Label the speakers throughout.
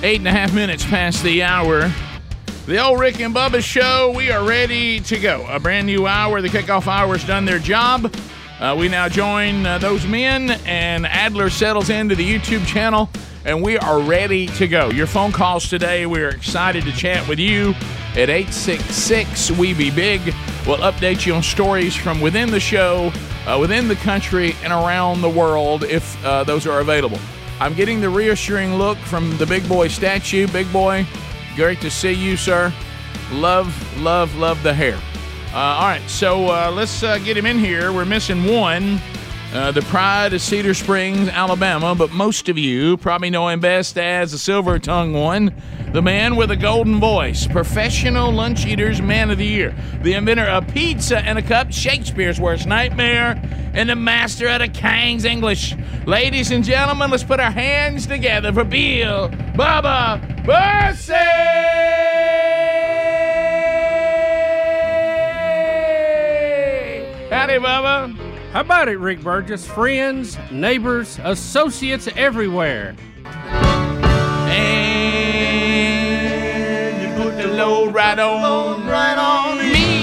Speaker 1: Eight and a half minutes past the hour. The old Rick and Bubba show, we are ready to go. A brand new hour. The kickoff hour's done their job. Uh, we now join uh, those men, and Adler settles into the YouTube channel, and we are ready to go. Your phone calls today, we are excited to chat with you at 866 We Be Big. We'll update you on stories from within the show, uh, within the country, and around the world if uh, those are available. I'm getting the reassuring look from the big boy statue. Big boy, great to see you, sir. Love, love, love the hair. Uh, all right, so uh, let's uh, get him in here. We're missing one. Uh, the pride of Cedar Springs, Alabama, but most of you probably know him best as the silver tongue one, the man with a golden voice, professional lunch eaters man of the year, the inventor of pizza and a cup, Shakespeare's worst nightmare, and the master of the Kang's English. Ladies and gentlemen, let's put our hands together for Bill Bubba Bursey! Howdy, Bubba.
Speaker 2: How about it, Rick Burgess? Friends, neighbors, associates everywhere.
Speaker 1: And you put the load right on, Oh, right on me.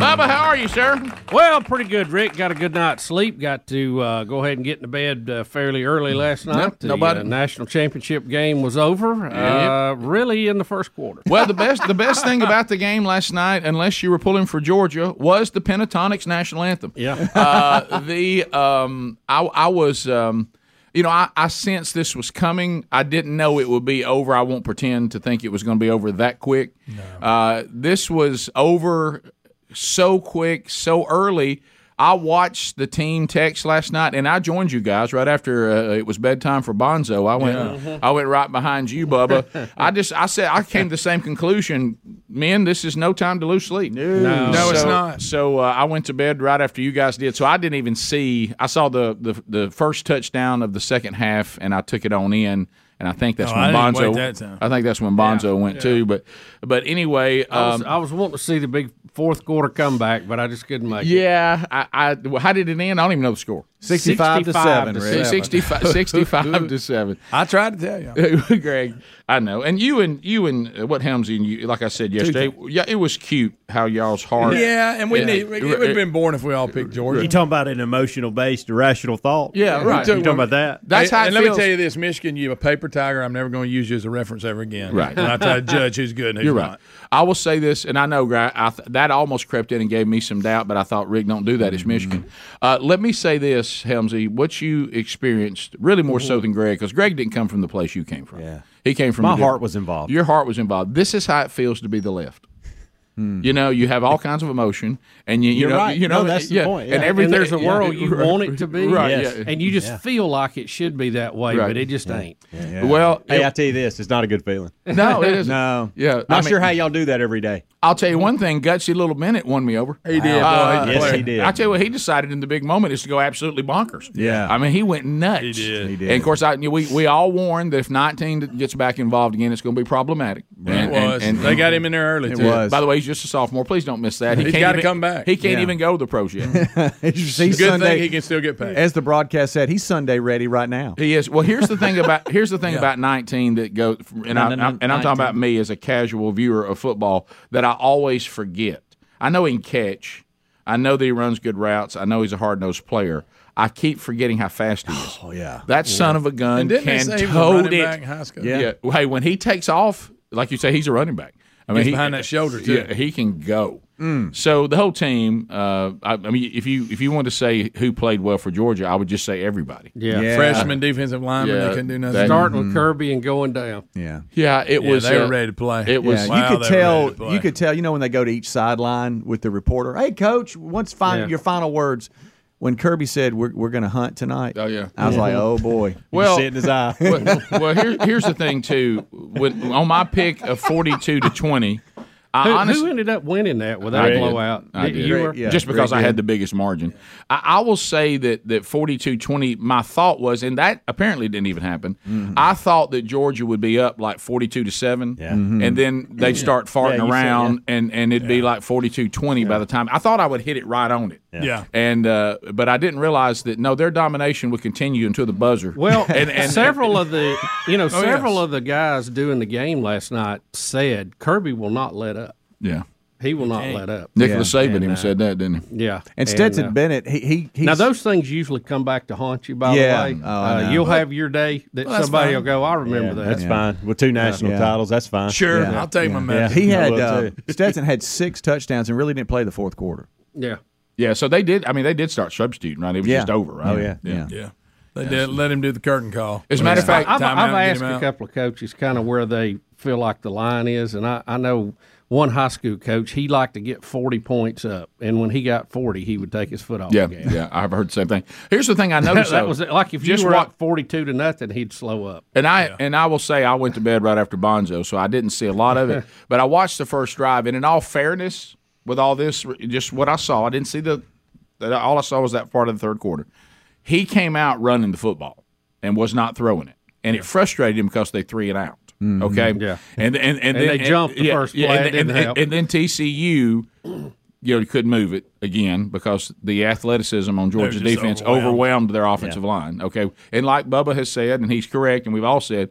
Speaker 1: Bubba, how are you, sir?
Speaker 2: Well, pretty good, Rick. Got a good night's sleep. Got to uh, go ahead and get into bed uh, fairly early last night. the
Speaker 1: nobody-
Speaker 2: uh, national championship game was over. Uh, really in the first quarter.
Speaker 1: Well, the best the best thing about the game last night, unless you were pulling for Georgia, was the Pentatonics national anthem.
Speaker 2: Yeah.
Speaker 1: Uh, the um, I I was um, you know I, I sensed this was coming. I didn't know it would be over. I won't pretend to think it was going to be over that quick. Uh, this was over so quick, so early. I watched the team text last night, and I joined you guys right after uh, it was bedtime for Bonzo. I went, I went right behind you, Bubba. I just, I said, I came to the same conclusion. Men, this is no time to lose sleep.
Speaker 2: No.
Speaker 3: No, it's
Speaker 1: So-
Speaker 3: not.
Speaker 1: So uh, I went to bed right after you guys did. So I didn't even see. I saw the the, the first touchdown of the second half, and I took it on in. And I think that's
Speaker 3: No,
Speaker 1: when
Speaker 3: I didn't
Speaker 1: Bonzo.
Speaker 3: wait that time.
Speaker 1: I think that's when Bonzo went too. But but anyway,
Speaker 2: I, was,
Speaker 1: um,
Speaker 2: I was wanting to see the big fourth quarter comeback, but I just couldn't make it.
Speaker 1: yeah. I, I well, how did it end? I don't even know the score.
Speaker 3: 65, to 7,
Speaker 2: to
Speaker 3: Rick.
Speaker 1: 65, 65 to seven.
Speaker 3: I tried to tell you.
Speaker 1: Greg, I know, and you and you and uh, what Helmsy and you, like I said yesterday, yeah, it was cute how y'all's heart.
Speaker 3: Yeah, and we
Speaker 1: Yeah.
Speaker 3: need. It would have been boring if we all picked Georgia.
Speaker 4: You talking about an emotional based irrational thought?
Speaker 1: Yeah, right.
Speaker 4: You talking about that?
Speaker 1: That's
Speaker 3: and,
Speaker 1: how. It
Speaker 3: and
Speaker 1: feels.
Speaker 3: let me tell you this: Michigan, you have a paper tiger. I'm never going to use you as a reference ever again.
Speaker 1: Right.
Speaker 3: When I try to judge who's good and who's
Speaker 1: You're right.
Speaker 3: not.
Speaker 1: I will say this, and I know Greg, I th- that almost crept in and gave me some doubt, but I thought, Rick, don't do that.
Speaker 3: Mm-hmm.
Speaker 1: It's Michigan. Uh, let me say this, Helmsy, what you experienced, really more so than Greg, because Greg didn't come from the place you came from.
Speaker 4: Mm-hmm. Yeah.
Speaker 1: He came from a
Speaker 4: My
Speaker 1: different-
Speaker 4: heart was involved.
Speaker 1: Your heart was involved. This is how it feels to be the left. You know, you have all kinds of emotion, and you, you
Speaker 4: Hmm. You're
Speaker 1: know,
Speaker 4: right.
Speaker 1: you know,
Speaker 4: No, that's the
Speaker 1: yeah,
Speaker 4: point, yeah.
Speaker 1: and
Speaker 4: And
Speaker 1: everything.
Speaker 2: there's a
Speaker 1: yeah.
Speaker 2: world you want it to be,
Speaker 1: Right,
Speaker 4: Yes.
Speaker 1: yeah.
Speaker 2: and you just feel like it should be that way,
Speaker 1: Right.
Speaker 2: but it just ain't.
Speaker 1: Well,
Speaker 4: Hey,
Speaker 1: it-
Speaker 4: I tell you this, it's not a good feeling.
Speaker 1: no, it isn't.
Speaker 4: No.
Speaker 1: Yeah,
Speaker 4: Not
Speaker 1: I mean-
Speaker 4: sure how y'all do that every day.
Speaker 1: I'll tell you one thing. Gutsy little Bennett won me over.
Speaker 3: He did.
Speaker 1: Uh,
Speaker 3: boy,
Speaker 4: yes,
Speaker 3: player.
Speaker 4: he did.
Speaker 1: I tell you what, he decided in the big moment is to go absolutely bonkers.
Speaker 4: Yeah.
Speaker 1: I mean, he went nuts.
Speaker 3: He did. He
Speaker 4: did.
Speaker 1: And of course, I, we we all warned that if 19 gets back involved again, it's going to be problematic.
Speaker 3: It was. they got him in there early. too.
Speaker 4: was.
Speaker 1: By the way, he's just a sophomore. Please don't miss that. He
Speaker 3: He's
Speaker 1: can't
Speaker 3: gotta
Speaker 1: even-
Speaker 3: come back.
Speaker 1: He can't
Speaker 4: Yeah.
Speaker 1: even go to the pros yet.
Speaker 4: he's
Speaker 3: Good thing he can still get paid.
Speaker 4: as the broadcast said, he's Sunday ready right now.
Speaker 1: He is. Well, here's the thing about here's the thing about 19 that goes, and, I,
Speaker 4: No, no, no,
Speaker 1: I'm, and I'm talking about me as a casual viewer of football that I always forget. I know he can catch. I know that he runs good routes. I know he's a hard nosed player. I keep forgetting how fast he is.
Speaker 4: Oh yeah.
Speaker 1: That son of a gun
Speaker 3: And didn't they
Speaker 1: can
Speaker 3: say he was a
Speaker 1: tote
Speaker 3: running
Speaker 1: it.
Speaker 3: back in high school?
Speaker 4: Yeah.
Speaker 1: Yeah. Hey, when he takes off, like you say, he's a running back. I mean,
Speaker 3: Gets
Speaker 1: he,
Speaker 3: behind that shoulder, too. Mm.
Speaker 1: Yeah, he can go. So the whole team. Uh, I, I mean, if you if you want to say who played well for Georgia, I would just say everybody.
Speaker 2: Yeah,
Speaker 3: Freshman defensive lineman,
Speaker 1: Yeah,
Speaker 3: they couldn't do
Speaker 1: that- Mm-hmm.
Speaker 3: nothing.
Speaker 2: starting with Kirby and going down.
Speaker 4: Mm. Yeah.
Speaker 1: Yeah, it
Speaker 3: yeah,
Speaker 1: was.
Speaker 3: they were
Speaker 1: uh,
Speaker 3: ready to play.
Speaker 1: it was-
Speaker 4: Yeah,
Speaker 3: Wow,
Speaker 4: you could
Speaker 3: they were ready to
Speaker 4: tell.
Speaker 3: play.
Speaker 4: You could tell. You know when they go to each sideline with the reporter. Hey, coach, what's final,
Speaker 2: Yeah.
Speaker 4: your final words? when Kirby said we're, we're going to hunt tonight,
Speaker 1: Oh, yeah.
Speaker 4: I was like, oh boy, well,
Speaker 1: Well-
Speaker 4: see it in his eye.
Speaker 1: well, well here, here's the thing too. When, on my pick of 42 to 20, I
Speaker 2: Who,
Speaker 1: honestly
Speaker 2: who ended up winning that without
Speaker 1: I
Speaker 2: a
Speaker 1: did.
Speaker 2: blowout?
Speaker 1: I
Speaker 2: You-
Speaker 1: did.
Speaker 2: You were?
Speaker 4: Yeah.
Speaker 1: just
Speaker 4: very
Speaker 1: because I had
Speaker 4: good.
Speaker 1: the biggest margin. I, I will say that that 42-20, my thought was, and that apparently didn't even happen. I thought that Georgia would be up like 42 to 7.
Speaker 4: Mm-hmm. Yeah. Mhm.
Speaker 1: And then they'd start farting
Speaker 4: you said,
Speaker 1: around and, and it'd be like 42-20 by the time. I thought I would hit it right on it.
Speaker 3: Yeah.
Speaker 1: And uh, but I didn't realize that no, their domination would continue until the buzzer.
Speaker 2: Well,
Speaker 1: and, and Oh,
Speaker 2: several of the you know several
Speaker 1: yes.
Speaker 2: of the guys doing the game last night said Kirby will not let up.
Speaker 1: yeah,
Speaker 2: He will not let up.
Speaker 1: Nicholas Saban
Speaker 2: And,
Speaker 1: even
Speaker 2: uh,
Speaker 1: said that, didn't he?
Speaker 2: Yeah,
Speaker 4: and Stetson
Speaker 2: uh,
Speaker 4: Bennett, he, he he's,
Speaker 2: now those things usually come back to haunt you. By
Speaker 4: Yeah.
Speaker 2: the way,
Speaker 4: Oh, I
Speaker 2: uh,
Speaker 4: know.
Speaker 2: you'll have your day that
Speaker 3: that's
Speaker 2: somebody
Speaker 3: fine.
Speaker 2: will go. I remember
Speaker 4: Yeah,
Speaker 2: that.
Speaker 4: That's fine. With two national Yeah. titles, that's fine.
Speaker 3: Sure,
Speaker 4: Yeah.
Speaker 3: I'll take my
Speaker 4: Yeah,
Speaker 3: message.
Speaker 4: he I
Speaker 3: I
Speaker 4: had
Speaker 3: will,
Speaker 4: uh,
Speaker 3: too.
Speaker 4: Stetson had six touchdowns and really didn't play the fourth quarter.
Speaker 2: Yeah.
Speaker 1: Yeah, so they did. I mean, they did start substituting, right? It was
Speaker 4: Yeah.
Speaker 1: just over, right?
Speaker 4: Oh yeah, yeah.
Speaker 3: Yeah, they did, let him do the curtain call.
Speaker 1: As a matter of
Speaker 3: Yeah.
Speaker 1: fact,
Speaker 3: Time
Speaker 2: I've,
Speaker 3: out,
Speaker 2: I've
Speaker 3: get
Speaker 2: asked
Speaker 3: him
Speaker 2: a
Speaker 3: out.
Speaker 2: couple of coaches kind of where they feel like the line is, and I, I know one high school coach he liked to get forty points up, and when he got forty, he would take his foot off.
Speaker 1: Yeah,
Speaker 2: the gas.
Speaker 1: yeah, I've heard the same thing. Here's the thing I noticed.
Speaker 2: Oh, that
Speaker 1: though,
Speaker 2: was like if you
Speaker 1: just
Speaker 2: were
Speaker 1: what-
Speaker 2: up forty-two to nothing, he'd slow up.
Speaker 1: and I and I will say I went to bed right after Bonzo, so I didn't see a lot of it. but I watched the first drive, and in all fairness, with all this, just what I saw, I didn't see the. that- All I saw was that part of the third quarter. He came out running the football and was not throwing it, and it frustrated him because they three and out. Okay,
Speaker 2: Mm-hmm. Yeah.
Speaker 1: and and
Speaker 2: And
Speaker 1: and, then,
Speaker 2: they jumped the first play. It
Speaker 1: and, and,
Speaker 2: didn't help.
Speaker 1: and then TCU. You know, couldn't move it again because the athleticism on
Speaker 3: They
Speaker 1: Georgia's
Speaker 3: were just
Speaker 1: defense
Speaker 3: overwhelmed.
Speaker 1: overwhelmed their offensive line. Okay, and like Bubba has said, and he's correct, and we've all said,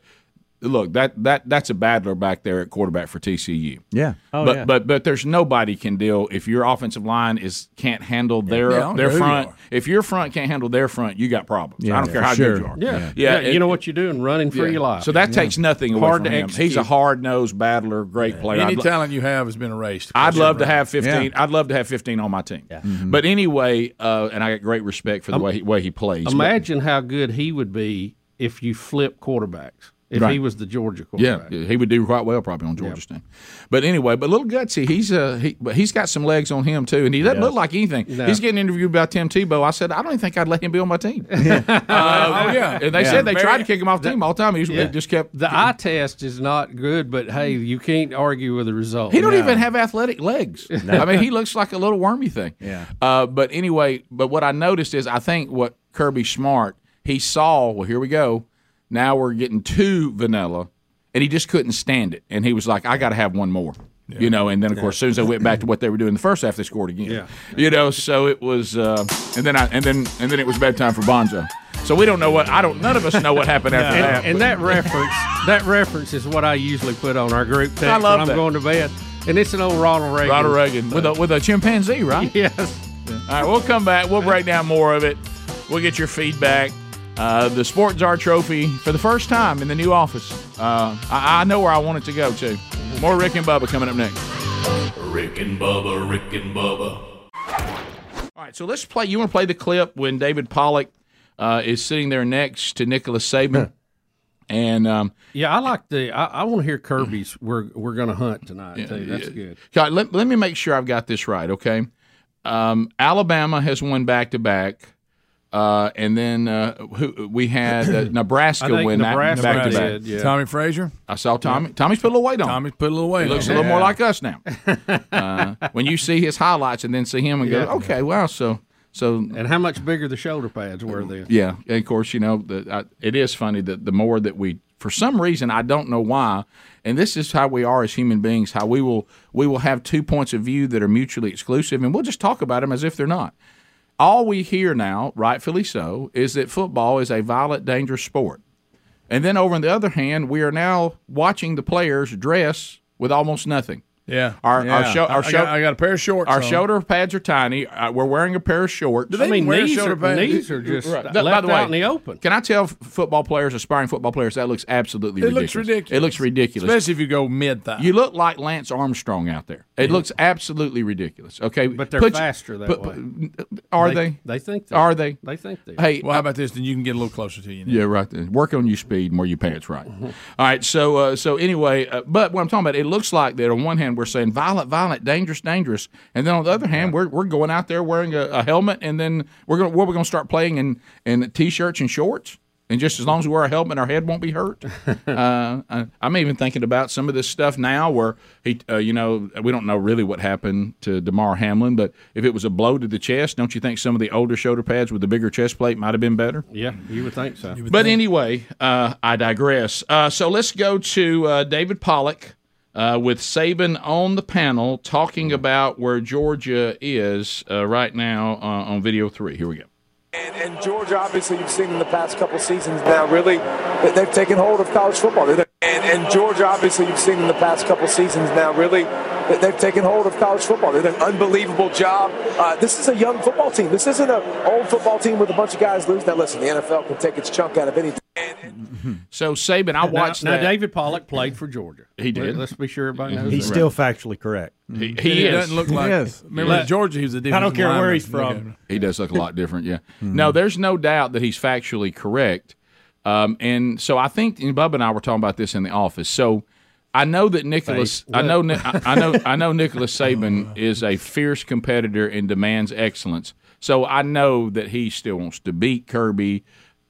Speaker 1: look, that that that's a battler back there at quarterback for TCU.
Speaker 4: Yeah.
Speaker 1: Oh, but but but there's nobody can deal if your offensive line is can't handle their
Speaker 3: Yeah, I don't
Speaker 1: their
Speaker 3: care who you
Speaker 1: front.
Speaker 3: are.
Speaker 1: If your front can't handle their front, you got problems. I don't
Speaker 4: yeah,
Speaker 1: care
Speaker 4: for
Speaker 1: how
Speaker 4: sure.
Speaker 1: good you are.
Speaker 2: Yeah,
Speaker 1: Yeah, it-
Speaker 2: you know what you're doing, running for your life.
Speaker 1: So that takes nothing away
Speaker 2: Hard
Speaker 1: from
Speaker 2: to
Speaker 1: him. He's a
Speaker 2: execute.
Speaker 1: hard nosed battler, great player.
Speaker 3: Any
Speaker 1: I'd lo-
Speaker 3: talent you have has been erased.
Speaker 1: I'd love to have fifteen.
Speaker 4: Yeah. Mm-hmm.
Speaker 1: I'd love to have fifteen on my team. But anyway, uh, and I got great respect for the way he, way he plays. but-
Speaker 2: imagine how good he would be if you flip quarterbacks. If
Speaker 1: Right.
Speaker 2: he was the Georgia
Speaker 1: Yeah,
Speaker 2: quarterback.
Speaker 1: yeah, he would do quite well probably on Georgia's team. But anyway, but little gutsy, he's uh, he, but he's got some legs on him too, and he doesn't look like anything.
Speaker 2: No.
Speaker 1: He's getting interviewed by Tim Tebow. I said I don't even think I'd let him be on my team.
Speaker 3: oh yeah,
Speaker 1: Uh, And they said they tried to kick him off the team all the time. He was- they just kept.
Speaker 2: The eye test is not good, but hey, you can't argue with the result.
Speaker 1: he don't even have athletic legs. I mean, he looks like a little wormy thing.
Speaker 4: Yeah.
Speaker 1: Uh, but anyway, but what I noticed is I think what Kirby Smart he saw. Well, here we go. Now we're getting too vanilla, and he just couldn't stand it, and he was like, "I got to have one more." You know, and then of course, as soon as they went back to what they were doing in the first half, they scored again.
Speaker 2: Yeah.
Speaker 1: You know, so it was, uh, and then I, and then and then it was bedtime for Bonzo. So we don't know what I don't. None of us know what happened after that.
Speaker 2: And that reference, that reference is what I usually put on our group text
Speaker 1: love
Speaker 2: when I'm
Speaker 1: that.
Speaker 2: going to bed. And it's an old Ronald Reagan.
Speaker 1: Ronald Reagan with a with a chimpanzee, right?
Speaker 2: Yes.
Speaker 1: All right, we'll come back. We'll break down more of it. We'll get your feedback. Uh, the Sport Czar Trophy for the first time in the new office. Uh, I, I know where I want it to go to. More Rick and Bubba coming up next.
Speaker 5: Rick and Bubba, Rick and Bubba.
Speaker 1: All right, so let's play. You want to play the clip when David Pollock uh, is sitting there next to Nicholas Saban, and um,
Speaker 2: Yeah, I like the. I, I want to hear Kirby's. We're we're going to hunt tonight too. That's good.
Speaker 1: God, let, let me make sure I've got this right, okay? Um, Alabama has won back to back. Uh, and then uh, who, we had uh, Nebraska
Speaker 2: I think
Speaker 1: win back
Speaker 2: Nebraska
Speaker 1: to
Speaker 2: did.
Speaker 1: back.
Speaker 2: Did, yeah.
Speaker 3: Tommy Frazier.
Speaker 1: I saw Tommy. Tommy's put a little weight on.
Speaker 3: Tommy's put a little weight.
Speaker 1: He looks
Speaker 3: on
Speaker 1: a little
Speaker 3: him.
Speaker 1: more like us now. uh, when you see his highlights and then see him and go,
Speaker 2: Yeah.
Speaker 1: okay, wow, so so
Speaker 2: And how much bigger the shoulder pads were then?
Speaker 1: yeah. And of course, you know the, I, it is funny that the more that we, for some reason, I don't know why, and this is how we are as human beings. How we will we will have two points of view that are mutually exclusive, and we'll just talk about them as if they're not. All we hear now, rightfully so, is that football is a violent, dangerous sport. And then over on the other hand, we are now watching the players dress with almost nothing.
Speaker 3: Yeah,
Speaker 1: Our- our
Speaker 3: yeah.
Speaker 1: sho- our
Speaker 3: I, I
Speaker 1: sho-
Speaker 3: got, I got a pair of shorts.
Speaker 1: Our
Speaker 3: on.
Speaker 1: shoulder pads are tiny. Uh, we're wearing a pair of shorts.
Speaker 2: I mean,
Speaker 3: wear
Speaker 2: knees
Speaker 3: shoulder
Speaker 2: are,
Speaker 3: pads.
Speaker 2: knees are just
Speaker 1: Right. By
Speaker 2: left
Speaker 1: the way,
Speaker 2: out in the open.
Speaker 1: Can I tell f- football players, aspiring football players, that looks absolutely
Speaker 3: It
Speaker 1: ridiculous.
Speaker 3: looks ridiculous.
Speaker 1: It looks ridiculous.
Speaker 3: especially if you go mid thigh.
Speaker 1: you look like Lance Armstrong out there. It looks absolutely ridiculous. Okay,
Speaker 2: But they're
Speaker 1: Put-
Speaker 2: faster that
Speaker 1: put-
Speaker 2: way.
Speaker 1: put- Are they?
Speaker 2: They think that.
Speaker 1: Are they?
Speaker 2: They think that.
Speaker 1: Hey,
Speaker 3: well, how about this? Then you can get a little closer to you. Now.
Speaker 1: yeah, right. there. Work on your
Speaker 2: Mm-hmm.
Speaker 1: speed and wear your pants right. All right. So, uh, so anyway, uh, but what I'm talking about, it looks like that on one hand we're saying violent, violent, dangerous, dangerous, and then on the other hand, we're, we're going out there wearing a, a helmet, and then we're going what we're going to start playing in in t-shirts and shorts. And just as long as we wear a helmet, our head won't be hurt. uh, I, I'm even thinking about some of this stuff now, where he, uh, you know, we don't know really what happened to Damar Hamlin, but if it was a blow to the chest, don't you think some of the older shoulder pads with the bigger chest plate might have been better?
Speaker 2: Yeah, you would think so.
Speaker 1: But anyway, uh, I digress. Uh, so let's go to uh, David Pollock uh, with Saban on the panel
Speaker 2: Mm-hmm.
Speaker 1: talking about where Georgia is uh, right now uh, on video three. Here we go.
Speaker 6: And, and Georgia, obviously, you've seen in the past couple seasons now, really, that they've taken hold of college football. They're the- And, and Georgia, obviously, you've seen in the past couple seasons now, really, that they've taken hold of college football. They've done an unbelievable job. Uh, this is a young football team. This isn't an old football team with a bunch of guys lose. Now, listen, the NFL can take its chunk out of anything.
Speaker 1: So Saban, I
Speaker 2: Mm-hmm. Now,
Speaker 1: watched
Speaker 2: now
Speaker 1: that.
Speaker 2: David Pollock played for Georgia.
Speaker 1: He did. Mm-hmm.
Speaker 2: Let, let's be sure everybody knows.
Speaker 7: He's
Speaker 2: that.
Speaker 7: still factually correct.
Speaker 1: he,
Speaker 3: He,
Speaker 1: he is.
Speaker 3: doesn't look like.
Speaker 4: Yes.
Speaker 3: Remember in Georgia, he was a different.
Speaker 7: I don't care where he's from.
Speaker 1: He does look a lot different, yeah.
Speaker 2: Mm-hmm.
Speaker 1: No, there's no doubt that he's factually correct. Um, and so I think and Bubba and I were talking about this in the office. So I know that Nicholas, I know, Ni- I I know, I know Nicholas Saban is a fierce competitor and demands excellence. So I know that he still wants to beat Kirby.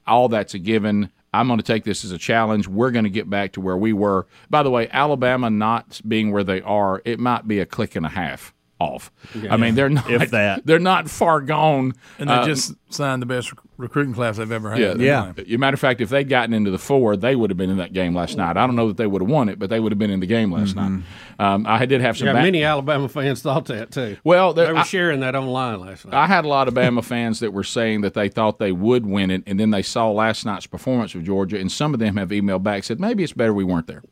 Speaker 1: All that's a given. I'm going to take this as a challenge. We're going to get back to where we were. By the way, Alabama not being where they are, it might be a click and a half off. I mean, they're not
Speaker 7: If that.
Speaker 1: they're not far gone. uh,
Speaker 3: And they just signed the best rec- recruiting class they've ever had.
Speaker 1: Yeah,
Speaker 3: didn't
Speaker 4: Yeah.
Speaker 1: As a matter of fact, if they'd gotten into the four, they would have been in that game last night. I don't know that they would have won it, but they would have been in the game last
Speaker 7: Mm-hmm.
Speaker 1: night. Um, I did have some.
Speaker 2: Yeah,
Speaker 1: ba-
Speaker 2: many Alabama fans thought that too.
Speaker 1: Well, there-
Speaker 2: they were
Speaker 1: I-
Speaker 2: sharing that online last night.
Speaker 1: I had a lot of Bama fans that were saying that they thought they would win it, and then they saw last night's performance with Georgia, and some of them have emailed back said maybe it's better we weren't there.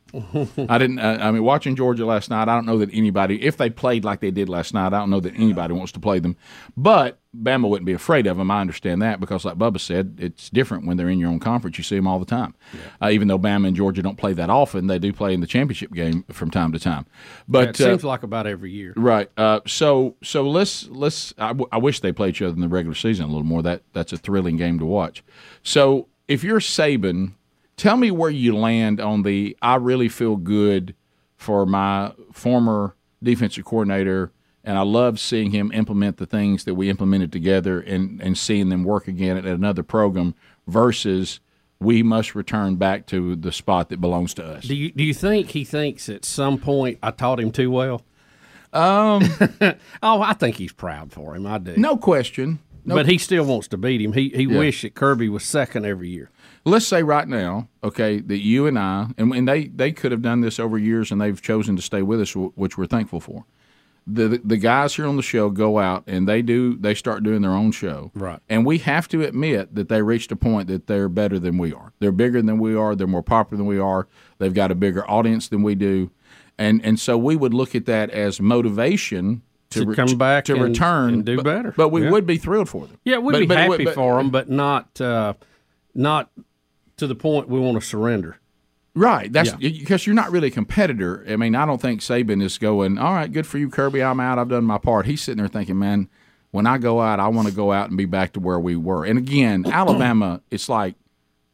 Speaker 1: I didn't. Uh, I mean, watching Georgia last night, I don't know that anybody, if they played like they did last night, I don't know that anybody wants to play them. But Bama wouldn't be afraid of them. I understand that because, like Bubba said, it's different when they're in your own conference. You see them all the time. Uh, even though Bama and Georgia don't play that often, they do play in the championship game from time to time. But
Speaker 2: it
Speaker 1: uh,
Speaker 2: seems like about every year.
Speaker 1: Right. Uh, so so let's let's. I, w- I wish they play each other in the regular season a little more. That that's a thrilling game to watch. So if you're Saban, tell me where you land on the. I really feel good for my former defensive coordinator, and I love seeing him implement the things that we implemented together, and and seeing them work again at another program versus. We must return back to the spot that belongs to us.
Speaker 2: Do you do you think he thinks at some point I taught him too well? Um. oh, I think he's proud for him. I do.
Speaker 1: No question. No
Speaker 2: But he still wants to beat him. He he wished that Kirby was second every year.
Speaker 1: let's say right now, okay, that you and I, and, and they they could have done this over years, and they've chosen to stay with us, wh- which we're thankful for. The the guys here on the show go out and they do they start doing their own show,
Speaker 2: Right.
Speaker 1: And we have to admit that they reached a point that they're better than we are. They're bigger than we are. They're more popular than we are. They've got a bigger audience than we do, and and so we would look at that as motivation. To,
Speaker 2: To come back
Speaker 1: to
Speaker 2: and-
Speaker 1: return
Speaker 2: and do
Speaker 1: but-
Speaker 2: better.
Speaker 1: but we
Speaker 2: Yeah.
Speaker 1: would be thrilled for them.
Speaker 2: Yeah, we'd
Speaker 1: But-
Speaker 2: be
Speaker 1: but it
Speaker 2: happy
Speaker 1: would- but-
Speaker 2: for him, but not uh, not to the point we want to surrender.
Speaker 1: Right. That's because you're not really a competitor. I mean, I don't think Saban is going, all right, good for you, Kirby. I'm out. I've done my part. He's sitting there thinking, man, when I go out, I want to go out and be back to where we were. And again, Alabama, it's like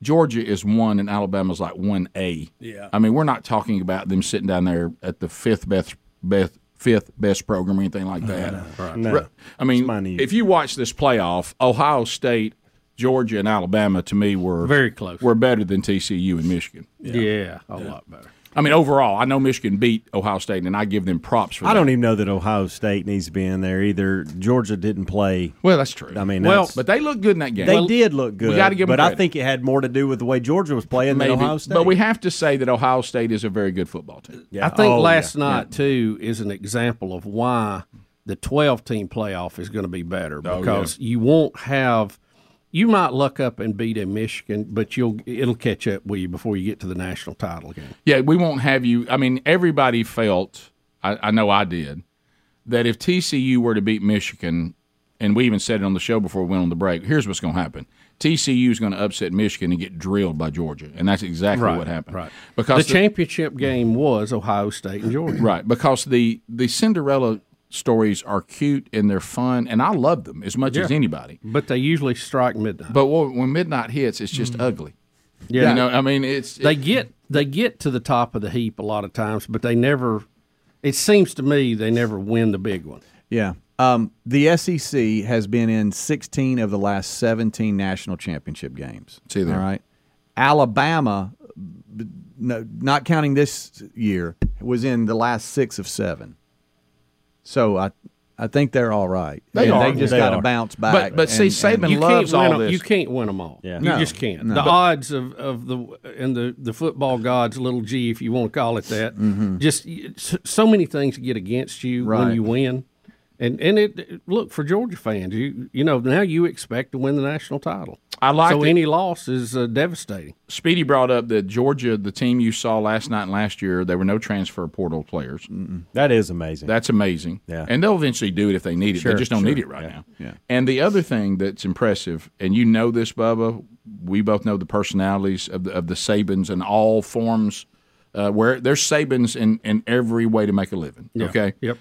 Speaker 1: Georgia is one and Alabama's like 1A. Yeah. I mean, we're not talking about them sitting down there at the fifth best, best fifth best program or anything like that. Re- I mean,
Speaker 7: minute.
Speaker 1: if you watch this playoff, Ohio State, Georgia, and Alabama to me were
Speaker 2: Very close.
Speaker 1: Were better than TCU and Michigan.
Speaker 2: Yeah, a lot better.
Speaker 1: I mean, overall, I know Michigan beat Ohio State, and I give them props for that.
Speaker 7: I don't even know that Ohio State needs to be in there either. Georgia didn't play.
Speaker 1: Well, that's true.
Speaker 7: I mean,
Speaker 2: Well,
Speaker 7: that's-
Speaker 1: but they looked good in that game.
Speaker 7: they did look good.
Speaker 1: gotta give 'em
Speaker 7: but
Speaker 1: credit.
Speaker 7: I think it had more to do with the way Georgia was playing
Speaker 1: Maybe.
Speaker 7: than Ohio State.
Speaker 1: But we have to say that Ohio State is a very good football team.
Speaker 7: Yeah.
Speaker 2: I think
Speaker 7: Oh,
Speaker 2: last
Speaker 7: yeah.
Speaker 2: night too is an example of why the twelve team playoff is going to be better
Speaker 1: Oh,
Speaker 2: because you won't have you might luck up and beat a Michigan, but you'll it'll catch up with you before you get to the national title game.
Speaker 1: Yeah, we won't have you. I mean, everybody felt, I, I know I did, that if TCU were to beat Michigan, and we even said it on the show before we went on the break, here's what's going to happen. TCU is going to upset Michigan and get drilled by Georgia, and that's exactly what happened.
Speaker 2: right.
Speaker 1: Because
Speaker 2: the championship game was Ohio State and Georgia.
Speaker 1: Right, because the the Cinderella stories are cute and they're fun, and I love them as much as anybody.
Speaker 2: But they usually strike midnight. Mm-hmm.
Speaker 1: But wh- when midnight hits, it's just ugly.
Speaker 2: yeah,
Speaker 1: You know, I mean, it's
Speaker 2: they
Speaker 1: it-
Speaker 2: get they get to the top of the heap a lot of times, but they never. It seems to me they never win the big one.
Speaker 4: Yeah. Um, the SEC has been in 16 of the last 17 national championship games.
Speaker 3: See there.
Speaker 4: All right. Alabama, b- no, not counting this year, was in the last six of seven. So I, I think they're all right.
Speaker 3: They
Speaker 4: And
Speaker 3: are.
Speaker 4: They just
Speaker 3: They
Speaker 4: got to
Speaker 3: are.
Speaker 4: bounce
Speaker 3: But-
Speaker 4: back.
Speaker 3: but see, Saban
Speaker 2: You
Speaker 3: loves
Speaker 2: can't win
Speaker 3: all
Speaker 2: them,
Speaker 3: this.
Speaker 2: You can't win them all.
Speaker 7: Yeah.
Speaker 2: You
Speaker 4: No.
Speaker 2: just can't.
Speaker 4: No.
Speaker 2: The
Speaker 4: But-
Speaker 2: odds of, of the and the, the football gods, little g, if you want to call it that,
Speaker 3: Mm-hmm.
Speaker 2: just s- so many things get against you
Speaker 4: Right.
Speaker 2: when you win. And and it look for Georgia fans, you you know now you expect to win the national title.
Speaker 1: I like
Speaker 2: so
Speaker 1: that-
Speaker 2: any loss is uh, devastating.
Speaker 1: Speedy brought up that Georgia, the team you saw last night and last year, there were no transfer portal players.
Speaker 7: That is amazing.
Speaker 1: That's amazing.
Speaker 7: Yeah.
Speaker 1: And they'll eventually do it if they need it. they just don't need it right now.
Speaker 4: yeah.
Speaker 1: And the other thing that's impressive, and you know this, Bubba, we both know the personalities of the, of the Sabins in all forms. Uh, where there's Sabins in, in every way to make a living. Okay.
Speaker 2: Yep.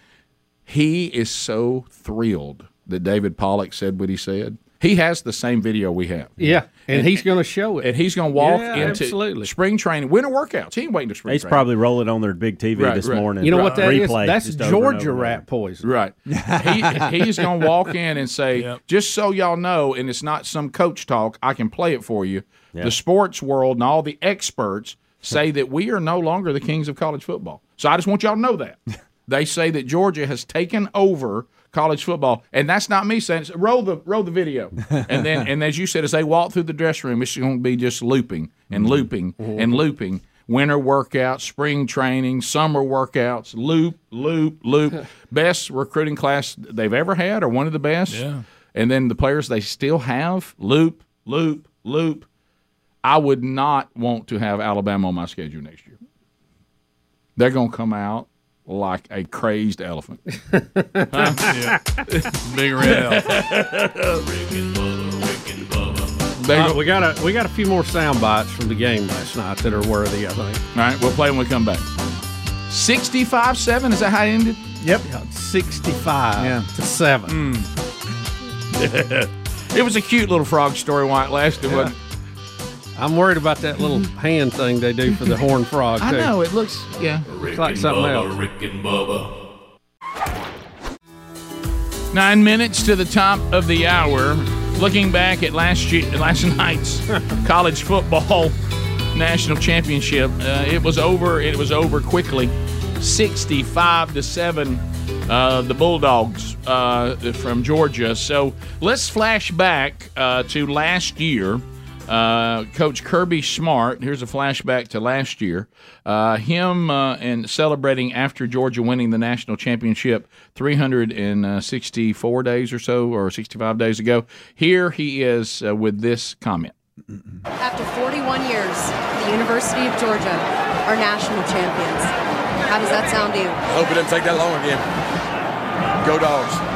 Speaker 1: He is so thrilled that David Pollock said what he said. He has the same video we have.
Speaker 2: Yeah, and, he's going to show it.
Speaker 1: And he's going to walk
Speaker 2: Yeah,
Speaker 1: into
Speaker 2: absolutely.
Speaker 1: spring training, winter workouts. He ain't waiting to spring
Speaker 7: He's
Speaker 1: training.
Speaker 7: probably rolling on their big TV
Speaker 1: Right,
Speaker 7: this
Speaker 1: right.
Speaker 7: morning.
Speaker 2: you know what that is?
Speaker 7: Replay,
Speaker 2: That's
Speaker 7: just over and
Speaker 2: Georgia
Speaker 7: over.
Speaker 2: rat poison.
Speaker 1: Right. He, he's going to walk in and say, just so y'all know, and it's not some coach talk, I can play it for you. The sports world and all the experts say that we are no longer the kings of college football. So I just want y'all to know that. They say that Georgia has taken over college football, and that's not me saying. It's, roll the roll the video, and then and as you said, as they walk through the dressing room, it's going to be just looping and Mm-hmm. looping and looping. Winter workouts, spring training, summer workouts, loop, loop, loop. Best recruiting class they've ever had, or one of the best. Yeah. And then the players they still have, loop, loop, loop. I would not want to have Alabama on my schedule next year. They're going to come out like a crazed elephant.
Speaker 3: Big red elephant.
Speaker 5: Rick and Bubba, Rick and Bubba,
Speaker 1: They
Speaker 2: All
Speaker 1: go-
Speaker 2: right, we got a we got a few more sound bites from the game last night that are worthy. I think.
Speaker 1: All right, we'll play when we come back. 65 7, is that how it ended? Hmm.
Speaker 4: Yep.
Speaker 2: 65
Speaker 4: Yeah.
Speaker 2: to 7.
Speaker 1: It was a cute little frog story while it lasted, wasn't it?
Speaker 2: I'm worried about that little hand thing they do for the horned frog, too.
Speaker 1: I know, it looks, yeah.
Speaker 5: Rick
Speaker 2: like
Speaker 5: and
Speaker 2: something
Speaker 5: Bubba,
Speaker 2: else.
Speaker 5: Rick and Bubba,
Speaker 1: Nine minutes to the top of the hour. Looking back at last year, last night's college football national championship, uh, it was over. It was over quickly, sixty-five to seven. Uh, the Bulldogs uh, from Georgia. So let's flash back uh, to last year. Uh, Coach Kirby Smart. Here's a flashback to last year. Uh, him uh, and celebrating after Georgia winning the national championship 364 days or so, or 65 days ago. Here he is uh, with this comment.
Speaker 8: After 41 years, the University of Georgia are national champions. How does that sound to you?
Speaker 9: Hope it doesn't take that long again. Go dogs.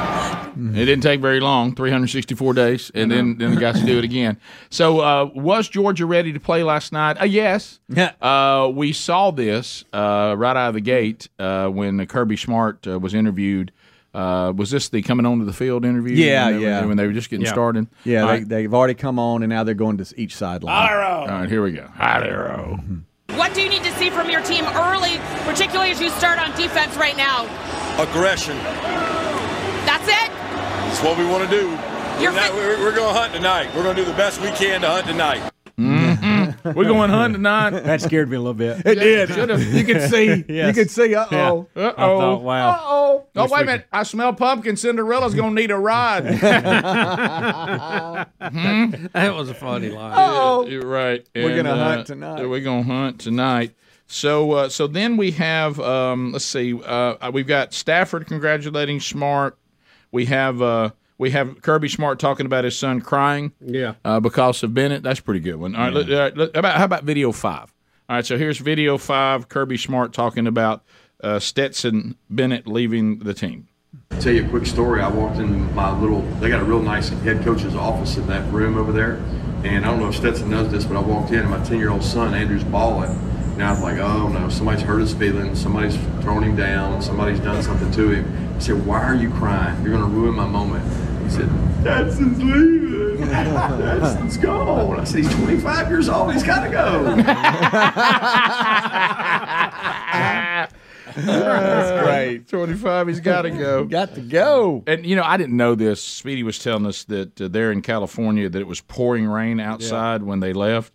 Speaker 1: It didn't take very long 364 days, and then then they got to do it again. So uh, was Georgia ready to play last night? Uh, yes.
Speaker 4: Yeah.
Speaker 1: Uh, we saw this uh, right out of the gate uh, when Kirby Smart uh, was interviewed. Uh, was this the coming onto the field interview?
Speaker 4: Yeah,
Speaker 1: when they were-
Speaker 4: yeah.
Speaker 1: When they were just getting started.
Speaker 4: Yeah,
Speaker 1: All
Speaker 4: they,
Speaker 1: right,
Speaker 4: they've already come on, and now they're going to each sideline.
Speaker 1: all right, here we go. Hot arrow.
Speaker 10: What do you need to see from your team early, particularly as you start on defense right now?
Speaker 9: Aggression.
Speaker 10: That's it?
Speaker 9: It's what we want to do. We're,
Speaker 10: You're
Speaker 9: not-
Speaker 10: fi-
Speaker 9: we're, we're going to hunt tonight. We're going to do the best we can to hunt tonight.
Speaker 1: We're going hunting tonight.
Speaker 7: That scared me a little bit.
Speaker 4: It did. You could see.
Speaker 7: Yes.
Speaker 4: You could see. Uh oh.
Speaker 1: Uh
Speaker 7: thought, wow.
Speaker 1: oh. Oh,
Speaker 7: Wish
Speaker 1: wait a
Speaker 7: we
Speaker 1: minute. I smell pumpkin. Cinderella's going to need a ride. Mm-hmm.
Speaker 2: That was a funny line.
Speaker 1: You're right.
Speaker 4: Oh. We're gonna
Speaker 1: And, uh,
Speaker 4: hunt tonight.
Speaker 1: We're gonna hunt tonight. So, uh, so then we have. Um, let's see. Uh, we've got Stafford congratulating Smart. We have. Uh, we have Kirby Smart talking about his son crying.
Speaker 2: Yeah.
Speaker 1: Uh, because of Bennett. That's a pretty good one. All right. Look, all right look, how about how about video five? All right. So here's video five. Kirby Smart talking about uh, Stetson Bennett leaving the team.
Speaker 11: tell you a quick story. I walked in my little, they got a real nice head coach's office in that room over there. And I don't know if Stetson knows this, but I walked in and my 10 year old son, Andrew's balling. And I was like, oh no, somebody's hurt his feelings. Somebody's thrown him down. Somebody's done something to him. I said, why are you crying? You're going to ruin my moment. He said, Stetson's leaving. Stetson's gone. I said, he's 25 years old. He's got to go.
Speaker 1: That's
Speaker 3: great.
Speaker 1: 25, he's got to go.
Speaker 3: got to go.
Speaker 1: And, you know, I didn't know this. Speedy was telling us that uh, there in California that it was pouring rain outside when they left.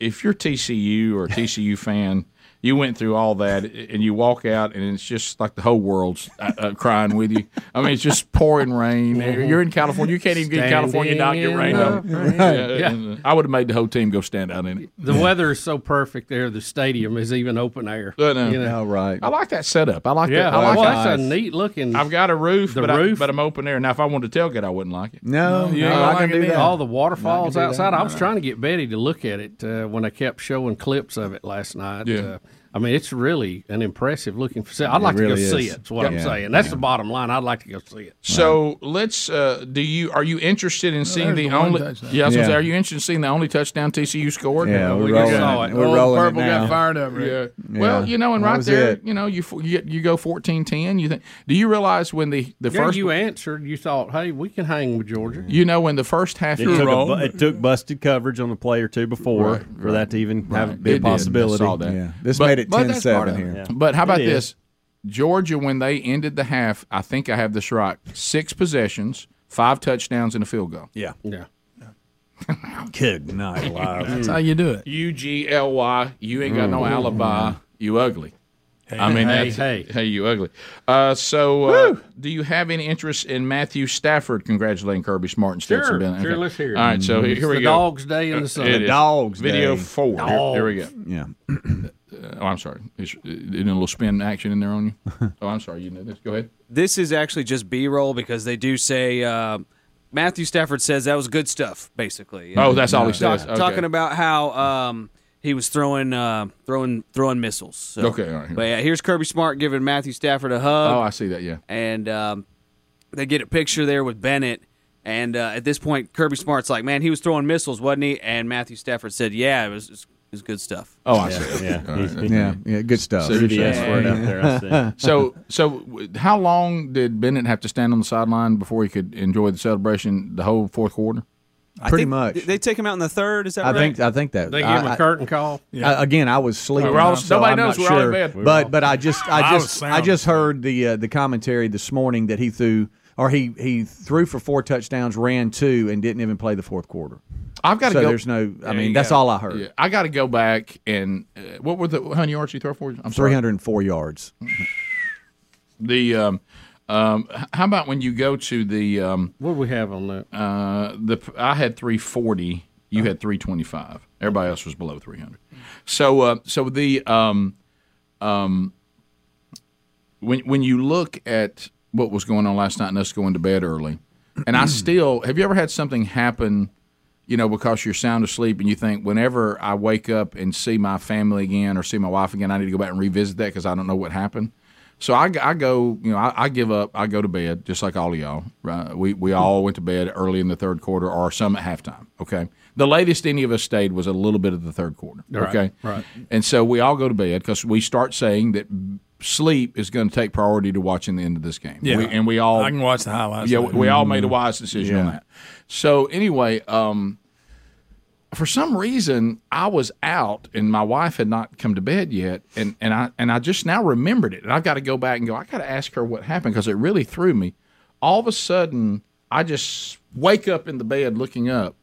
Speaker 1: If you're TCU or a TCU fan, you went through all that and you walk out and it's just like the whole world's uh, uh, crying with you. I mean, it's just pouring rain. You're in California. You can't even get in California not get
Speaker 2: Standing
Speaker 1: rain on.
Speaker 2: in the rain.
Speaker 1: Yeah, and, uh, I would have made the whole team go stand out in it.
Speaker 2: The weather is so perfect there. The stadium is even open air.
Speaker 1: I know.
Speaker 2: You know,
Speaker 4: right.
Speaker 1: I like that setup. I like
Speaker 2: yeah.
Speaker 1: that. I like
Speaker 2: well,
Speaker 1: that.
Speaker 2: that's a neat looking.
Speaker 1: I've got a roof,
Speaker 2: The
Speaker 1: but,
Speaker 2: roof?
Speaker 1: I, but I'm open air. Now, if I wanted to tailgate, I wouldn't like it.
Speaker 4: No,
Speaker 1: you ain't
Speaker 4: no,
Speaker 1: gonna
Speaker 4: I can
Speaker 1: like it
Speaker 4: do
Speaker 1: then.
Speaker 4: that.
Speaker 2: all the waterfalls
Speaker 4: do that.
Speaker 2: outside. I was trying to get Betty to look at it uh, when I kept showing clips of it last night.
Speaker 1: Yeah.
Speaker 2: Uh, I mean, it's really an impressive looking facility. I'd like to
Speaker 4: really
Speaker 2: go see
Speaker 4: is.
Speaker 2: it. Is what I'm
Speaker 4: Yeah.
Speaker 2: saying. That's the bottom line. I'd like to go see it.
Speaker 1: So let's. Uh, do you are you interested in
Speaker 3: there's
Speaker 1: seeing the
Speaker 3: the one
Speaker 1: only?
Speaker 3: touchdown.
Speaker 1: Yeah, I was gonna
Speaker 4: Yeah.
Speaker 1: say, are you interested in seeing the only touchdown TCU scored?
Speaker 4: Yeah,
Speaker 1: Uh,
Speaker 4: we're
Speaker 1: we
Speaker 4: rolling.
Speaker 1: just saw it.
Speaker 4: We're
Speaker 3: Old
Speaker 4: rolling it
Speaker 3: Purple
Speaker 4: now.
Speaker 3: got fired up. Rick.
Speaker 1: Yeah. Well, you know, and
Speaker 4: That
Speaker 1: right
Speaker 4: was
Speaker 1: there,
Speaker 4: it.
Speaker 1: you know, you f- you, you go 14-10, You think? Do you realize when the the
Speaker 2: Yeah,
Speaker 1: first
Speaker 2: you answered. You thought, hey, we can hang with Georgia.
Speaker 1: you know when the first half
Speaker 7: It
Speaker 1: is
Speaker 7: took, a,
Speaker 1: wrong?
Speaker 7: bu- it took busted coverage on a play or two before
Speaker 1: Right,
Speaker 7: for that to even have
Speaker 1: It
Speaker 7: be a
Speaker 1: did. I
Speaker 7: possibility.
Speaker 1: saw that.
Speaker 4: Yeah. This
Speaker 1: But-
Speaker 4: made it
Speaker 1: but that's
Speaker 4: 10 7
Speaker 1: part of it.
Speaker 4: here.
Speaker 1: But how about
Speaker 7: It is.
Speaker 1: this? Georgia, when they ended the half, I think I have this right: six possessions, five touchdowns, and a field goal.
Speaker 7: Yeah.
Speaker 2: Yeah.
Speaker 7: Good night, alive.
Speaker 3: That's how you do it.
Speaker 1: U G L Y. You ain't got no alibi. You ugly. I mean,
Speaker 2: Mm. Hey,
Speaker 1: that's,
Speaker 2: hey.
Speaker 1: you ugly. Uh, so, uh, do you have any interest in Matthew Stafford congratulating Kirby Smart and Stetson
Speaker 2: Sure,
Speaker 1: Bennett?
Speaker 2: sure, let's hear it. Mm-hmm.
Speaker 1: All right, so here, here
Speaker 2: It's
Speaker 1: we
Speaker 2: the
Speaker 1: go. Uh,
Speaker 2: dog's day in the sun.
Speaker 1: It is.
Speaker 4: Dog's
Speaker 1: Video
Speaker 4: Day.
Speaker 1: four. Here, here we go.
Speaker 4: Yeah.
Speaker 1: Oh, I'm sorry. Is, isn't a little spin action in there on you? Oh, I'm sorry. You know this. Go ahead.
Speaker 12: This is actually just B roll because they do say uh, Matthew Stafford says that was good stuff, basically. Uh,
Speaker 1: Oh, that's all he
Speaker 12: Talk-
Speaker 1: says.
Speaker 12: talking
Speaker 1: Okay.
Speaker 12: about how um, he was throwing uh, throwing throwing missiles. So-
Speaker 1: Okay, all right, here.
Speaker 12: But yeah, here's Kirby Smart giving Matthew Stafford a
Speaker 2: Uh,
Speaker 1: Oh,
Speaker 12: hug,
Speaker 1: I see that. Yeah.
Speaker 12: and um, they get a picture there with Bennett. And uh, at this point, Kirby Smart's like, "Man, he was throwing missiles, wasn't he?" And Matthew Stafford said, "Yeah, it was, it was good stuff."
Speaker 1: Oh, I see.
Speaker 7: Yeah.
Speaker 4: Yeah. Yeah. Good stuff.
Speaker 1: So-
Speaker 7: The S word out there. I see.
Speaker 1: So, so w- how long did Bennett have to stand on the sideline before he could enjoy the celebration? The whole fourth quarter.
Speaker 4: Pretty much.
Speaker 12: Did they take him out in the third? Is that
Speaker 4: I
Speaker 12: right?
Speaker 4: think I think that
Speaker 2: They give him
Speaker 4: I-
Speaker 2: a curtain call.
Speaker 4: I- again, I was sleeping.
Speaker 1: We're all-
Speaker 4: so
Speaker 1: nobody
Speaker 4: I'm
Speaker 1: knows
Speaker 4: not
Speaker 1: we're all in
Speaker 4: sure.
Speaker 1: bed. We were
Speaker 4: But but I just I
Speaker 3: was
Speaker 4: just I
Speaker 3: sound
Speaker 4: just heard the uh, the commentary this morning that he threw or he he threw for four touchdowns, ran two, and didn't even play the fourth quarter.
Speaker 1: I've got to
Speaker 4: So
Speaker 1: go.
Speaker 4: there's no. I mean,
Speaker 1: you
Speaker 4: that's
Speaker 1: got it.
Speaker 4: all I heard.
Speaker 1: Yeah, I got to go back and uh, what were the how many yards you throw for? I'm
Speaker 4: Three
Speaker 1: sorry.
Speaker 4: hundred and four yards.
Speaker 1: The um, um, h- how about when you go to the um,
Speaker 2: What do we have on that?
Speaker 1: uh, the I had three forty, you had three twenty five. Everybody else was below three hundred. So uh, so the um, um, when when you look at what was going on last night and us going to bed early, and I still have you ever had something happen? you know, because you're sound asleep and you think, whenever I wake up and see my family again or see my wife again, I need to go back and revisit that because I don't know what happened. So I, I go, you know, I, I give up. I go to bed just like all of y'all. Right? We, we all went to bed early in the third quarter or some at halftime. Okay. The latest any of us stayed was a little bit of the third quarter. Okay. Right. And so we all go to bed because we start saying that sleep is going to take priority to watching the end of this game.
Speaker 3: Yeah.
Speaker 1: We, and we all
Speaker 3: I can watch the highlights. Mm-hmm.
Speaker 1: yeah, we, we all made a wise decision on that. So anyway, um, for some reason, I was out and my wife had not come to bed yet, and and I and I just now remembered it, and I've got to go back and go. I got to ask her what happened because it really threw me. All of a sudden, I just wake up in the bed looking up.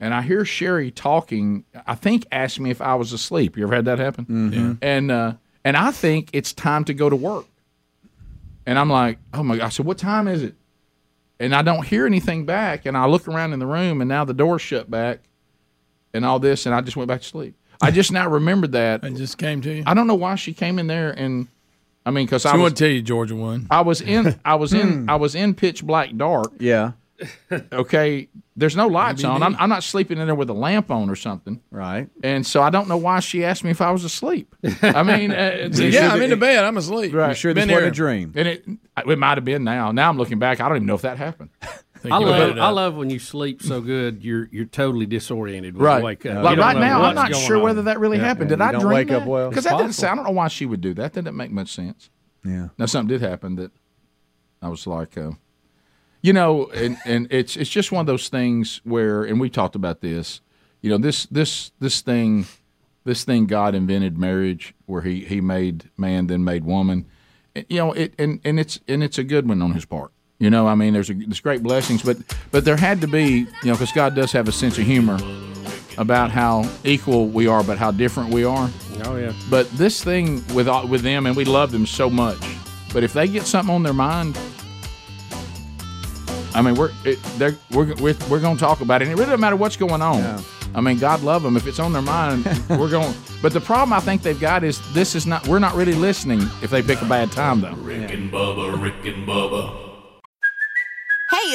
Speaker 1: And I hear Sherry talking. I think asked me if I was asleep. You ever had that happen? And uh, and I think it's time to go to work. And I'm like, oh my god! I said, what time is it? and I don't hear anything back. And I look around in the room, and now the door's shut back, and all this, and I just went back to sleep. I just now remembered that.
Speaker 3: It just came to you.
Speaker 1: I don't know why she came in there, and I mean, because I
Speaker 3: I
Speaker 1: was
Speaker 3: want to Hmm. tell you Georgia won.
Speaker 1: I was in I was in I was in pitch black dark.
Speaker 4: Yeah.
Speaker 1: Okay, there's no lights on. I'm, I'm not sleeping in there with a lamp on or something.
Speaker 4: Right.
Speaker 1: And so I don't know why she asked me if I was asleep. I mean, uh,
Speaker 3: Yeah, I'm in the bed. I'm asleep.
Speaker 1: Right.
Speaker 4: I'm sure this
Speaker 3: Been
Speaker 4: wasn't
Speaker 3: there.
Speaker 4: a dream.
Speaker 1: and it it might have been now. Now I'm looking back. I don't even know if that happened.
Speaker 3: Think
Speaker 2: I
Speaker 3: you
Speaker 2: love
Speaker 3: made it
Speaker 2: I
Speaker 3: up.
Speaker 2: love when you sleep so good you're you're totally disoriented when
Speaker 1: Right.
Speaker 2: you wake up.
Speaker 3: uh,
Speaker 2: You
Speaker 1: Like
Speaker 2: don't
Speaker 1: right
Speaker 2: know
Speaker 1: now, I'm
Speaker 2: what's
Speaker 1: not
Speaker 2: going
Speaker 1: sure
Speaker 2: on.
Speaker 1: whether that really happened. Did
Speaker 4: you
Speaker 1: I
Speaker 4: don't
Speaker 1: dream
Speaker 4: wake up well.
Speaker 1: Because
Speaker 4: It's
Speaker 1: that doesn't
Speaker 4: possible.
Speaker 1: sound. I don't know why she would do that. That doesn't make much sense.
Speaker 4: Yeah.
Speaker 1: Now something did happen that I was like, uh, you know, and and it's it's just one of those things where, and we talked about this. You know, this this this thing, this thing God invented marriage, where he he made man, then made woman. you know, it and, and it's and it's a good one on his part. You know, I mean, there's a, there's great blessings, but but there had to be, you know, because God does have a sense of humor about how equal we are, but how different we are.
Speaker 2: Oh yeah.
Speaker 1: But this thing with all- with them, and we love them so much. But if they get something on their mind, I mean, we're it, they're, we're we're, we're going to talk about it. And it really doesn't matter what's going on. I mean, God love them. If it's on their mind, we're going. But the problem I think they've got is this is not. We're not really listening if they pick a bad time though.
Speaker 5: Rick and Bubba, Rick and Bubba.
Speaker 13: Hey,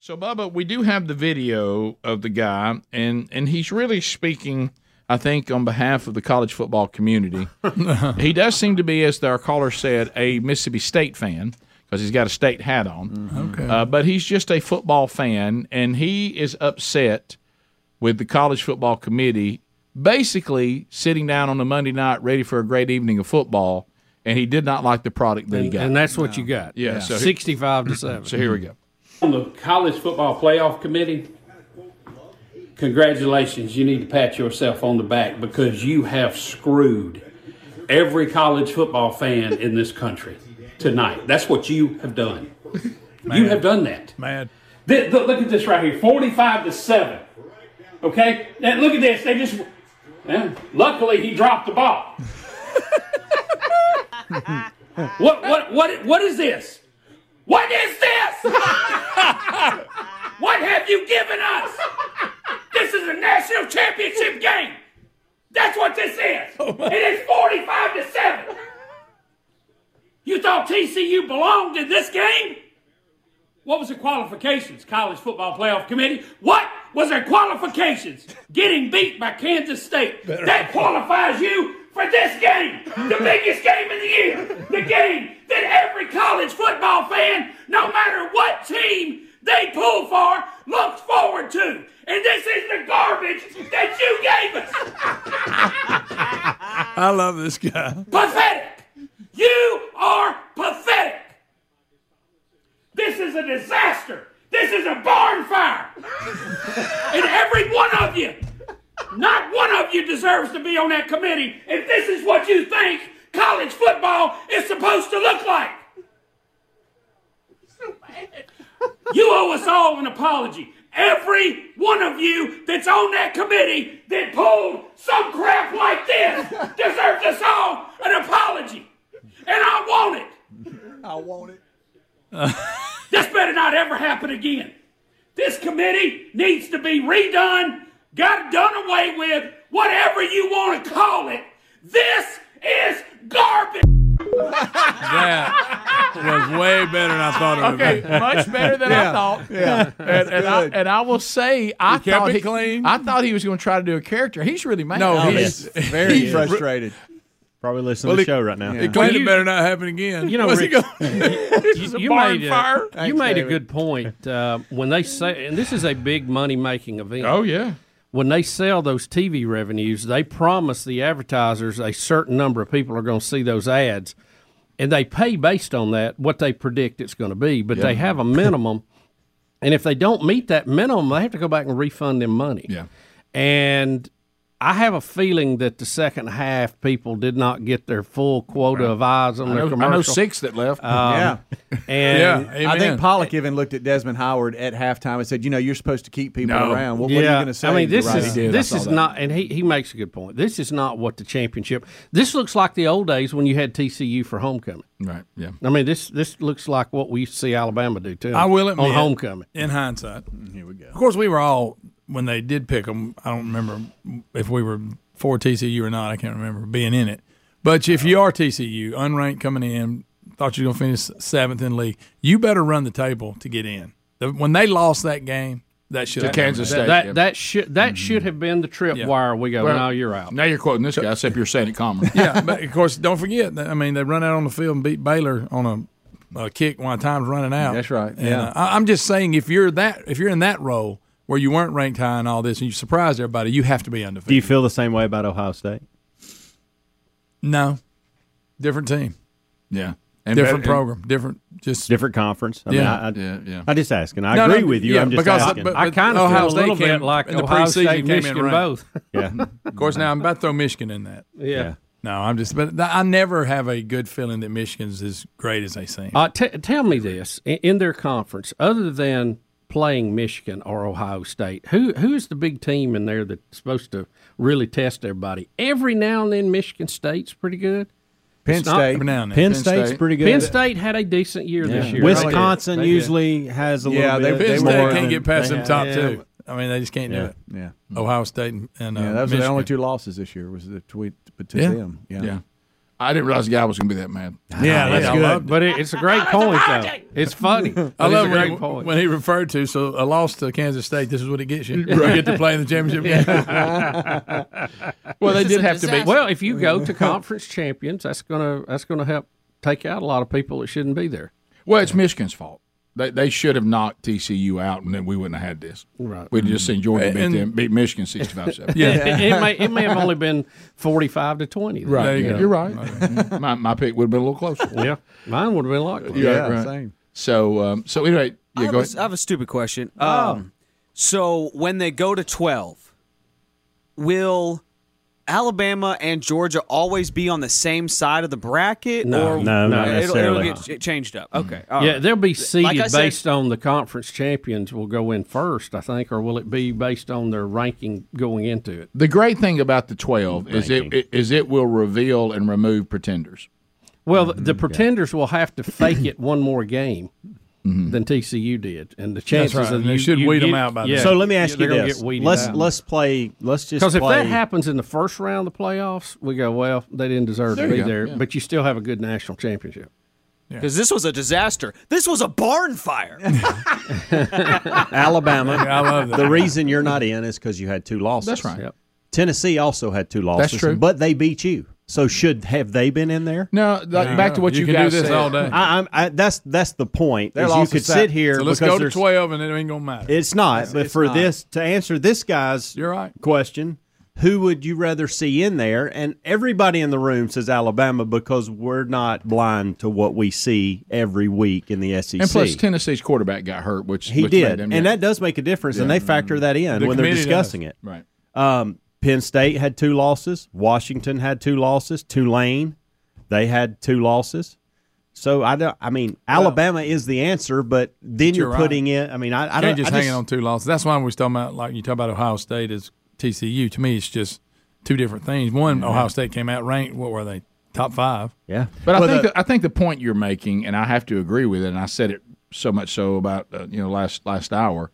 Speaker 1: So Bubba, we do have the video of the guy, and and he's really speaking, I think, on behalf of the college football community. he does seem to be, as our caller said, a Mississippi State fan because he's got a state hat on. Okay, uh, but he's just a football fan, and he is upset with the college football committee. Basically, sitting down on a Monday night, ready for a great evening of football, and he did not like the product that he
Speaker 2: And,
Speaker 1: got.
Speaker 2: and that's what you got.
Speaker 1: Yeah, so he-
Speaker 2: sixty-five to seven.
Speaker 1: So here we go.
Speaker 14: On the college football playoff committee, congratulations. You need to pat yourself on the back because you have screwed every college football fan in this country tonight. That's what you have done. You have done that. Mad. look at this right here 45 to 7. Okay? And look at this. They just. Yeah. Luckily, he dropped the ball. what, what, what, what is this? What is this? what have you given us? This is a national championship game. That's what this is. it is 45 to 7. You thought TCU belonged in this game? What was the qualifications, College Football Playoff Committee? What was their qualifications? Getting beat by Kansas State.
Speaker 5: Better.
Speaker 14: That qualifies you for this game, the biggest game of the year, the game that every college football fan, no matter what team they pull for, looks forward to. And this is the garbage that you gave us.
Speaker 3: I love this guy.
Speaker 14: Pathetic. You are pathetic. This is a disaster. This is a barn fire. and every one of you, not one of you deserves to be on that committee if this is what you think college football is supposed to look like. You owe us all an apology. Every one of you that's on that committee that pulled some crap like this deserves us all an apology. And I want it. I want it. this better not ever happen again. This committee needs to be redone, got done away with, whatever you want to call it. This is garbage.
Speaker 3: That was way better than I thought it would
Speaker 1: Okay,
Speaker 3: be.
Speaker 1: much better than I thought.
Speaker 3: Yeah.
Speaker 1: and, and I, and I will say, I
Speaker 3: kept
Speaker 1: thought
Speaker 3: it
Speaker 1: he, I thought he was going to try to do a character. He's really mad.
Speaker 4: Oh,
Speaker 3: No, he's very
Speaker 1: He's re-
Speaker 3: frustrated.
Speaker 7: Probably listen
Speaker 3: Well,
Speaker 7: to
Speaker 3: he-
Speaker 7: the show right now.
Speaker 3: It glad it better not happen again.
Speaker 2: You know,
Speaker 3: What's he
Speaker 2: Rick,
Speaker 3: going-
Speaker 2: you,
Speaker 3: a
Speaker 2: you
Speaker 3: barn
Speaker 2: made
Speaker 3: fire.
Speaker 2: A, you
Speaker 3: Thanks,
Speaker 2: made a
Speaker 3: David.
Speaker 2: good point uh, when they say, and this is a big money making event.
Speaker 1: Oh, yeah.
Speaker 2: When they sell those TV revenues, they promise the advertisers a certain number of people are going to see those ads, and they pay based on that what they predict it's going to be. But they
Speaker 1: Yeah.
Speaker 2: have a minimum, and if they don't meet that minimum, they have to go back and refund them money. Yeah, and. I have a feeling that the second half people did not get their full quota of eyes on their
Speaker 1: I know- I know
Speaker 2: commercial.
Speaker 1: six that left.
Speaker 2: Um, And
Speaker 4: I think Pollock even looked at Desmond Howard at halftime and said, "You know, you're supposed to keep people around. What, what are you going to say?"
Speaker 2: I mean, this
Speaker 4: Right.
Speaker 2: is this is not, and he, he makes a good point. This is not what the championship. This looks like the old days when you had TCU for homecoming.
Speaker 1: Right. Yeah.
Speaker 2: I mean, this this looks like what we see Alabama do too.
Speaker 3: I will admit,
Speaker 2: on homecoming.
Speaker 3: In hindsight, mm, here we go. Of course, we were all when they did pick them. I don't remember if we were for TCU or not. I can't remember being in it. But if you are TCU, unranked coming in, thought you were going to finish seventh in league, you better run the table to get in. The, when they lost that game, that should
Speaker 1: To
Speaker 3: have
Speaker 1: Kansas
Speaker 3: happened.
Speaker 1: State,
Speaker 2: That that should that should have been the trip
Speaker 3: Yeah.
Speaker 2: wire. We go
Speaker 3: Well,
Speaker 2: now. You're out.
Speaker 1: Mm-hmm. Now you're quoting this guy, except you're saying it calmer.
Speaker 3: yeah, but of course, don't forget. That, I mean, they run out on the field and beat Baylor on a uh, kick while time's running out.
Speaker 4: That's right.
Speaker 3: And,
Speaker 4: Yeah.
Speaker 3: uh, I, I'm just saying, if you're that, if you're in that role where you weren't ranked high and all this, and you surprised everybody, you have to be undefeated.
Speaker 7: Do you feel the same way about Ohio State?
Speaker 3: No, different team. Yeah,
Speaker 7: And
Speaker 3: different
Speaker 7: better-
Speaker 3: program, different just
Speaker 7: different conference. I
Speaker 3: Yeah.
Speaker 7: mean, I, I,
Speaker 3: Yeah, yeah.
Speaker 7: I just asking. I
Speaker 3: No,
Speaker 7: agree
Speaker 3: no,
Speaker 7: with you.
Speaker 3: yeah,
Speaker 7: I'm just
Speaker 3: because-
Speaker 7: asking.
Speaker 3: but-
Speaker 2: I kind of
Speaker 3: Ohio
Speaker 2: feel a
Speaker 3: State
Speaker 2: little bit
Speaker 3: came-
Speaker 2: like
Speaker 3: in the
Speaker 2: Ohio
Speaker 3: preseason
Speaker 2: State,
Speaker 3: came in
Speaker 2: Michigan,
Speaker 3: ranked.
Speaker 2: both.
Speaker 7: Yeah.
Speaker 3: of course, now I'm about to throw Michigan in that.
Speaker 2: Yeah.
Speaker 3: No, I'm just, but th- I never have a good feeling that Michigan's as great as they seem.
Speaker 2: Uh, t- tell me this: in, in their conference, other than playing Michigan or Ohio State, who who's the big team in there that's supposed to really test everybody? Every now and then, Michigan State's pretty good.
Speaker 7: Penn
Speaker 2: It's not-
Speaker 7: State. Every now and then. Penn Penn State's State. pretty good.
Speaker 2: Penn State had a decent year this year.
Speaker 7: Wisconsin
Speaker 2: They did.
Speaker 7: usually has a
Speaker 2: Yeah,
Speaker 7: little
Speaker 2: they-
Speaker 7: bit.
Speaker 2: they
Speaker 7: more
Speaker 2: more
Speaker 3: can't
Speaker 7: than-
Speaker 3: get past
Speaker 7: they-
Speaker 3: them top
Speaker 7: yeah.
Speaker 3: two. I mean, they just can't
Speaker 7: Yeah.
Speaker 3: do it.
Speaker 4: Yeah.
Speaker 3: Ohio State and, and uh,
Speaker 4: yeah, those are the
Speaker 3: Michigan.
Speaker 4: only two losses this year. Was the tweet to
Speaker 3: Yeah.
Speaker 4: them? Yeah.
Speaker 3: Yeah. I didn't realize the guy was going to be that mad.
Speaker 4: Yeah, that's good.
Speaker 2: but it, it's a great point, though. It's funny.
Speaker 3: I
Speaker 2: But it's
Speaker 3: love
Speaker 2: a
Speaker 3: when,
Speaker 2: great
Speaker 3: he-
Speaker 2: point.
Speaker 3: when he referred to so a loss to Kansas State. This is what it gets you.
Speaker 2: Right.
Speaker 3: You get to play in the championship game. well, they did have to be.
Speaker 2: Well, if you go to conference champions, that's gonna that's gonna help take out a lot of people that shouldn't be there.
Speaker 1: Well, it's Michigan's fault. They, they should have knocked TCU out, and then we wouldn't have had this.
Speaker 2: Right.
Speaker 1: We'd have just seen Georgia beat,
Speaker 2: Mm-hmm. And-
Speaker 1: them, beat Michigan 65-7.
Speaker 2: it, it may it may have only been forty five to twenty.
Speaker 1: Right.
Speaker 2: There
Speaker 1: you
Speaker 2: go.
Speaker 1: are right. my, my pick would have been a little closer.
Speaker 2: Yeah. Mine would have been a lot closer.
Speaker 12: Yeah, same.
Speaker 1: So, um, so anyway,
Speaker 12: I,
Speaker 1: yeah,
Speaker 12: have
Speaker 1: go
Speaker 12: a-
Speaker 1: ahead.
Speaker 12: I have a stupid question. Um, so when they go to twelve, will Alabama and Georgia always be on the same side of the bracket?
Speaker 2: No,
Speaker 12: or
Speaker 2: no, not
Speaker 12: it'll, it'll
Speaker 2: necessarily.
Speaker 12: get ch- changed up. Okay, all
Speaker 2: yeah,
Speaker 12: right.
Speaker 2: they'll be seeded
Speaker 12: Like I said-
Speaker 2: based on the conference champions will go in first, I think, or will it be based on their ranking going into it?
Speaker 1: The great thing about the 12 is it, it is it will reveal and remove pretenders.
Speaker 2: Well, the,
Speaker 1: Mm-hmm.
Speaker 2: the pretenders will have to fake it one more game than TCU did, and the chances
Speaker 1: Mm-hmm. right,
Speaker 2: of
Speaker 1: and they
Speaker 2: you,
Speaker 1: should
Speaker 2: you
Speaker 1: weed
Speaker 2: get-
Speaker 1: 'em out by
Speaker 2: yeah,
Speaker 7: So let me ask
Speaker 2: they're
Speaker 7: you
Speaker 2: gonna
Speaker 7: this:
Speaker 2: get weeded
Speaker 7: let's
Speaker 2: out.
Speaker 7: let's play. Let's just
Speaker 2: Because if
Speaker 7: play.
Speaker 2: that happens in the first round of the playoffs, we go, well, they didn't deserve
Speaker 12: There
Speaker 2: to be
Speaker 12: you go,
Speaker 2: there,
Speaker 12: yeah.
Speaker 2: but you still have a good national championship.
Speaker 12: Because this was a disaster. This was a barn fire.
Speaker 7: Alabama.
Speaker 12: Yeah, I love that.
Speaker 7: The reason you're not in is because you had two losses.
Speaker 12: That's right. Yep.
Speaker 7: Tennessee also had two losses.
Speaker 1: true.
Speaker 7: But they beat you. So should have they been in there?
Speaker 1: No, like, No. back to what You you can guys do this said. all day.
Speaker 7: I, I'm, I, that's that's the point.
Speaker 3: Their
Speaker 7: is you
Speaker 3: loss
Speaker 7: could
Speaker 3: is sad.
Speaker 7: sit here.
Speaker 3: So let's
Speaker 7: because
Speaker 3: go to
Speaker 7: there's-
Speaker 3: twelve, and it ain't gonna matter.
Speaker 7: It's not.
Speaker 3: It's-
Speaker 7: but
Speaker 3: it's
Speaker 7: for
Speaker 3: not.
Speaker 7: this to answer this guy's
Speaker 3: You're right.
Speaker 7: question, who would you rather see in there? And everybody in the room says Alabama because we're not blind to what we see every week in the SEC.
Speaker 1: And plus, Tennessee's quarterback got hurt, which
Speaker 7: he
Speaker 1: which
Speaker 7: did,
Speaker 1: made them-
Speaker 7: and
Speaker 1: yeah.
Speaker 7: that does make a difference, and
Speaker 1: Yeah.
Speaker 7: they factor that in
Speaker 1: The
Speaker 7: when they're
Speaker 1: committee does.
Speaker 7: discussing it.
Speaker 1: Right.
Speaker 7: Um, Penn State had two losses. Washington had two losses. Tulane, they had two losses. So I don't. I mean, Alabama is the answer, but then you're,
Speaker 3: you're right.
Speaker 7: putting in. I mean, I, I
Speaker 3: can't
Speaker 7: don't.
Speaker 3: just
Speaker 7: I
Speaker 3: hanging on two losses. That's why we was talking about like you talk about Ohio State as TCU. To me, it's just two different things. One,
Speaker 1: Yeah.
Speaker 3: Ohio State came out ranked. What were they? Top five.
Speaker 7: Yeah,
Speaker 1: But I think the, I think the point you're making, and I have to agree with it, and I said it so much so about uh, you know last last hour,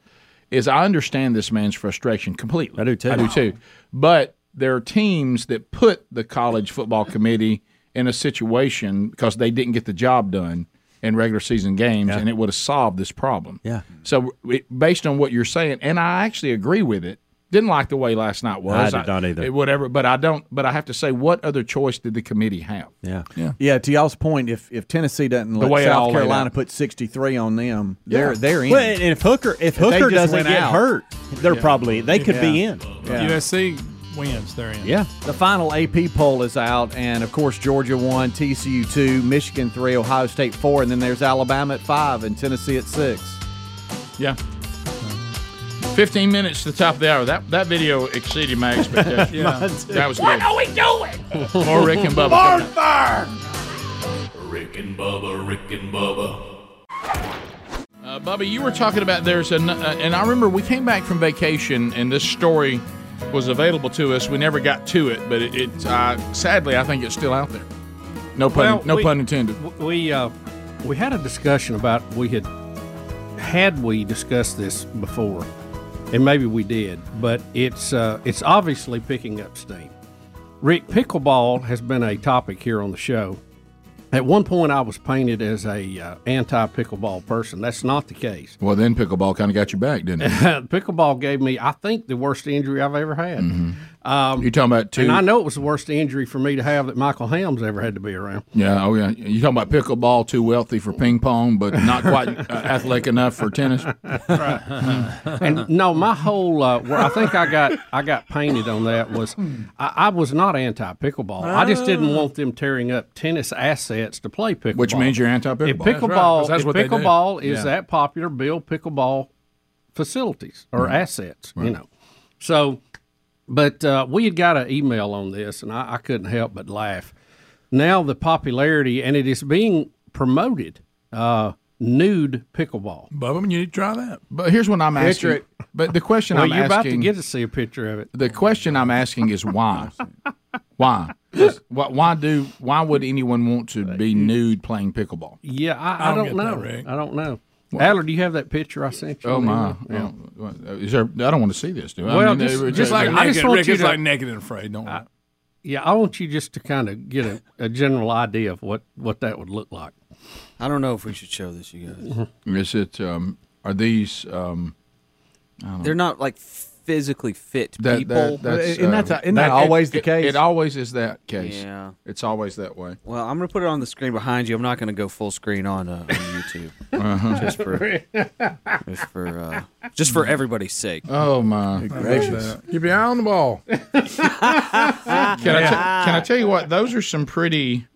Speaker 1: is I understand this man's frustration completely. I do too. I do too. But there are teams that put the college football committee in a situation because they didn't get the job done in regular season games, and it would have solved this problem.
Speaker 7: Yeah.
Speaker 1: So it, based on what you're saying, and I actually agree with it. Didn't like the way last night was.
Speaker 7: I did not either.
Speaker 1: it- whatever, but I don't. But I have to say, what other choice did the committee have?
Speaker 7: Yeah.
Speaker 3: Yeah.
Speaker 4: to y'all's point, if if Tennessee doesn't
Speaker 1: The
Speaker 4: let
Speaker 1: way it all
Speaker 4: South
Speaker 1: laid
Speaker 4: Carolina
Speaker 1: out.
Speaker 4: put 63 on them,
Speaker 7: Yeah.
Speaker 4: they're they're in.
Speaker 7: Well, and if Hooker if
Speaker 4: they
Speaker 7: Hooker
Speaker 4: just
Speaker 7: doesn't
Speaker 4: went
Speaker 7: get
Speaker 4: out-
Speaker 7: hurt, they're probably they could be in.
Speaker 3: USC wins. They're in.
Speaker 7: Yeah.
Speaker 4: The final AP poll is out, and of course, Georgia one, TCU two, Michigan three, Ohio State four, and then there's Alabama at five and Tennessee at six.
Speaker 1: Yeah. 15 minutes to the top of the hour. That that video exceeded my expectations.
Speaker 14: Yeah.
Speaker 1: That was
Speaker 14: What
Speaker 1: good.
Speaker 14: are we doing?
Speaker 1: More Rick and Bubba.
Speaker 14: Barn fire.
Speaker 5: Rick and Bubba, Rick and Bubba.
Speaker 1: Uh, Bubba, you were talking about there's an, uh, and I remember we came back from vacation and this story was available to us. We never got to it, but it, it uh, sadly, I think it's still out there. No pun,
Speaker 2: Well,
Speaker 1: no
Speaker 2: we-
Speaker 1: pun intended.
Speaker 2: We uh, we had a discussion about we had had we discussed this before, and maybe we did, but it's uh, it's obviously picking up steam. Rick, pickleball has been a topic here on the show. At one point, I was painted as a uh, anti pickleball person. That's not the case.
Speaker 1: Well, then pickleball kind of got you back, didn't it?
Speaker 2: pickleball gave me, I think, the worst injury I've ever had. Um,
Speaker 1: Mm-hmm. You're talking about two-
Speaker 2: And I know it was the worst injury for me to have that Michael Ham's ever had to be around.
Speaker 1: Yeah, oh yeah. You talking about pickleball? Too wealthy for ping pong, but not quite uh, athletic enough for tennis.
Speaker 2: and no, my whole uh, where I think I got I got painted on that was I, I was not anti pickleball. I just didn't want them tearing up tennis assets to play pickleball.
Speaker 1: Which means you're anti-pickleball.
Speaker 2: If
Speaker 1: That's right, 'cause
Speaker 2: pickleball,
Speaker 1: that's
Speaker 2: if
Speaker 1: what they do.
Speaker 2: pickleball is
Speaker 1: Yeah.
Speaker 2: that popular, build pickleball facilities or
Speaker 1: Right.
Speaker 2: assets. You
Speaker 1: Mm-hmm. Right.
Speaker 2: know, so but uh, we had got an email on this, and I, I couldn't help but laugh. Now the popularity, and it is being promoted. Uh, nude pickleball.
Speaker 3: Bubba, you need to try that.
Speaker 1: But here's what I'm
Speaker 2: Picture
Speaker 1: asking.
Speaker 2: it.
Speaker 1: But the question
Speaker 2: well,
Speaker 1: I'm
Speaker 2: you're about to
Speaker 1: asking-
Speaker 2: get to see a picture of it.
Speaker 1: The question I'm asking is why? why? Why why do? Why would anyone want to be nude playing pickleball?
Speaker 2: Yeah, I, I,
Speaker 1: I don't
Speaker 2: don't,
Speaker 1: get that,
Speaker 2: know. I don't know. Adler, do you have that picture I sent you?
Speaker 1: Oh my!
Speaker 2: Yeah.
Speaker 1: Well, is there? I don't want to see this. Do I?
Speaker 2: Well,
Speaker 1: I mean,
Speaker 2: just-
Speaker 1: they-
Speaker 2: just
Speaker 1: they-
Speaker 2: like
Speaker 1: they-
Speaker 2: I just want you to-
Speaker 3: and afraid. Don't.
Speaker 2: I, yeah, I want you just to kind of get a, a general idea of what what that would look like. Mm-hmm.
Speaker 12: I don't know if we should show this, you guys.
Speaker 1: Is it? Um, are these? Um, I don't know.
Speaker 12: They're not like physically fit
Speaker 1: That-
Speaker 12: people.
Speaker 1: that- that's, uh,
Speaker 12: it-
Speaker 1: it- It always is that case.
Speaker 12: Yeah.
Speaker 1: It's always that way.
Speaker 12: Well, I'm going to put it on the screen behind you. I'm not going to go full screen on, uh, on YouTube.
Speaker 1: Uh-huh.
Speaker 12: Just for just for uh, just for everybody's sake.
Speaker 1: Oh my!
Speaker 12: Good gracious.
Speaker 1: Keep your eye on the ball. can, I t- can I tell you what? Those are some pretty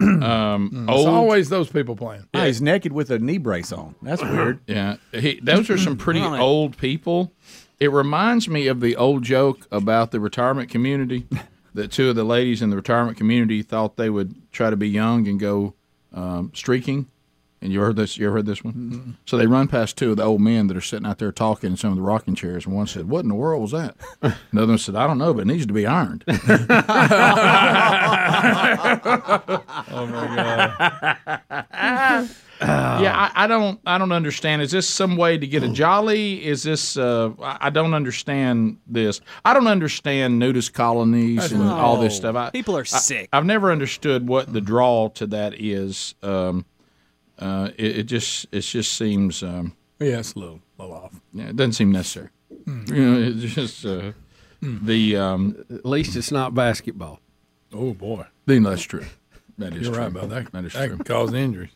Speaker 1: um,
Speaker 3: It's
Speaker 1: old.
Speaker 3: always those people playing.
Speaker 1: Yeah. Uh-huh.
Speaker 4: He's naked with a knee brace on. That's weird.
Speaker 1: Yeah, he, those are some pretty
Speaker 4: Really?
Speaker 1: old people. It reminds me of the old joke about the retirement community. That two of the ladies in the retirement community thought they would try to be young and go um, streaking. And you heard this? You ever heard this one? So they run past two of the old men that are sitting out there talking in some of the rocking chairs, and one said, "What in the world was that?" Another one said, "I don't know, but it needs to be ironed."
Speaker 3: Oh my
Speaker 1: god.
Speaker 12: Oh.
Speaker 1: yeah, I, I don't. I don't understand. Is this some way to get
Speaker 12: Oh.
Speaker 1: a jolly? Is this? Uh, I I don't understand this. I don't understand nudist colonies and all this stuff. I,
Speaker 12: People are
Speaker 1: I-
Speaker 12: sick.
Speaker 1: I've never understood what the draw to that is. Um, uh, it, it just it just seems. Um,
Speaker 3: Yeah, it's a little, little off.
Speaker 1: yeah, it doesn't seem necessary. Mm.
Speaker 12: Hmm.
Speaker 1: You know, it's just uh, the. Um,
Speaker 2: Mm. At least it's not basketball.
Speaker 3: Oh boy,
Speaker 1: then that's true. That is
Speaker 3: You're
Speaker 1: true.
Speaker 3: right about that.
Speaker 1: That is
Speaker 3: That
Speaker 1: true.
Speaker 3: can cause injuries.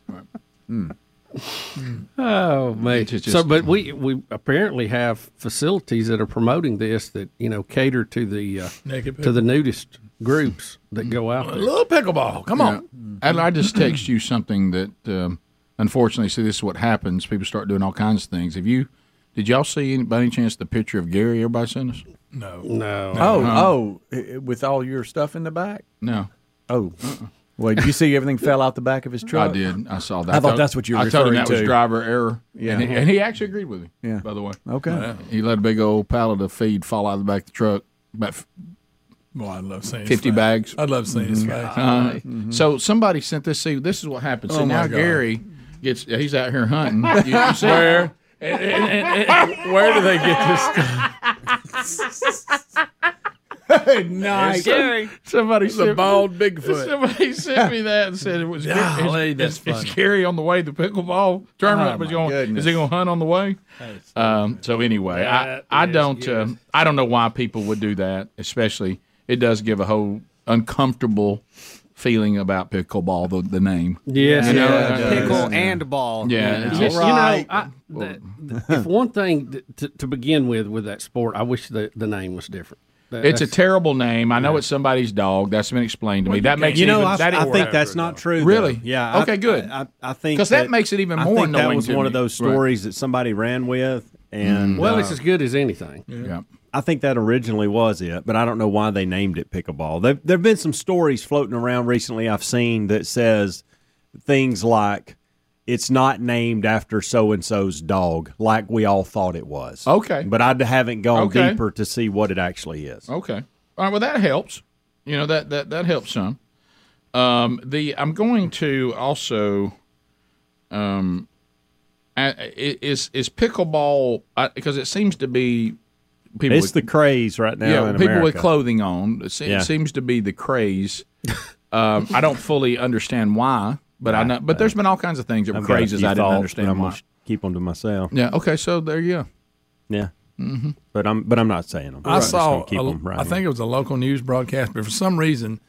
Speaker 2: Oh man!
Speaker 1: It's just-
Speaker 2: so, but we we apparently have facilities that are promoting this that you know cater to the uh,
Speaker 3: Naked
Speaker 2: to
Speaker 3: people.
Speaker 2: the nudist groups that go out.
Speaker 3: A
Speaker 2: There.
Speaker 3: little pickleball. Come on.
Speaker 1: Adler, I just text you something that um, unfortunately, see, this is what happens. People start doing all kinds of things. Have you, did y'all see any, by any chance the picture of Gary everybody sent us?
Speaker 3: No.
Speaker 2: No.
Speaker 4: Oh,
Speaker 1: No.
Speaker 4: oh, i- i- with all your stuff in the back.
Speaker 1: No.
Speaker 4: Oh, well, did you see everything fell out the back of his truck?
Speaker 1: I did. I saw that.
Speaker 4: I thought that's what you were
Speaker 1: I told him
Speaker 4: referring
Speaker 1: that was
Speaker 4: to.
Speaker 1: driver error.
Speaker 4: Yeah.
Speaker 1: And he, and he actually agreed with me,
Speaker 4: Yeah.
Speaker 1: by the way.
Speaker 4: Okay.
Speaker 1: Uh, he let a big old pallet of feed fall out of the back of the truck. About f-
Speaker 3: Well, I'd love seeing his
Speaker 1: 50
Speaker 3: face.
Speaker 1: bags.
Speaker 3: I'd love seeing his face.
Speaker 1: Uh, So somebody sent this. See, this is what happens. See,
Speaker 3: Oh, my
Speaker 1: now
Speaker 3: God.
Speaker 1: Gary gets, he's out here hunting. You- you see-
Speaker 3: Where?
Speaker 1: And- and- and- and- where do they get this stuff?
Speaker 3: Nice.
Speaker 1: Gary. Somebody
Speaker 3: It's
Speaker 1: sent
Speaker 3: a
Speaker 1: me-
Speaker 3: bald Bigfoot.
Speaker 1: Somebody sent me that and said it was.
Speaker 3: Golly,
Speaker 1: is,
Speaker 3: that's
Speaker 1: is- is
Speaker 3: funny.
Speaker 1: Gary on the way to the pickleball tournament?
Speaker 3: Oh,
Speaker 1: was
Speaker 3: my
Speaker 1: going, is he
Speaker 3: goodness.
Speaker 1: going to hunt on the way? Um, so anyway, I,
Speaker 3: That
Speaker 1: I
Speaker 3: is
Speaker 1: don't uh, I don't know why people would do that. Especially it does give a whole uncomfortable feeling about pickleball the, the name.
Speaker 2: Yes,
Speaker 1: You know,
Speaker 2: yeah,
Speaker 1: uh,
Speaker 2: it does.
Speaker 12: Pickle and ball.
Speaker 1: Yeah. Oh.
Speaker 2: Yes, you know,
Speaker 12: Right.
Speaker 2: I, the, the- if one thing th- to, to begin with with that sport, I wish the, the name was different. That-
Speaker 1: It's a
Speaker 2: that's-
Speaker 1: terrible name. I know it's somebody's dog. That's been explained to me. That makes
Speaker 7: you
Speaker 1: it
Speaker 7: know.
Speaker 1: even-
Speaker 7: I,
Speaker 1: that
Speaker 7: I
Speaker 1: is-
Speaker 7: think that's not true. though.
Speaker 1: Really?
Speaker 7: Yeah. I-
Speaker 1: Okay, good.
Speaker 7: I, I think
Speaker 1: 'Cause that makes it even
Speaker 7: I
Speaker 1: more
Speaker 7: think That
Speaker 1: annoying
Speaker 7: was
Speaker 1: to
Speaker 7: one
Speaker 1: me.
Speaker 7: of those
Speaker 1: Right.
Speaker 7: stories that somebody ran with, and
Speaker 2: well,
Speaker 7: uh,
Speaker 2: it's as good as anything.
Speaker 1: Yeah.
Speaker 7: I think that originally was it, but I don't know why they named it pickleball. There there've been some stories floating around recently I've seen that says things like it's not named after so and so's dog like we all thought it was.
Speaker 1: Okay.
Speaker 7: But I haven't gone
Speaker 1: Okay. Oh,
Speaker 7: deeper to see what it actually is.
Speaker 1: Okay. All right. Well, that helps. You know that that that helps some. Um, the I'm going to also. Um, a- i- is is pickleball because it seems to be people.
Speaker 7: it's
Speaker 1: with-
Speaker 7: the craze right now.
Speaker 1: yeah,
Speaker 7: in
Speaker 1: people with
Speaker 7: America.
Speaker 1: clothing on. It, se- it
Speaker 7: Yeah.
Speaker 1: seems to be the craze. um, I don't fully understand why, but I know. But there's been all kinds of things that were
Speaker 7: I've got a
Speaker 1: crazes
Speaker 7: few
Speaker 1: I didn't Oh,
Speaker 7: thoughts, but
Speaker 1: understand
Speaker 7: I'm
Speaker 1: why.
Speaker 7: gonna Keep them to myself.
Speaker 1: Yeah. Okay. So there you go.
Speaker 7: Yeah.
Speaker 1: Mm-hmm.
Speaker 3: Mhm.
Speaker 7: But I'm but I'm not saying them.
Speaker 3: I
Speaker 7: I'm just
Speaker 3: saw.
Speaker 7: gonna keep
Speaker 3: a-
Speaker 7: them right
Speaker 3: I think it was a local news broadcast, but for some reason,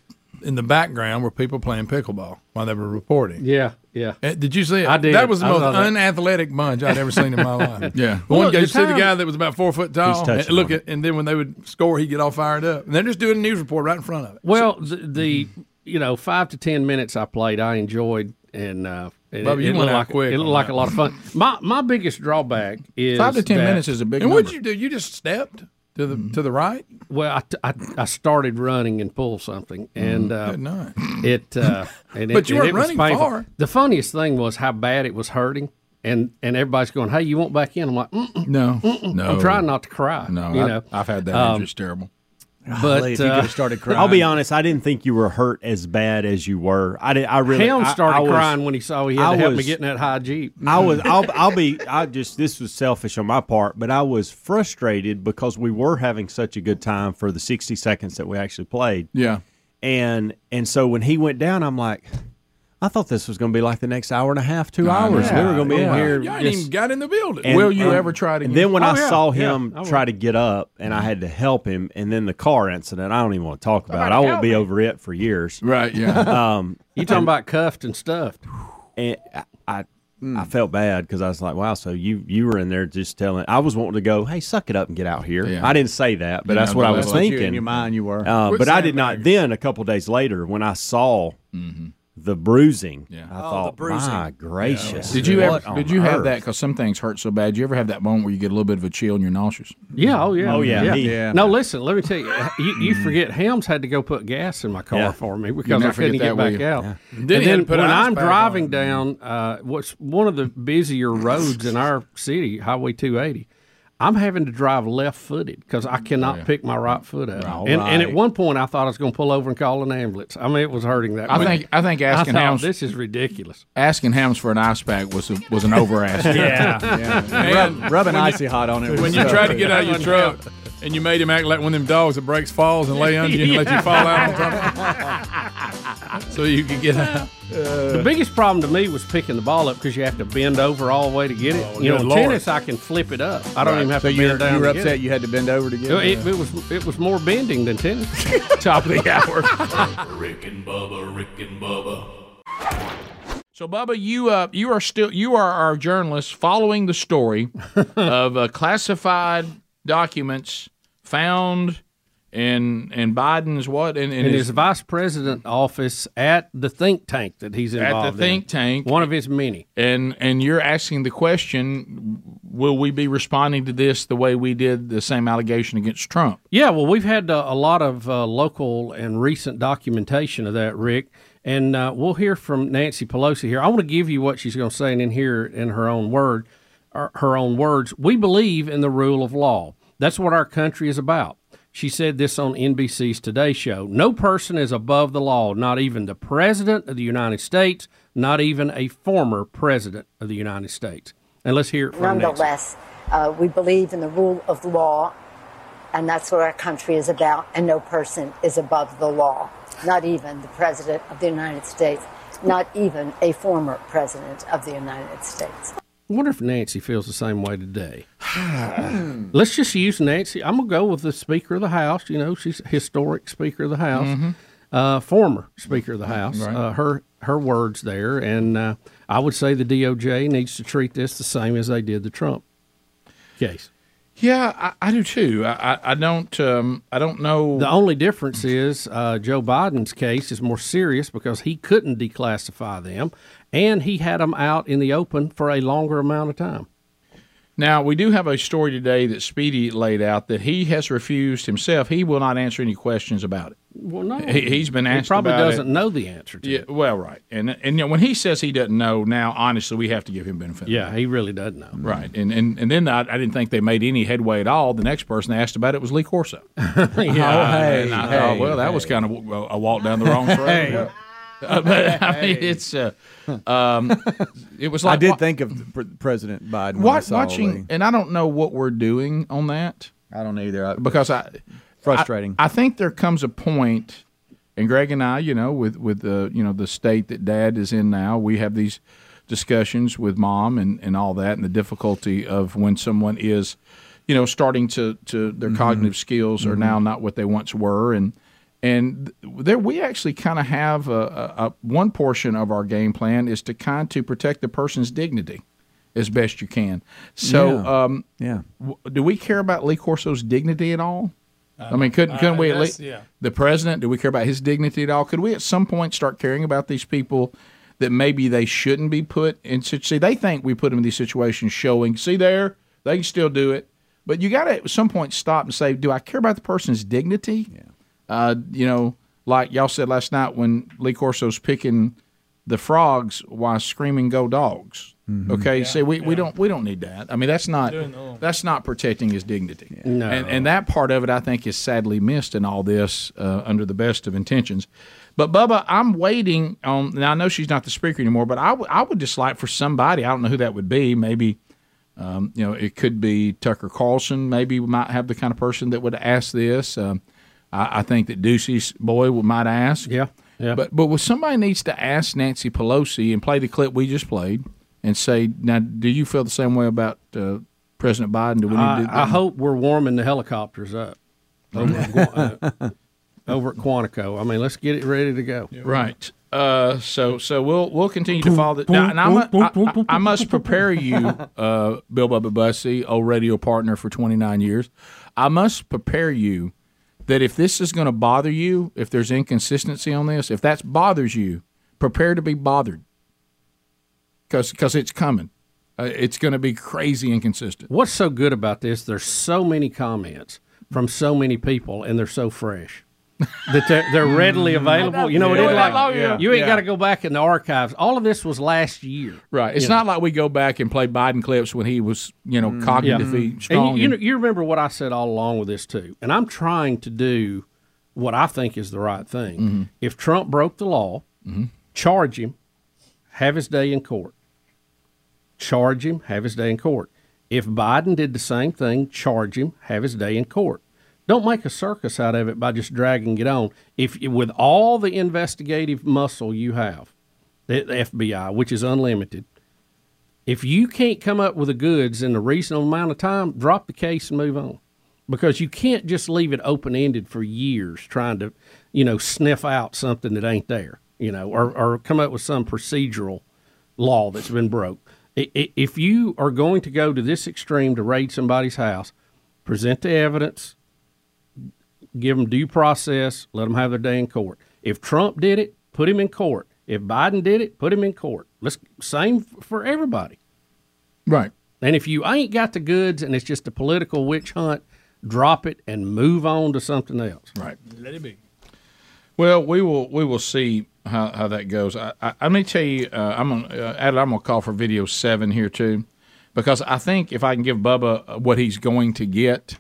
Speaker 3: in the background were people playing pickleball while they were reporting.
Speaker 2: Yeah, yeah.
Speaker 3: Uh, Did you see it?
Speaker 2: I did.
Speaker 3: That was the
Speaker 2: I
Speaker 3: most
Speaker 2: saw that.
Speaker 3: unathletic bunch I'd ever seen in my life.
Speaker 1: Yeah.
Speaker 3: The one
Speaker 1: Well,
Speaker 3: guy,
Speaker 1: the
Speaker 3: you see the
Speaker 1: time-
Speaker 3: guy that was about four foot tall.
Speaker 1: touching
Speaker 3: and look at, and then when they would score, he'd get all fired up. And they're just doing a news report right in front of it.
Speaker 2: Well, the, the
Speaker 3: mm-hmm.
Speaker 2: you know five to ten minutes I played, I enjoyed, and uh, and
Speaker 3: Bubba, you went
Speaker 2: looked
Speaker 3: out
Speaker 2: like
Speaker 3: quick
Speaker 2: it
Speaker 3: on
Speaker 2: looked like
Speaker 3: that
Speaker 2: a lot of fun. My my biggest drawback is
Speaker 3: Five to 10
Speaker 2: that-
Speaker 3: minutes is a big And what'd number. you do? You just stepped to the to the right.
Speaker 2: Well, I, t- I, I started running and pulled something,
Speaker 3: Mm-hmm.
Speaker 2: and uh,
Speaker 3: Good night.
Speaker 2: it uh, and
Speaker 3: But
Speaker 2: it,
Speaker 3: you
Speaker 2: and
Speaker 3: weren't
Speaker 2: it was
Speaker 3: running
Speaker 2: painful.
Speaker 3: far.
Speaker 2: The funniest thing was how bad it was hurting. And, and everybody's going, hey, you want back in? I'm like, Mm-mm,
Speaker 3: no,
Speaker 2: mm-mm.
Speaker 1: no.
Speaker 2: I'm trying not to cry.
Speaker 1: No,
Speaker 2: you
Speaker 1: I-
Speaker 2: know,
Speaker 1: I've had that
Speaker 2: Um,
Speaker 1: injury. It's terrible.
Speaker 2: But
Speaker 7: Golly, if you
Speaker 2: uh,
Speaker 7: could've I'll be honest. I didn't think you were hurt as bad as you were. I did. I really.
Speaker 2: Helm
Speaker 7: I-
Speaker 2: started
Speaker 7: I was-
Speaker 2: crying when he saw he had
Speaker 7: I
Speaker 2: to help me
Speaker 7: was-
Speaker 2: get in that high jeep. Mm-hmm.
Speaker 7: I was. I'll, I'll be. I just. This was selfish on my part, but I was frustrated because we were having such a good time for the sixty seconds that we actually played.
Speaker 1: Yeah.
Speaker 7: And and so when he went down, I'm like, I thought this was going to be like the next hour and a half, two
Speaker 1: I
Speaker 7: hours.
Speaker 1: know.
Speaker 7: We were going to be
Speaker 1: Yeah.
Speaker 7: in here.
Speaker 3: Y'all ain't
Speaker 7: just-
Speaker 3: even got in the building.
Speaker 7: and-
Speaker 3: Will you
Speaker 7: and-
Speaker 3: ever try it
Speaker 7: and
Speaker 3: again?
Speaker 7: then when
Speaker 3: Oh,
Speaker 7: I
Speaker 3: yeah,
Speaker 7: saw
Speaker 3: yeah,
Speaker 7: him
Speaker 3: I will.
Speaker 7: try to get up and I had to help him, and then the car incident, I don't even want to talk about. it. I
Speaker 2: Somebody
Speaker 7: won't be
Speaker 2: help
Speaker 7: over it for years.
Speaker 1: Right.
Speaker 2: yeah.
Speaker 7: um,
Speaker 2: You talking
Speaker 7: and-
Speaker 2: about cuffed and stuffed?
Speaker 7: and I, I, I felt bad because I was like, wow. So you you were in there just telling. I was wanting to go, hey, suck it up and get out here.
Speaker 4: Yeah.
Speaker 7: I didn't say that, but
Speaker 4: You
Speaker 7: that's
Speaker 4: know,
Speaker 7: what I
Speaker 4: that's
Speaker 7: was
Speaker 4: what you-
Speaker 7: thinking.
Speaker 4: in your mind you were.
Speaker 7: Uh,
Speaker 4: Quit
Speaker 7: but I
Speaker 4: saying
Speaker 7: did not. Then a couple days later, when I saw the bruising,
Speaker 2: Oh,
Speaker 7: I thought, my gracious,
Speaker 1: Did you
Speaker 7: what
Speaker 1: ever?
Speaker 7: on
Speaker 1: Did you have
Speaker 7: earth?
Speaker 1: that? Because some things hurt so bad. You ever have that moment where you get a little bit of a chill and you're nauseous?
Speaker 2: Yeah, oh yeah,
Speaker 1: Oh, yeah, he- Yeah.
Speaker 2: No, listen, let me tell you, you, you forget Helms had to go put gas in my car
Speaker 1: Yeah.
Speaker 2: for me
Speaker 1: You'll
Speaker 2: because I
Speaker 1: never
Speaker 2: couldn't
Speaker 1: forget
Speaker 2: get
Speaker 1: that, will
Speaker 2: back
Speaker 1: you?
Speaker 2: out.
Speaker 1: Yeah.
Speaker 2: And
Speaker 1: Then
Speaker 2: then,
Speaker 1: he had to put
Speaker 2: when
Speaker 1: an ice
Speaker 2: I'm
Speaker 1: pack
Speaker 2: driving down uh, what's one of the busier roads in our city, Highway 280. I'm having to drive left-footed because I cannot pick my right foot up.
Speaker 1: All
Speaker 2: And, and at
Speaker 1: right.
Speaker 2: one point, I thought I was going to pull over and call an ambulance. I mean, it was hurting that.
Speaker 1: I
Speaker 2: bad.
Speaker 1: think- I think asking
Speaker 2: thought,
Speaker 1: Helms-
Speaker 2: this is ridiculous.
Speaker 1: Asking Hams for an ice pack was a, was an over ask.
Speaker 3: And when you- When you try to get out of your truck and you made him act like one of them dogs that breaks falls and lay under you and let you fall out on top so you could get
Speaker 2: Uh,
Speaker 3: out.
Speaker 4: Uh,
Speaker 2: the biggest problem to me was picking the ball up because you have to bend over all the way to get it. you know,
Speaker 4: Oh, good
Speaker 2: in
Speaker 4: Lord.
Speaker 2: tennis, I can flip it up. I don't
Speaker 4: Right.
Speaker 2: even have
Speaker 4: So
Speaker 2: to
Speaker 4: you
Speaker 2: bend
Speaker 4: were-
Speaker 2: down.
Speaker 4: you were
Speaker 2: to
Speaker 4: upset
Speaker 2: get
Speaker 4: you had to bend over to get
Speaker 2: it.
Speaker 4: it?
Speaker 2: It, it was it was more bending than tennis. Top of the hour.
Speaker 5: Rick and Bubba, Rick and Bubba.
Speaker 1: So, Bubba, you uh, you are still you are our journalist following the story of uh, classified documents found in in Biden's what in, in
Speaker 2: In his vice president office at the think tank that he's
Speaker 1: at the
Speaker 2: involved
Speaker 1: think
Speaker 2: in.
Speaker 1: tank,
Speaker 2: one of his many.
Speaker 1: and and you're asking the question: Will we be responding to this the way we did the same allegation against Trump?
Speaker 2: Yeah, well, we've had uh, a lot of uh, local and recent documentation of that, Rick. And uh, we'll hear from Nancy Pelosi here. I want to give you what she's going to say, and then hear it in her own word, or her own words. We believe in the rule of law. That's what our country is about. She said this on NBC's Today Show. No person is above the law, not even the president of the United States, not even a former president of the United States. And let's hear it from Nancy.
Speaker 15: Nonetheless, uh, we believe in the rule of law, and that's what our country is about, and no person is above the law, not even the President of the United States, not even a former President of the United States.
Speaker 2: I wonder if Nancy feels the same way today. Let's just use Nancy. I'm gonna go with the Speaker of the House. You know, she's historic Speaker of the House,
Speaker 1: Mhm.
Speaker 2: uh, former Speaker of the House.
Speaker 1: Right.
Speaker 2: Uh, her her words there, and uh, I would say the DOJ needs to treat this the same as they did the Trump case.
Speaker 1: Yeah, I, I do too. I, I, I don't um, I don't know.
Speaker 2: The only difference is uh, Joe Biden's case is more serious because he couldn't declassify them, and he had them out in the open for a longer amount of time.
Speaker 1: Now, we do have a story today that Speedy laid out that he has refused himself. He will not answer any questions about it.
Speaker 2: Well, no,
Speaker 1: He, he's been asked
Speaker 2: He probably
Speaker 1: about it.
Speaker 2: doesn't know the answer to
Speaker 1: Yeah, well, right. And and you know, when he says he doesn't know, now honestly, we have to give him benefit.
Speaker 2: Yeah, he really doesn't know.
Speaker 1: Right. And and and then I, I didn't think they made any headway at all. The next person they asked about it was Lee Corso. yeah.
Speaker 3: hey,
Speaker 1: and I thought,
Speaker 3: hey,
Speaker 1: well, that was kind of w- a walk down the wrong road. Uh, but I mean, it's uh, um, it was like
Speaker 4: I did
Speaker 1: wa-
Speaker 4: think of Pre- President Biden. when I
Speaker 1: What
Speaker 4: saw
Speaker 1: watching,
Speaker 4: Lee.
Speaker 1: and I don't know what we're doing on that.
Speaker 4: I don't either. I,
Speaker 1: because I
Speaker 4: Frustrating.
Speaker 1: I, I think there comes a point, and Greg and I, you know, with with the you know the state that Dad is in now, we have these discussions with Mom and and all that, and the difficulty of when someone is. you know, starting to to
Speaker 4: Mm-hmm.
Speaker 1: their cognitive skills are now not what they once were, and and there we actually kind of have a, a, a one portion of our game plan is to kind to protect the person's dignity as best you can. So,
Speaker 4: Yeah.
Speaker 1: um,
Speaker 4: Yeah.
Speaker 1: w- do we care about Lee Corso's dignity at all? I mean, couldn't couldn't
Speaker 3: Uh,
Speaker 1: we at
Speaker 3: that's-
Speaker 1: least
Speaker 3: yeah.
Speaker 1: the president? Do we care about his dignity at all? Could we at some point start caring about these people that maybe they shouldn't be put in? such- See, they think we put them in these situations, showing see there they can still do it, but you got to at some point stop and say, do I care about the person's dignity? Yeah. Uh, you know, like y'all said last night when Lee Corso's picking the frogs while screaming "Go dogs." Okay, see, we, we don't we don't need that. I mean, that's not that's not protecting his dignity.
Speaker 2: No.
Speaker 1: And, and that part of it, I think, is sadly missed in all this uh, under the best of intentions. But Bubba, I'm waiting on. Now I know she's not the speaker anymore, but I would- I would just like for somebody. I don't know who that would be. Maybe, um, you know, it could be Tucker Carlson. Maybe we might have the kind of person that would ask this. Um, I, I think that Ducey's boy would- might ask. Yeah, yeah. But but well, somebody needs to ask Nancy Pelosi and play the clip we just played and say, now, do you feel the same way about uh, President Biden? Do we need to do
Speaker 2: I, I
Speaker 1: that?
Speaker 2: hope we're warming the helicopters up over, at, Gua- uh, over at Quantico. I mean, let's get it ready to go.
Speaker 1: Right. Uh, so so we'll we'll continue to follow that. Now, and I'm a, I, I, I must prepare you, uh, Bill Bubba Bussy, old radio partner for 29 years. I must prepare you that if this is going to bother you, if there's inconsistency on this, if that bothers you, prepare to be bothered because it's coming. Uh, it's going to be crazy inconsistent.
Speaker 2: What's so good about this? There's so many comments from so many people, and they're so fresh that they're, they're readily available. You know, it
Speaker 1: Yeah.
Speaker 2: isn't
Speaker 1: Yeah.
Speaker 2: like
Speaker 1: Yeah.
Speaker 2: you ain't
Speaker 1: Yeah.
Speaker 2: got to go back in the archives. All of this was last year,
Speaker 1: Right. It's
Speaker 2: You
Speaker 1: not like we go back and play Biden clips when he was, you know, cognitively
Speaker 2: Mm. And
Speaker 1: strong.
Speaker 2: you, you,
Speaker 1: and-
Speaker 2: know, you remember what I said all along with this too, and I'm trying to do what I think is the right thing.
Speaker 1: Mhm.
Speaker 2: If Trump broke the law,
Speaker 1: Mm-hmm.
Speaker 2: charge him, have his day in court. Charge him, have his day in court. If Biden did the same thing, charge him, have his day in court. Don't make a circus out of it by just dragging it on. If you- with all the investigative muscle you have, the FBI, which is unlimited, if you can't come up with the goods in a reasonable amount of time, drop the case and move on. Because you can't just leave it open ended for years trying to, you know, sniff out something that ain't there, you know, or, or come up with some procedural law that's been broke. I- i- If you are going to go to this extreme to raid somebody's house, present the evidence, give them due process, let them have their day in court. If Trump did it, put him in court. If Biden did it, put him in court. Let's same f- for everybody.
Speaker 1: Right.
Speaker 2: And if you ain't got the goods and it's just a political witch hunt, drop it and move on to something else.
Speaker 1: Right. Let it be. Well, we will we will see how, how that goes. I, I, I'm going to tell you, uh, I'm gonna, uh, Adam, I'm going to call for video seven here too, because I think if I can give Bubba uh, what he's going to get,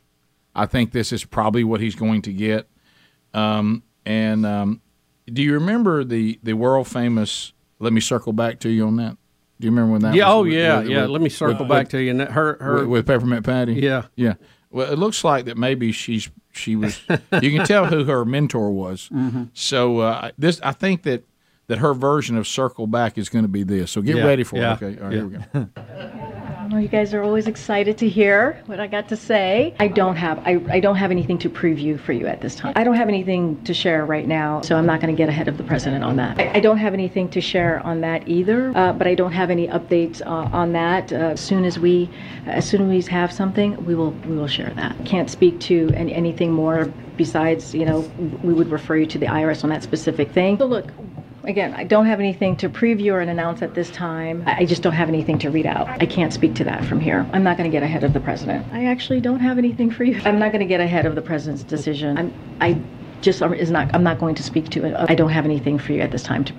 Speaker 1: I think this is probably what he's going to get. Um, and um, do you remember the the world famous? Let me circle back to you on that. Do you remember when that?
Speaker 2: Yeah,
Speaker 1: was
Speaker 2: oh,
Speaker 1: with-
Speaker 2: yeah,
Speaker 1: with-
Speaker 2: yeah.
Speaker 1: with-
Speaker 2: Let me circle
Speaker 1: with-
Speaker 2: back to you. And that- her, her
Speaker 1: with, with peppermint patty.
Speaker 2: Yeah.
Speaker 1: yeah. Well, it looks like that maybe she's she was. you can tell who her mentor was.
Speaker 2: Mm-hmm.
Speaker 1: So uh, this, I think that that her version of circle back is going to be this. So get
Speaker 2: Yeah,
Speaker 1: ready for
Speaker 2: yeah,
Speaker 1: it. Okay, all right, here we go.
Speaker 16: Well, you guys are always excited to hear what I got to say. I don't have I, I don't have anything to preview for you at this time. I don't have anything to share right now, so I'm not going to get ahead of the president on that. I, I don't have anything to share on that either, uh, but I don't have any updates uh, on that. Uh, as soon as we as soon as we have something, we will we will share that. Can't speak to any, anything more besides you know we would refer you to the IRS on that specific thing. So look. Again, I don't have anything to preview or announce at this time. I I just don't have anything to read out. I can't speak to that from here. I'm not going to get ahead of the president. I actually don't have anything for you. I'm not going to get ahead of the president's decision. I'm, I just is not. I'm not going to speak to it. I don't have anything for you at this time to.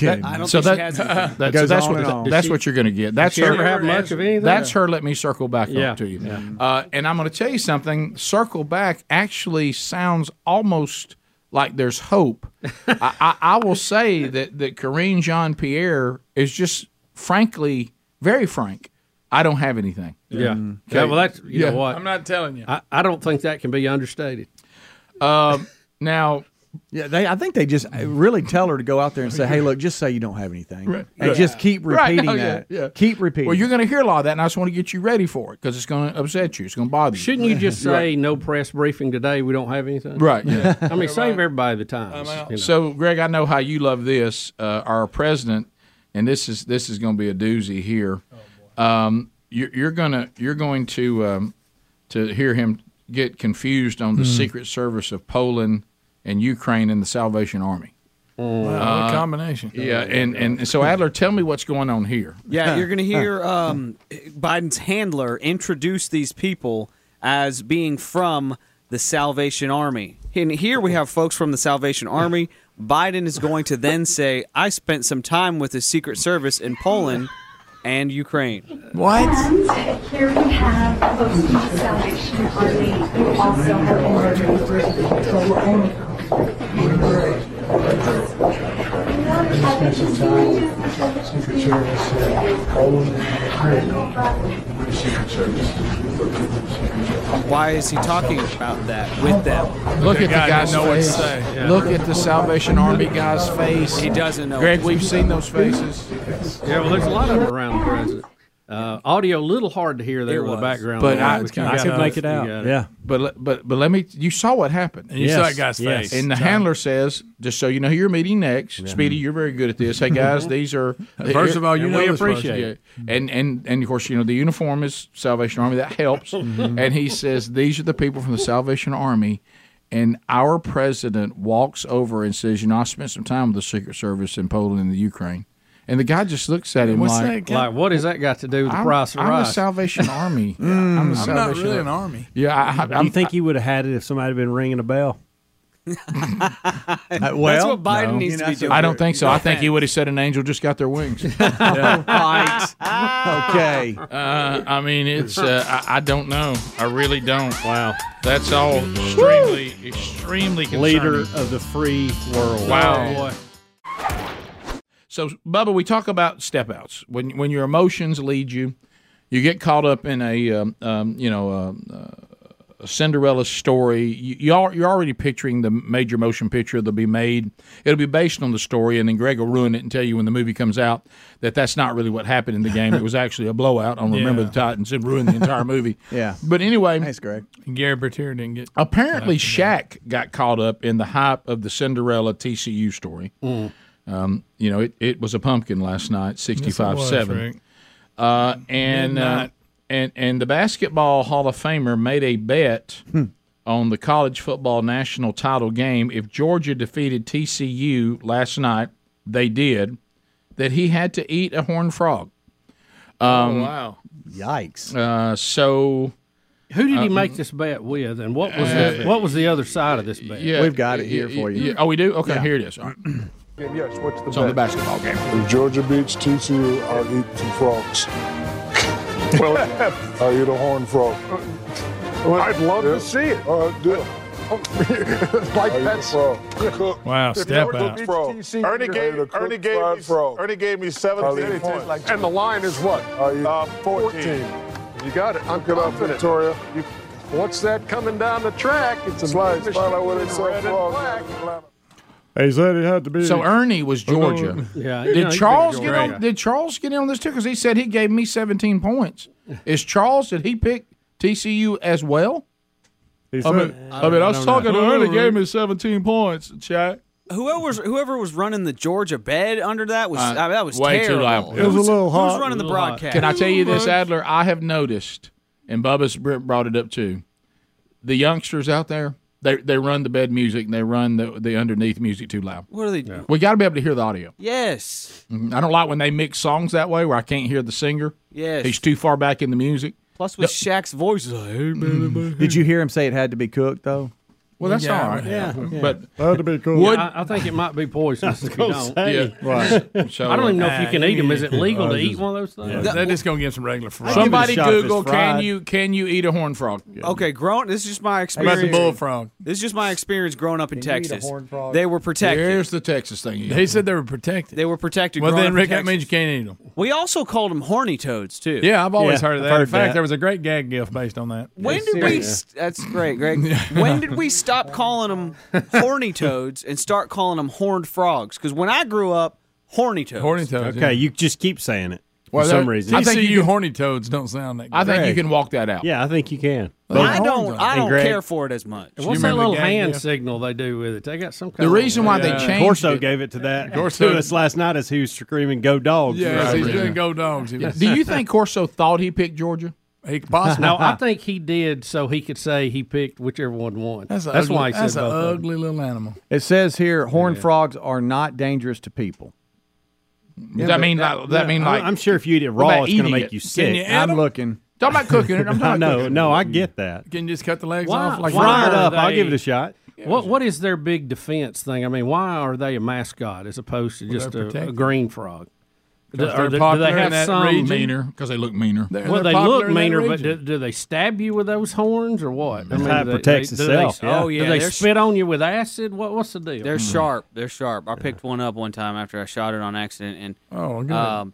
Speaker 1: That-
Speaker 16: I don't
Speaker 1: so
Speaker 16: think she
Speaker 1: that-
Speaker 16: has
Speaker 1: that-
Speaker 16: anything.
Speaker 1: so
Speaker 16: Goes
Speaker 1: that's
Speaker 16: on
Speaker 1: what
Speaker 16: and on.
Speaker 1: that's
Speaker 16: Does
Speaker 1: what
Speaker 16: she-
Speaker 1: you're going to get.
Speaker 16: does
Speaker 1: That's
Speaker 16: she
Speaker 1: her.
Speaker 16: ever have much of anything?
Speaker 1: That's her. Let me circle back
Speaker 2: Yeah,
Speaker 1: up to you.
Speaker 2: yeah.
Speaker 1: Uh, and I'm going to tell you something. Circle back actually sounds almost like there's hope. I, I, I will say that that Corinne Jean Pierre is just frankly very frank. I don't have anything.
Speaker 2: Yeah.
Speaker 16: Mm.
Speaker 1: Okay.
Speaker 2: Yeah, well, that's, you
Speaker 1: Mm. Yeah.
Speaker 2: know what?
Speaker 3: I'm not telling you.
Speaker 2: I, I don't think that can be understated.
Speaker 1: Um, now,
Speaker 4: Yeah, they. I think they just uh, really tell her to go out there and say, "Hey, look, just say you don't have anything,
Speaker 1: Right.
Speaker 4: and
Speaker 1: Yeah.
Speaker 4: just keep
Speaker 1: Right,
Speaker 4: repeating
Speaker 1: no, yeah,
Speaker 4: that.
Speaker 1: yeah.
Speaker 4: Keep repeating."
Speaker 1: Well, you're going to hear a lot of that, and I just want to get you ready for it because it's going to upset you. It's going to bother you.
Speaker 2: Shouldn't you just say
Speaker 1: Right.
Speaker 2: no press briefing today? We don't have anything.
Speaker 1: Right, yeah.
Speaker 2: I mean, save everybody the time.
Speaker 1: So, Greg, I know how you love this. Uh, our president, and this is this is going to be a doozy here.
Speaker 3: Oh,
Speaker 1: um, you're, you're gonna you're going to um, to hear him get confused on the
Speaker 2: Hmm.
Speaker 3: Mm.
Speaker 1: Secret Service of Poland and Ukraine and the Salvation Army.
Speaker 3: Wow, what a
Speaker 1: Uh,
Speaker 3: combination.
Speaker 1: Yeah, and, and so Adler, tell me what's going on here.
Speaker 12: Yeah, you're going to hear um, Biden's handler introduce these people as being from the Salvation Army. And here we have folks from the Salvation Army. Biden is going to then say, I spent some time with the Secret Service in Poland and Ukraine.
Speaker 16: And here we have folks from the Salvation Army who also have been murdered during the October Omicron.
Speaker 17: Spent some time, Secret Service, uh, Poland, and Ukraine. We're Secret Service.
Speaker 12: Why is he talking about that with them?
Speaker 1: Look at the guy's face. Look at the Salvation Army guy's face.
Speaker 12: He doesn't know.
Speaker 1: Greg, we've seen those faces.
Speaker 2: Yeah, well, there's a lot of them around the president. Uh, audio a little hard to hear there with the background,
Speaker 1: But
Speaker 2: noise,
Speaker 1: I,
Speaker 2: but you got it. You got it.
Speaker 1: But le- but but let me. You saw what happened.
Speaker 2: And you saw that guy's
Speaker 1: Yes.
Speaker 2: face.
Speaker 1: And the
Speaker 2: Sorry.
Speaker 1: handler says, "Just so you know, who you're meeting next,
Speaker 3: Yeah.
Speaker 1: Speedy. You're very good at this. Hey guys, these are
Speaker 3: First of all, you
Speaker 1: and
Speaker 3: know
Speaker 1: we
Speaker 3: this person.
Speaker 1: appreciate it. And and and of course, you know the uniform is Salvation Army. That helps.
Speaker 2: Mm-hmm.
Speaker 3: Mhm.
Speaker 1: And he says, "These are the people from the Salvation Army." And our president walks over and says, "You know, I spent some time with the Secret Service in Poland and the Ukraine." And the guy just looks at him
Speaker 2: What's
Speaker 1: like,
Speaker 2: that guy- Like, what has that got to do with the
Speaker 1: I'm-
Speaker 2: price of
Speaker 1: I'm
Speaker 2: rice? Mm.
Speaker 1: the Salvation Army.
Speaker 2: Yeah, I'm the
Speaker 1: I'm, the
Speaker 2: Salvation
Speaker 1: Salvation
Speaker 2: Army.
Speaker 1: Mm. Yeah, I, I,
Speaker 7: Do you think he would have had it if somebody had been ringing a bell?
Speaker 12: That's Uh, well, what Biden no. needs to be doing.
Speaker 1: I don't think so. I think
Speaker 12: Thanks.
Speaker 1: he would have said an angel just got their wings.
Speaker 12: Okay.
Speaker 1: Uh, I mean, it's uh, I, I don't know. I really don't. Wow, that's all extremely, extremely concerning.
Speaker 7: Leader of the free world.
Speaker 1: Wow. So, Bubba, we talk about step outs when when your emotions lead you, you get caught up in a um, um, you know um, uh, a Cinderella story. You, you are, you're already picturing the major motion picture that'll be made. It'll be based on the story, and then Greg will ruin it and tell you when the movie comes out that that's not really what happened in the game. It was actually a blowout on Remember
Speaker 3: Yeah.
Speaker 1: the Titans and ruined the entire movie. yeah. But anyway,
Speaker 3: thanks,
Speaker 4: Greg.
Speaker 3: Gary Bertier didn't get.
Speaker 1: Apparently, Shaq got caught up in the hype of the Cinderella TCU story.
Speaker 2: Mm.
Speaker 1: Um, you know, it, it was a pumpkin last night, sixty-five
Speaker 3: Rick.
Speaker 1: seven. Uh, and uh,
Speaker 3: Midnight.
Speaker 1: and and the basketball Hall of Famer made a bet on the college football national title game. If Georgia defeated TCU last night, they did. That he had to eat a horned frog. Um,
Speaker 2: Oh, wow.
Speaker 4: Yikes.
Speaker 1: Uh, so.
Speaker 2: Who did he
Speaker 1: Uh,
Speaker 2: make this bet with, and what was
Speaker 1: Uh,
Speaker 2: the, what was the other side of this bet?
Speaker 1: yeah, yeah. Oh, we do. Okay, here it is. All right.
Speaker 17: Yes, what's the
Speaker 1: It's on the
Speaker 17: bet?
Speaker 1: basketball game.
Speaker 17: If Georgia beats TCU, I'll eat some frogs. well, I'll eat a horn frog. I'd love to see it. Uh, do it. like that's cooked.
Speaker 3: Wow, step out.
Speaker 17: Ernie gave, Ernie gave me Ernie gave me 17 points, and the line is what? Uh, 14. You got it. I'm confident. Victoria. You, what's that coming down the track? It's a slice.
Speaker 1: He said it had to be. So Ernie was Georgia.
Speaker 2: Yeah, you know, he's
Speaker 1: Did
Speaker 2: been
Speaker 1: Charles
Speaker 2: to
Speaker 1: get
Speaker 2: Georgia.
Speaker 1: on? Did Charles get in on this too? Because he said he gave me 17 points. Is Charles? Did he pick TCU as well?
Speaker 12: He
Speaker 1: I mean,
Speaker 12: said-
Speaker 1: I, mean, I was
Speaker 12: I don't
Speaker 1: talking to
Speaker 12: know.
Speaker 1: Ernie. Gave me 17 points. Chat.
Speaker 12: Whoever was whoever was running the Georgia bed under that was
Speaker 1: Uh,
Speaker 12: I mean, that was
Speaker 1: way too
Speaker 12: terrible.
Speaker 1: loud. It
Speaker 12: Who's-
Speaker 1: was a little
Speaker 12: Who's
Speaker 1: hot.
Speaker 12: running the
Speaker 1: A little hot.
Speaker 12: broadcast?
Speaker 1: Can I tell you this,
Speaker 12: Who's-
Speaker 1: Adler? I have noticed, and Bubba's br- brought it up too. The youngsters out there, they they run the bed music and they run the the underneath music too loud.
Speaker 12: What are they doing?
Speaker 1: We got to be able to hear the audio.
Speaker 12: Yes.
Speaker 1: Mhm. I don't like when they mix songs that way where I can't hear the singer.
Speaker 12: Yes.
Speaker 1: He's too far back in the music.
Speaker 12: Plus, with Shaq's voice, like, hey, man, man,
Speaker 4: Mm. Did you hear him say it had to be cooked though?
Speaker 1: Well, that's
Speaker 4: Yeah,
Speaker 1: all right.
Speaker 4: yeah, yeah.
Speaker 1: But
Speaker 4: That'd be cool.
Speaker 1: Would-
Speaker 2: I, I think it might be poisonous if you
Speaker 1: gonna
Speaker 2: don't.
Speaker 1: say. Yeah. Right. So-
Speaker 2: I don't even know if you can eat them. Is it
Speaker 1: Uh,
Speaker 2: legal to
Speaker 1: I
Speaker 2: eat
Speaker 1: just-
Speaker 2: one of those things?
Speaker 3: Yeah, they're just gonna give him some regular fries.
Speaker 1: Somebody Google can you can you eat a horn frog?
Speaker 12: Okay, grown. This is just my
Speaker 1: about the
Speaker 12: experience.
Speaker 1: bullfrog?
Speaker 12: This is just my experience growing up in
Speaker 3: Can you eat a
Speaker 12: Texas.
Speaker 3: horned frog?
Speaker 12: They were protected.
Speaker 1: Here's the Texas thing. you
Speaker 3: He said they were protected.
Speaker 12: They were protected.
Speaker 3: Well,
Speaker 12: growing
Speaker 3: then,
Speaker 12: up in
Speaker 3: Rick, that
Speaker 12: Texas.
Speaker 3: means you can't eat them.
Speaker 12: We also called them horny toads too.
Speaker 3: Yeah, I've always heard of that. in fact, there was a great gag gift based on that.
Speaker 12: When did we? St- that's great, Greg. when did we stop calling them horny toads and start calling them horned frogs. Because when I grew up, horny toads.
Speaker 3: Horny toads,
Speaker 7: Okay, you just keep saying it
Speaker 3: Well,
Speaker 7: for
Speaker 3: there-
Speaker 7: some reason.
Speaker 3: I think you horny toads don't sound that. Good.
Speaker 7: I think you can
Speaker 1: walk that out.
Speaker 7: Yeah, I think you can.
Speaker 12: I don't. I
Speaker 7: And
Speaker 12: don't
Speaker 7: Greg-
Speaker 12: care for it as much.
Speaker 2: And what's that little hand signal they do with it? They got some kind of
Speaker 7: Corso gave it to that
Speaker 2: Corso-
Speaker 7: to us last night as he was screaming "Go dogs!"
Speaker 2: Yeah,
Speaker 7: for some
Speaker 2: he's
Speaker 7: reason.
Speaker 2: doing
Speaker 3: go dogs.
Speaker 7: He was-
Speaker 1: Do you think Corso thought he picked Georgia?
Speaker 3: He could
Speaker 2: no, I think he did so he could say he picked whichever one won. That's,
Speaker 3: That's, a ugly,
Speaker 2: why he said
Speaker 3: that's an
Speaker 2: both. of them.
Speaker 3: ugly little animal.
Speaker 4: It says here, horned frogs are not dangerous to people.
Speaker 1: Does that mean like, that mean like
Speaker 7: I'm sure if you eat it
Speaker 1: What
Speaker 7: raw, it's going
Speaker 1: about
Speaker 7: to
Speaker 1: eating
Speaker 7: make
Speaker 1: it?
Speaker 7: you
Speaker 1: Can
Speaker 7: sick.
Speaker 1: you eat
Speaker 7: I'm
Speaker 1: 'em?
Speaker 4: looking.
Speaker 1: Talking about cooking it. I'm
Speaker 7: I
Speaker 1: talking about
Speaker 7: know.
Speaker 1: cooking
Speaker 7: No, I get that.
Speaker 3: Can you just cut the legs
Speaker 2: Why,
Speaker 3: off? Like
Speaker 2: why
Speaker 3: that?
Speaker 2: are
Speaker 7: up. I'll
Speaker 2: they-
Speaker 7: give it a shot.
Speaker 2: What What is their big defense thing? I mean, why are they a mascot as opposed to
Speaker 1: Well,
Speaker 2: just
Speaker 1: they're
Speaker 2: a, a
Speaker 1: protected.
Speaker 2: green frog? Do,
Speaker 1: Because they're
Speaker 2: are they, do
Speaker 1: popular
Speaker 2: they have
Speaker 1: in that
Speaker 2: some
Speaker 1: region. meaner because they look meaner.
Speaker 2: Well, they look meaner, but do, do they stab you with those horns or what? I
Speaker 7: That's how it
Speaker 2: do
Speaker 7: protects
Speaker 2: do
Speaker 7: itself,
Speaker 2: They,
Speaker 7: yeah.
Speaker 12: Oh, yeah,
Speaker 2: Do they
Speaker 12: they're-
Speaker 2: spit on you with acid? What What's the deal?
Speaker 3: Mm.
Speaker 12: They're sharp. They're sharp. I picked one up one time after I shot it on accident, and
Speaker 3: Oh, good.
Speaker 12: um,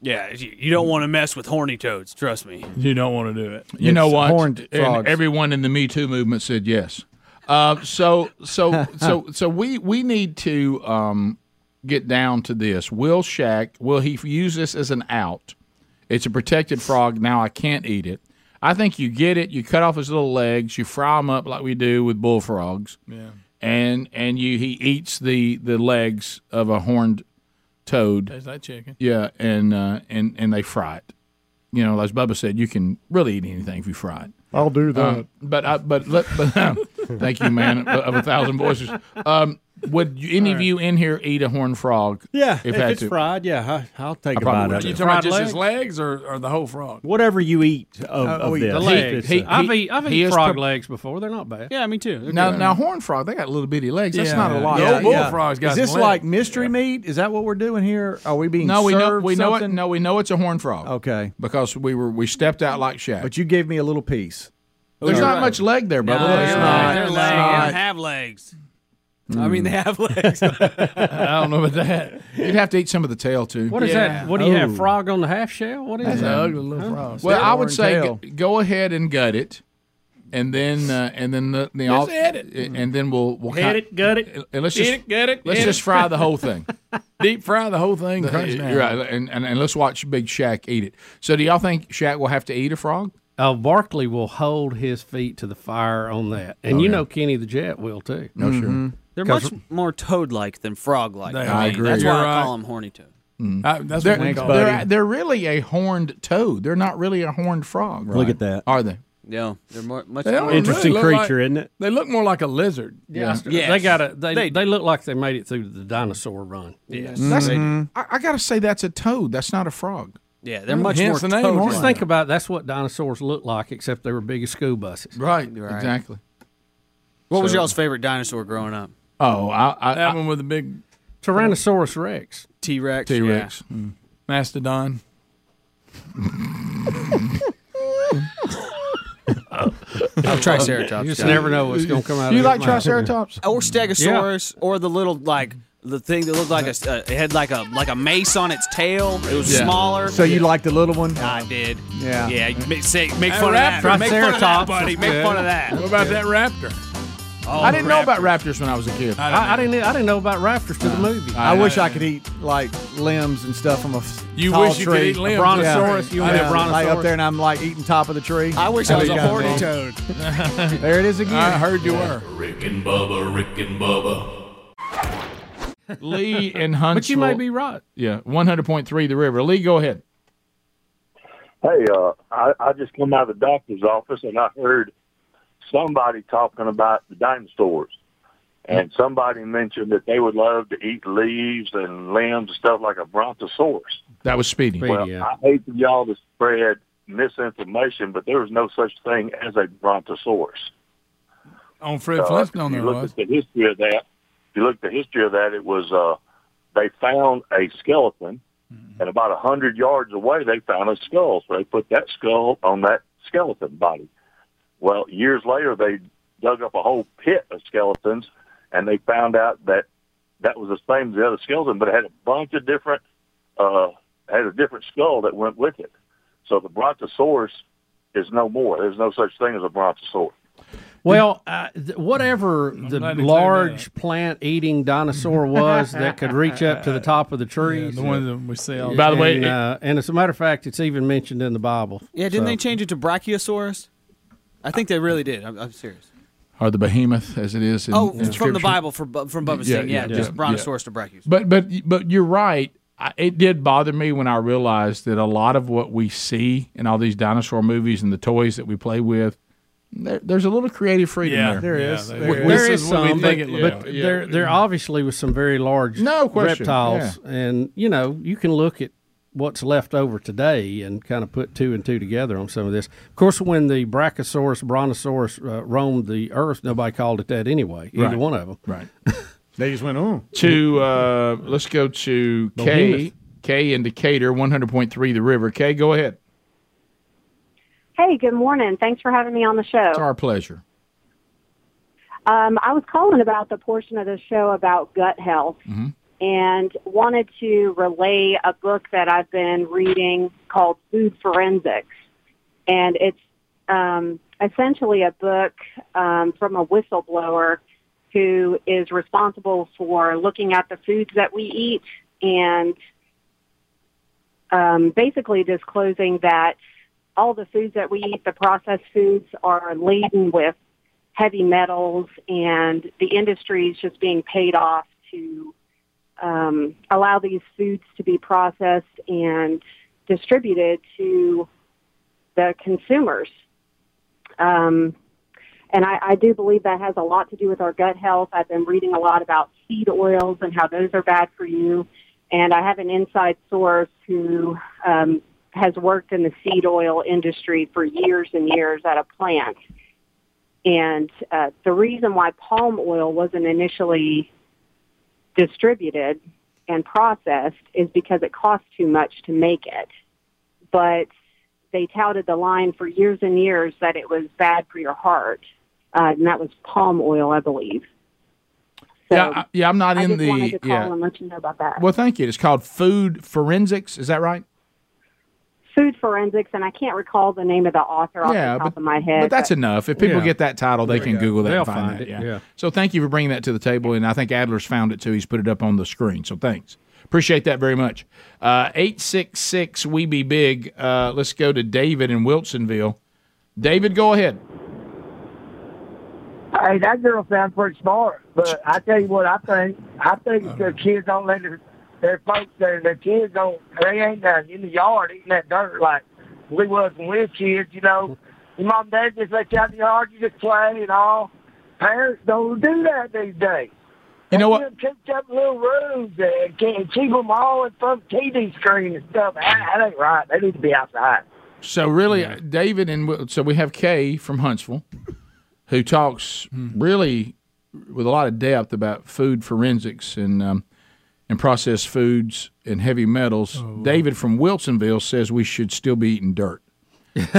Speaker 12: yeah, you, you don't want to mess with horny toads. Trust me.
Speaker 3: You don't want to do it.
Speaker 1: You know what? And
Speaker 12: frogs.
Speaker 1: everyone in the Me Too movement said yes. Uh, so so so so we we need to um, get down to this. Will Shaq? Will he use this as an out? It's a protected frog. Now I can't eat it. I think you get it. You cut off his little legs. You fry them up like we do with bullfrogs.
Speaker 3: Yeah.
Speaker 1: And and you he eats the the legs of a horned toad.
Speaker 3: There's that chicken.
Speaker 1: Yeah, and uh, and and they fry it. You know, as Bubba said, you can really eat anything if you fry it.
Speaker 18: I'll
Speaker 3: Uh,
Speaker 18: do that.
Speaker 1: Um, but I, but let, but thank you, man of a thousand voices. Um, would you, any of you in here eat a horned frog?
Speaker 7: Yeah,
Speaker 1: if,
Speaker 7: if,
Speaker 1: had
Speaker 7: it's
Speaker 1: to.
Speaker 7: fried, yeah, I, I'll take
Speaker 1: I
Speaker 7: a
Speaker 1: probably
Speaker 7: bite
Speaker 1: would
Speaker 7: of
Speaker 1: too.
Speaker 7: it.
Speaker 3: You talking about just his legs or, or the whole frog?
Speaker 7: Whatever you eat of,
Speaker 3: Uh,
Speaker 1: Oh,
Speaker 7: of
Speaker 3: we-
Speaker 7: this,
Speaker 3: the
Speaker 7: if
Speaker 3: legs.
Speaker 7: it's
Speaker 3: He-
Speaker 7: a-
Speaker 2: I've eat, I've
Speaker 1: he
Speaker 2: eaten
Speaker 1: is
Speaker 2: frog
Speaker 1: prep-
Speaker 2: legs before. They're not bad.
Speaker 12: Yeah, me too.
Speaker 1: Now, now horned frog, they got little bitty legs. That's not a lot.
Speaker 4: Yeah, yeah. Is this like mystery meat? Is that what we're doing here? Are we being
Speaker 1: No, we know
Speaker 4: served
Speaker 1: we know it.
Speaker 4: something?
Speaker 1: No, we know it's a horned frog.
Speaker 4: Okay,
Speaker 1: because we were we stepped out like Shaq.
Speaker 4: But you gave me a little piece.
Speaker 1: There's
Speaker 4: You're
Speaker 1: not
Speaker 4: right.
Speaker 1: much leg there, Bubba.
Speaker 4: No,
Speaker 1: There's
Speaker 4: you're
Speaker 1: not. Mm.
Speaker 4: right. They're
Speaker 12: They
Speaker 4: Not-
Speaker 12: have legs. I mean, they have legs.
Speaker 1: Hmm. I don't know about that. You'd have to eat some of the tail too.
Speaker 2: What is that? What do you have? Frog on the half shell? What is
Speaker 1: Oh. That's
Speaker 2: that?
Speaker 1: an ugly
Speaker 2: little
Speaker 3: frog.
Speaker 1: Well, I would say go, go ahead and gut it, and then uh, and then the, the
Speaker 3: Just
Speaker 1: off-
Speaker 3: add it.
Speaker 1: and then we'll we'll
Speaker 3: Add
Speaker 1: cut
Speaker 3: it, gut it.
Speaker 1: and let's
Speaker 3: Eat
Speaker 1: just
Speaker 3: it, gut it,
Speaker 1: Let's
Speaker 3: eat
Speaker 1: just
Speaker 3: it.
Speaker 1: fry the whole thing.
Speaker 3: Deep fry the eh, whole thing.
Speaker 1: You're
Speaker 3: crunch down.
Speaker 1: right, and, and and let's watch Big Shaq eat it. So, do y'all think Shaq will have to eat a frog?
Speaker 2: Oh, Barkley will hold his feet to the fire on that, and
Speaker 1: Oh,
Speaker 2: you
Speaker 1: yeah.
Speaker 2: know Kenny the Jet will too.
Speaker 1: No, sure. Mhm.
Speaker 12: They're
Speaker 2: 'Cause-
Speaker 12: much more toad-like than frog-like.
Speaker 2: They
Speaker 12: to
Speaker 2: are.
Speaker 12: me.
Speaker 2: I agree.
Speaker 12: That's
Speaker 2: You're
Speaker 12: why I
Speaker 2: right.
Speaker 12: call them horny toad.
Speaker 3: I- that's
Speaker 1: they're,
Speaker 3: what we call
Speaker 1: they're,
Speaker 3: it.
Speaker 1: they're really a horned toad. They're not really a horned frog.
Speaker 7: Look at that.
Speaker 1: Are they?
Speaker 12: Yeah, they're more, much
Speaker 3: They don't
Speaker 12: more
Speaker 7: Interesting
Speaker 3: really look
Speaker 7: creature,
Speaker 3: like-
Speaker 7: isn't it?
Speaker 3: They look more like a lizard.
Speaker 2: Yeah,
Speaker 3: Yes.
Speaker 2: they got a. They,
Speaker 3: They
Speaker 2: they look like they made it through the dinosaur run.
Speaker 1: Yes. That's- I, I gotta say that's a toad. That's not a frog.
Speaker 12: Yeah,
Speaker 2: they're
Speaker 1: much Hence more the name, toad-like.
Speaker 2: Just think about it, that's what dinosaurs look like, except they were big as school buses.
Speaker 1: Right, exactly.
Speaker 12: What was
Speaker 2: So-
Speaker 12: y'all's favorite dinosaur growing up?
Speaker 1: Oh, I, I,
Speaker 3: that one with the big
Speaker 2: Tyrannosaurus Rex,
Speaker 12: T Rex,
Speaker 1: T-Rex. Mm.
Speaker 3: mastodon.
Speaker 12: Oh, Triceratops.
Speaker 2: You just
Speaker 12: yeah.
Speaker 2: never know what's going to come out. of
Speaker 1: You
Speaker 2: his
Speaker 1: like
Speaker 2: mouth.
Speaker 1: Triceratops?
Speaker 12: or Stegosaurus, or the little like the thing that looked like a uh, it had like a like a mace on its tail. It was
Speaker 4: Yeah.
Speaker 12: smaller.
Speaker 4: So you like the little one?
Speaker 12: I did.
Speaker 4: Yeah.
Speaker 12: Yeah. you Make, say, make
Speaker 3: That
Speaker 12: fun of
Speaker 3: raptor.
Speaker 12: that. Make fun of that,
Speaker 3: Triceratops.
Speaker 12: buddy. Make
Speaker 3: Yeah.
Speaker 12: fun of that.
Speaker 3: What about that raptor?
Speaker 12: Oh,
Speaker 1: I didn't know
Speaker 12: crap.
Speaker 1: about raptors when I was a kid.
Speaker 3: I
Speaker 2: I, I didn't. I didn't know about raptors to the movie.
Speaker 4: I, wish I could eat like limbs and stuff from a f-
Speaker 3: You
Speaker 4: tall
Speaker 3: wish you could
Speaker 4: tree.
Speaker 3: eat limbs. A brontosaurus, you
Speaker 4: I
Speaker 3: and a
Speaker 4: know, Like up
Speaker 3: brontosaurus.
Speaker 4: there, and I'm like eating top of the tree.
Speaker 12: I wish I was a horny toad.
Speaker 4: There it is again.
Speaker 3: I heard you were.
Speaker 5: Rick and Bubba, Rick and Bubba.
Speaker 1: Lee and Huntsville.
Speaker 2: But you may be right.
Speaker 1: Yeah, one hundred point three. The river. Lee, go ahead.
Speaker 19: Hey, uh, I, I just come out of the doctor's office and I heard somebody talking about the dinosaurs. And somebody mentioned that they would love to eat leaves and limbs and stuff like a brontosaurus.
Speaker 1: That was Speedy.
Speaker 19: well, I hate for y'all to spread misinformation, but there was no such thing as a brontosaurus.
Speaker 3: On Fred
Speaker 19: Uh,
Speaker 3: Flintstone,
Speaker 19: if
Speaker 3: there
Speaker 19: you
Speaker 3: was.
Speaker 19: look at the history of that, if you look at the history of that, it was uh, they found a skeleton,
Speaker 3: Mm-hmm.
Speaker 19: and about a hundred yards away, they found a skull. So they put that skull on that skeleton body. Well, years later, they dug up a whole pit of skeletons, and they found out that that was the same as the other skeleton, but it had a bunch of different uh, had a different skull that went with it. So the brontosaurus is no more. There's no such thing as a brontosaurus.
Speaker 2: Well, uh, th- whatever the
Speaker 3: glad you cleared
Speaker 2: large plant eating dinosaur was that could reach up to the top of the trees.
Speaker 3: the one that we sell.
Speaker 2: And,
Speaker 3: By the way, it-
Speaker 2: uh, and as a matter of fact, it's even mentioned in the Bible.
Speaker 12: Yeah, didn't
Speaker 2: So-
Speaker 12: they change it to Brachiosaurus? I think they really did. I'm, I'm serious.
Speaker 1: Or the behemoth, as it is. In,
Speaker 12: oh,
Speaker 1: in
Speaker 12: from the
Speaker 1: Scripture.
Speaker 12: Bible for Bu- from Bubba Singh. Yeah, just Brontosaurus to Brachiosaurus.
Speaker 1: But but but you're right. I, it did bother me when I realized that a lot of what we see in all these dinosaur movies and the toys that we play with, there, there's a little creative freedom
Speaker 2: Yeah,
Speaker 1: there.
Speaker 2: there is.
Speaker 1: We- we-
Speaker 2: there is some, but,
Speaker 1: but
Speaker 2: but there there obviously was some very large
Speaker 1: No question,
Speaker 2: reptiles, and you know you can look at what's left over today and kind of put two and two together on some of this. Of course, when the Brachiosaurus, Brontosaurus uh, roamed the earth, nobody called it that anyway. Either
Speaker 1: Right.
Speaker 2: one of them, right?
Speaker 1: They just went on to uh, let's go to K
Speaker 2: Behemoth.
Speaker 1: K in Decatur, one hundred point three, the river. K, go ahead.
Speaker 6: Hey, good morning. Thanks for having me on the show.
Speaker 1: It's our pleasure.
Speaker 6: Um, I was calling about the portion of the show about gut health and wanted to relay a book that I've been reading called Food Forensics. And it's um, essentially a book um, from a whistleblower who is responsible for looking at the foods that we eat and um, basically disclosing that all the foods that we eat, the processed foods, are laden with heavy metals, and the industry is just being paid off to um, allow these foods to be processed and distributed to the consumers. Um, and I, I do believe that has a lot to do with our gut health. I've been reading a lot about seed oils and how those are bad for you. And I have an inside source who um, has worked in the seed oil industry for years and years at a plant. And uh, the reason why palm oil wasn't initially distributed and processed is because it cost too much to make it. But they touted the line for years and years that it was bad for your heart, uh, and that was palm oil, I believe.
Speaker 1: yeah, I, yeah, I'm not
Speaker 6: I
Speaker 1: in
Speaker 6: just
Speaker 1: the
Speaker 6: wanted to call
Speaker 1: yeah.
Speaker 6: and let you know about that.
Speaker 1: Well, thank you. It's called Food Forensics. Is that right?
Speaker 6: Food forensics, and I can't recall the name of the author off
Speaker 1: Yeah,
Speaker 6: the top of my head.
Speaker 1: But that's enough. If people
Speaker 6: Yeah.
Speaker 1: get that title, they
Speaker 2: There
Speaker 1: can
Speaker 2: we go.
Speaker 1: Google that
Speaker 2: They'll
Speaker 1: and find,
Speaker 2: find it,
Speaker 1: that. Yeah.
Speaker 2: yeah.
Speaker 1: So thank you for bringing that to the table, and I think Adler's found it too. He's put it up on the screen. So thanks. Appreciate that very much. Uh, Eight six six we be big. Uh, let's go to David in Wilsonville. David, go ahead.
Speaker 20: Hey, that girl sounds pretty smart, but I tell you what, I think I
Speaker 1: Uh-huh.
Speaker 20: think the kids don't let their, their folks, their, their kids don't, they ain't uh, in the yard eating that dirt like we was when we was kids, you know.
Speaker 1: Mm-hmm.
Speaker 20: Your mom and dad just let you out in the yard, you just play and all. Parents don't do that these days.
Speaker 1: You know
Speaker 20: what? Picked up little rooms and, can- and keep them all in front of TV screen and stuff. That, that ain't right. They need to be outside.
Speaker 1: So really, uh, David and Wil- so we have Kay from Huntsville, who talks
Speaker 2: Hmm.
Speaker 1: really with a lot of depth about food forensics and um, and processed foods and heavy metals.
Speaker 2: Oh,
Speaker 1: David from Wilsonville says we should still be eating dirt.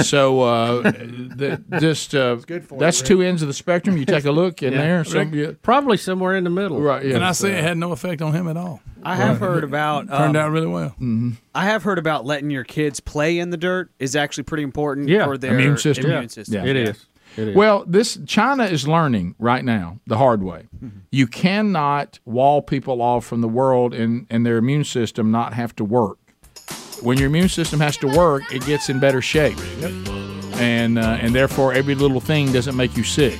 Speaker 1: so uh, th- just uh, that's two ends of the spectrum. You take a look in
Speaker 2: Yeah.
Speaker 1: there. Some,
Speaker 2: Rick, probably somewhere in the middle,
Speaker 1: right? Yeah.
Speaker 3: and I say it had no effect on him at all.
Speaker 12: I have heard about um,
Speaker 3: Turned out really well.
Speaker 1: Mm-hmm.
Speaker 12: I have heard about letting your kids play in the dirt is actually pretty important for their
Speaker 1: immune system.
Speaker 12: immune system.
Speaker 2: It is.
Speaker 1: Well, this China is learning right now the hard way.
Speaker 2: Mm-hmm.
Speaker 1: You cannot wall people off from the world and, and their immune system not have to work. When your immune system has to work, it gets in better shape, and uh, and therefore every little thing doesn't make you sick.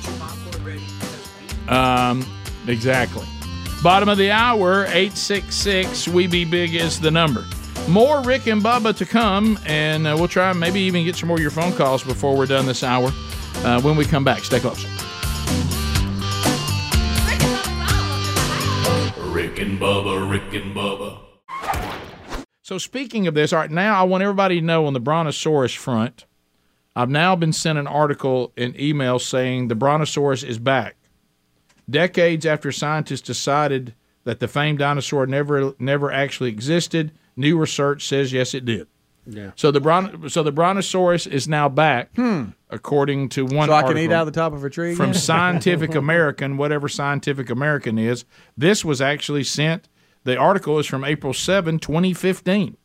Speaker 1: Um, exactly. Bottom of the hour, 866 We Be Big is the number. More Rick and Bubba to come, and uh, we'll try and maybe even get some more of your phone calls before we're done this hour uh, when we come back. Stay close.
Speaker 5: Rick and Bubba, Rick and Bubba.
Speaker 1: So, speaking of this, all right, now I want everybody to know on the Brontosaurus front, I've now been sent an article in email saying the Brontosaurus is back. Decades after scientists decided that the famed dinosaur never never actually existed, new research says yes, it did.
Speaker 2: Yeah.
Speaker 1: So the bron- so the Brontosaurus is now back, according to one.
Speaker 4: Hmm. so I can eat
Speaker 1: article
Speaker 4: out of the top of a tree
Speaker 1: from
Speaker 4: again?
Speaker 1: Scientific American, whatever Scientific American is. This was actually sent. The article is from April 7, 2015.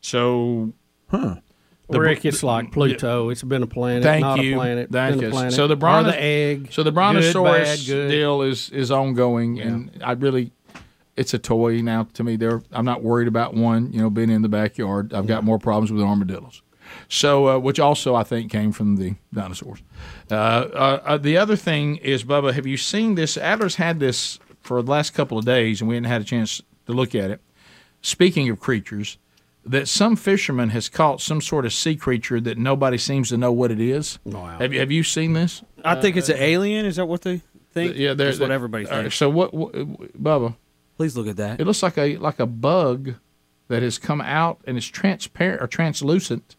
Speaker 1: So
Speaker 2: The,
Speaker 1: Rick,
Speaker 2: Rick, it's like Pluto. It's been a planet,
Speaker 1: Thank
Speaker 2: not
Speaker 1: you.
Speaker 2: a planet,
Speaker 1: Thank
Speaker 2: been
Speaker 1: you.
Speaker 2: a planet.
Speaker 1: So the
Speaker 2: or
Speaker 1: brontosaurus
Speaker 2: the egg.
Speaker 1: So the
Speaker 2: Good,
Speaker 1: brontosaurus
Speaker 2: bad, good.
Speaker 1: deal is is ongoing, and I really, it's a toy now to me. There, I'm not worried about one. You know, being in the backyard, I've got more problems with armadillos. So, uh, which also I think came from the dinosaurs. Uh, uh, uh, the other thing is, Bubba, have you seen this? Adler's had this for the last couple of days, and we hadn't had a chance to look at it. Speaking of creatures, that some fisherman has caught some sort of sea creature that nobody seems to know what it is. Wow. Have, you- have you seen this?
Speaker 12: I think it's an alien. Is that what they think?
Speaker 1: Yeah, there's
Speaker 12: That's what everybody
Speaker 1: all right,
Speaker 12: thinks.
Speaker 1: so what, what, Bubba?
Speaker 12: Please look at that.
Speaker 1: It looks like a like a bug that has come out and is transparent or translucent.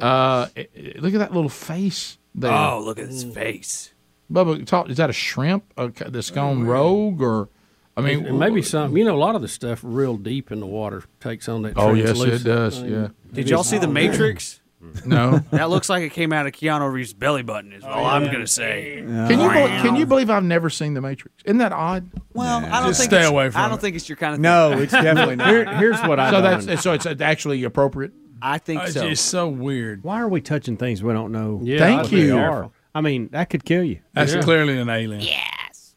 Speaker 1: Uh, it- it- look at that little face there.
Speaker 12: Mm-hmm.
Speaker 1: Mm.
Speaker 12: Oh, look at his face.
Speaker 1: Bubba, talk, is that a shrimp uh, that's gone rogue or? I mean,
Speaker 2: And maybe some. You know, a lot of the stuff real deep in the water takes on that.
Speaker 1: Oh, yes, it
Speaker 2: translucent
Speaker 1: does,
Speaker 2: thing.
Speaker 1: yeah.
Speaker 12: Did y'all see the Matrix?
Speaker 1: No.
Speaker 12: that looks like it came out of Keanu Reeves' belly button. Is all I'm gonna say.
Speaker 1: Can you bel- can you believe I've never seen The Matrix? Isn't that odd?
Speaker 12: Well, I don't
Speaker 1: Just
Speaker 12: think
Speaker 1: stay
Speaker 12: it's-
Speaker 1: away from
Speaker 12: I don't
Speaker 1: it.
Speaker 12: think it's your kind of. thing.
Speaker 3: Here- here's what I
Speaker 1: so
Speaker 3: done.
Speaker 1: that's so it's actually appropriate.
Speaker 12: I think
Speaker 3: It's just so weird.
Speaker 7: Why are we touching things we don't know?
Speaker 3: Yeah, Thank
Speaker 7: what
Speaker 3: you.
Speaker 7: they are? I mean, that could kill you.
Speaker 3: That's clearly an alien.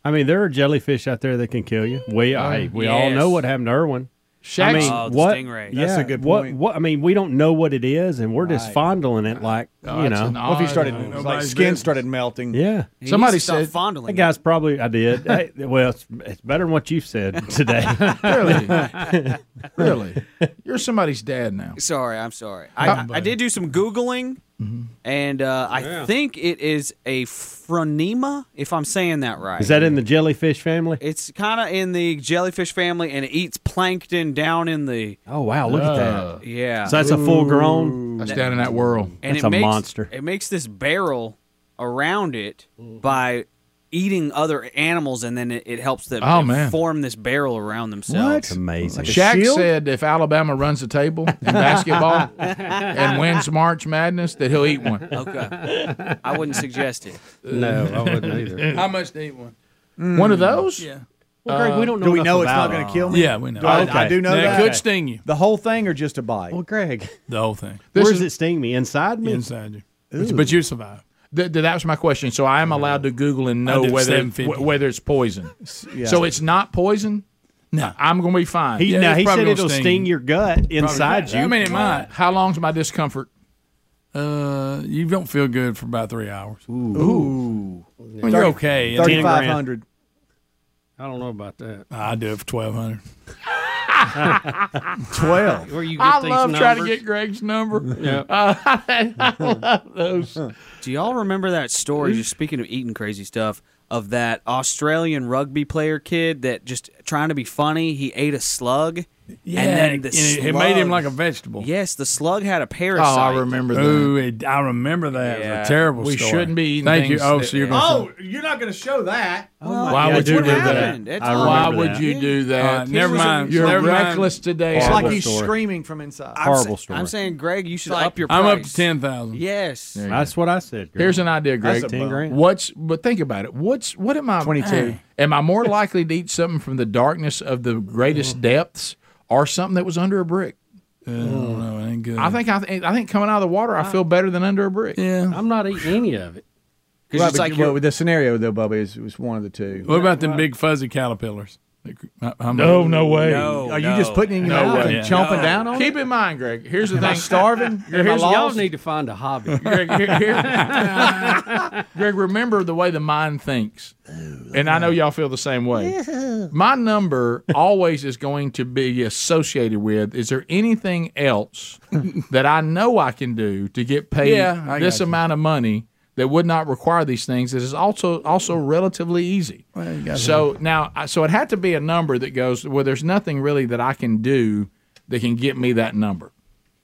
Speaker 7: I mean, there are jellyfish out there that can kill you. We, I, we all know
Speaker 3: Uh, yes.
Speaker 7: what happened to Irwin. I
Speaker 3: Shaq-
Speaker 7: mean,
Speaker 3: Oh, the
Speaker 7: what?
Speaker 3: stingray.
Speaker 7: Yeah,
Speaker 3: That's a good
Speaker 7: what,
Speaker 3: point.
Speaker 7: What? I mean, we don't know what it is, and we're just
Speaker 3: Right.
Speaker 7: fondling it like
Speaker 3: Oh,
Speaker 7: you
Speaker 3: that's
Speaker 7: know.
Speaker 3: an What if he odd started- one. like, Nobody's skin business.
Speaker 7: started melting? Yeah.
Speaker 3: He Somebody needs to stop said- fondling
Speaker 7: that guy's probably. I did. Hey, well, it's, it's better than what you've said today.
Speaker 1: really, really. You're somebody's dad now.
Speaker 12: Sorry, I'm sorry. I, I did do some googling,
Speaker 1: Mm-hmm.
Speaker 12: and uh, I
Speaker 7: Yeah.
Speaker 12: think it is a phronema, if I'm saying that right.
Speaker 7: Is that in the jellyfish family?
Speaker 12: It's kind of in the jellyfish family, and it eats plankton down in the.
Speaker 7: Oh wow! Look at that.
Speaker 12: Yeah.
Speaker 7: So that's a full grown.
Speaker 1: That's down in that world.
Speaker 12: And
Speaker 7: that's
Speaker 12: it
Speaker 7: a
Speaker 12: makes,
Speaker 7: monster.
Speaker 12: It makes this barrel around it by eating other animals, and then it, it helps them
Speaker 1: Oh, man.
Speaker 12: form this barrel around themselves.
Speaker 7: amazing.
Speaker 1: Shaq said if Alabama runs the table in basketball and wins March Madness, that he'll eat one.
Speaker 12: Okay. I wouldn't suggest it.
Speaker 2: No, I wouldn't either.
Speaker 3: How much do you eat one?
Speaker 1: Uh, One of those? Uh,
Speaker 3: Yeah.
Speaker 4: Well, Greg, we don't know Do we enough know it's about not gonna it. kill me?
Speaker 3: uh, Yeah, we know.
Speaker 4: Do I- I do know
Speaker 3: It
Speaker 4: that.
Speaker 3: could sting you.
Speaker 4: The whole thing or just a bite? Well,
Speaker 7: Greg.
Speaker 3: The whole thing.
Speaker 7: Where does it sting me? Inside me?
Speaker 3: Inside you. But- But you survive.
Speaker 1: Th- th- that was my question. So I am allowed to Google and know
Speaker 3: I did
Speaker 1: whether
Speaker 3: 750.
Speaker 1: wh- whether it's poison.
Speaker 3: yeah.
Speaker 1: So it's not poison. No, I'm going to be fine.
Speaker 7: He, now, he said it'll sting, your gut inside you.
Speaker 3: I mean, it might.
Speaker 1: How long's my discomfort?
Speaker 3: Uh, you don't feel good for about three hours. Ooh, I mean,
Speaker 2: Thirty-
Speaker 3: you're okay.
Speaker 2: 3,500. I don't know about that.
Speaker 3: I do it for twelve hundred.
Speaker 2: Twelve. Where you
Speaker 3: Oh,
Speaker 2: get
Speaker 1: I
Speaker 2: these
Speaker 1: love trying to
Speaker 2: numbers.
Speaker 1: get Greg's number.
Speaker 2: Yeah.
Speaker 1: Uh, I love those.
Speaker 12: Do y'all remember that story? Just speaking of eating crazy stuff, of that Australian rugby player kid that just trying to be funny, he ate a slug.
Speaker 3: Yeah,
Speaker 12: and then the
Speaker 3: and it- it made him
Speaker 12: slug-
Speaker 3: like a vegetable.
Speaker 12: Yes, the slug
Speaker 1: Oh,
Speaker 12: had a parasite.
Speaker 3: Ooh, it- I remember that. It
Speaker 12: Yeah.
Speaker 3: was a terrible
Speaker 12: We
Speaker 3: story.
Speaker 12: shouldn't be eating
Speaker 3: Thank you.
Speaker 12: things
Speaker 3: Oh,
Speaker 12: that-
Speaker 3: so you're going
Speaker 4: Oh, you're not going to show that.
Speaker 1: Why would you do that? Why would you do
Speaker 3: All
Speaker 1: that?
Speaker 3: right, never mind.
Speaker 1: You're
Speaker 3: Never mind.
Speaker 1: reckless today.
Speaker 3: It's
Speaker 1: Adler.
Speaker 3: like you
Speaker 7: story.
Speaker 4: Screaming from inside.
Speaker 1: I'm Horrible sa-
Speaker 12: I'm
Speaker 1: story.
Speaker 12: saying, Greg, you should up your price.
Speaker 3: I'm up to ten thousand.
Speaker 12: Yes.
Speaker 1: There you
Speaker 7: That's what I said. Greg.
Speaker 1: Here's an idea, Greg.
Speaker 7: That's a Ten bum. grand.
Speaker 1: What's but think about it. What's what am I?
Speaker 3: 22.
Speaker 1: Am I more likely to eat something from the darkness of the
Speaker 7: Mm.
Speaker 1: greatest depths, or something that was under a brick?
Speaker 3: Uh, I don't know. It ain't good.
Speaker 1: I think I, th- I think coming out of the water, I feel better than under a brick.
Speaker 3: Yeah,
Speaker 2: I'm not eating any of it.
Speaker 4: Right, but you- well, the scenario though, Bubba, is was one of the two.
Speaker 3: What about them big fuzzy caterpillars? How- how
Speaker 1: No,
Speaker 3: much-
Speaker 1: no way. No,
Speaker 4: Are you just putting it in your
Speaker 3: No
Speaker 4: mouth
Speaker 3: way.
Speaker 4: and chomping down on
Speaker 1: Keep in mind, Greg. Here's the
Speaker 4: Am
Speaker 1: thing.
Speaker 4: I starving?
Speaker 1: Here's-
Speaker 4: Am I lost?
Speaker 2: Y'all need to find a hobby.
Speaker 1: Greg, here- here- Greg, remember the way the mind thinks. And I know y'all feel the same way. My number always is going to be associated with is there anything else that I know I can do to get paid
Speaker 3: Yeah, I
Speaker 1: this
Speaker 3: got you.
Speaker 1: amount of money that would not require these things that is also also relatively easy. So now, I- so it had to be a number that goes well. There's nothing really that I can do that can get me that number.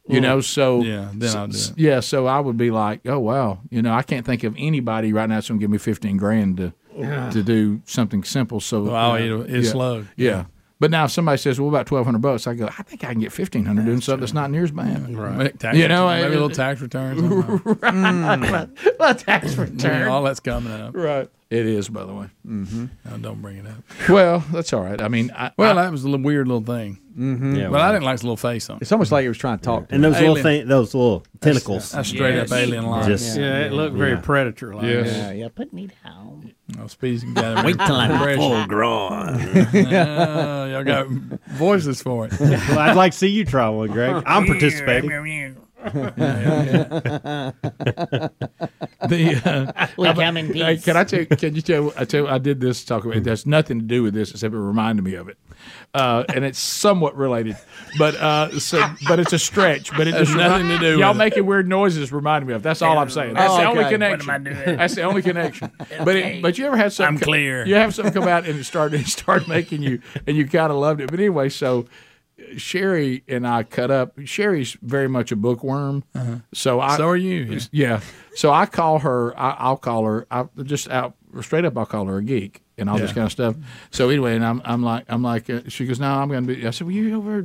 Speaker 1: You
Speaker 3: Mm.
Speaker 1: know, so
Speaker 3: Yeah, then
Speaker 1: so-
Speaker 3: I'll do it.
Speaker 1: Yeah, so I would be like, oh wow, you know, I can't think of anybody right now that's gonna give me fifteen grand to
Speaker 3: Yeah.
Speaker 1: to do something simple. So
Speaker 3: Well, I'll
Speaker 1: you know,
Speaker 3: eat a- it's
Speaker 1: yeah,
Speaker 3: slug.
Speaker 1: Yeah.
Speaker 3: Yeah.
Speaker 1: But now if somebody says, "Well, about twelve hundred bucks," I go, "I think I can get fifteen hundred doing something that's not near as bad."
Speaker 3: Make Tax
Speaker 1: You know,
Speaker 3: return-
Speaker 1: I-
Speaker 3: maybe a little tax returns. I don't know.
Speaker 1: Well, tax
Speaker 3: Yeah,
Speaker 1: return.
Speaker 3: all that's coming up.
Speaker 1: Right. It is, by the way.
Speaker 3: Mm-hmm. don't bring it up.
Speaker 1: Well, that's all right. I mean, I,
Speaker 3: Well,
Speaker 1: I-
Speaker 3: that was a little weird little thing.
Speaker 4: Mm-hmm.
Speaker 3: but I didn't like his little face on it.
Speaker 4: It's almost like he was trying to talk. To
Speaker 3: And
Speaker 4: him.
Speaker 3: those little Alien. thing-
Speaker 7: those little
Speaker 3: That's- that's straight up alien line.
Speaker 4: Just-
Speaker 2: yeah, it looked very
Speaker 3: yeah.
Speaker 2: predator like.
Speaker 3: Yes. Yeah,
Speaker 2: yeah, put me
Speaker 3: No, Speedy's got
Speaker 2: Wait till I'm
Speaker 7: full grown.
Speaker 3: Uh, y'all got voices for it.
Speaker 7: well, I'd like to see you try one, Greg. I'm participating.
Speaker 3: Yeah, yeah, yeah.
Speaker 1: the, uh,
Speaker 3: Like,
Speaker 1: how
Speaker 3: I'm in
Speaker 1: about- hey,
Speaker 3: peace.
Speaker 1: Can I tell? Can you tell? I tell. I did this talk about. It has nothing to do with this except it reminded me of it, uh, and it's somewhat related. But uh, so, but it's a stretch. But it
Speaker 3: Has
Speaker 1: just
Speaker 3: nothing to do
Speaker 1: Y'all
Speaker 3: with it.
Speaker 1: making weird noises reminded me of. That's all I'm saying. That's
Speaker 3: Oh,
Speaker 1: the only
Speaker 3: okay.
Speaker 1: connection.
Speaker 3: What am I doing?
Speaker 1: That's the only connection. But it, but you ever had something?
Speaker 3: I'm clear.
Speaker 1: You have something come out and it started it started making you and you kind of loved it. But anyway, so. Sherry and I cut up. Sherry's very much a bookworm, so I
Speaker 3: So are you,
Speaker 1: Yeah. So I call her. I, I'll call her. I just out straight up. I'll call her a geek and all this
Speaker 3: Yeah.
Speaker 1: kind of stuff. So anyway, and I'm I'm like I'm like uh, she goes. No, I'm going to be. I said, well, you over?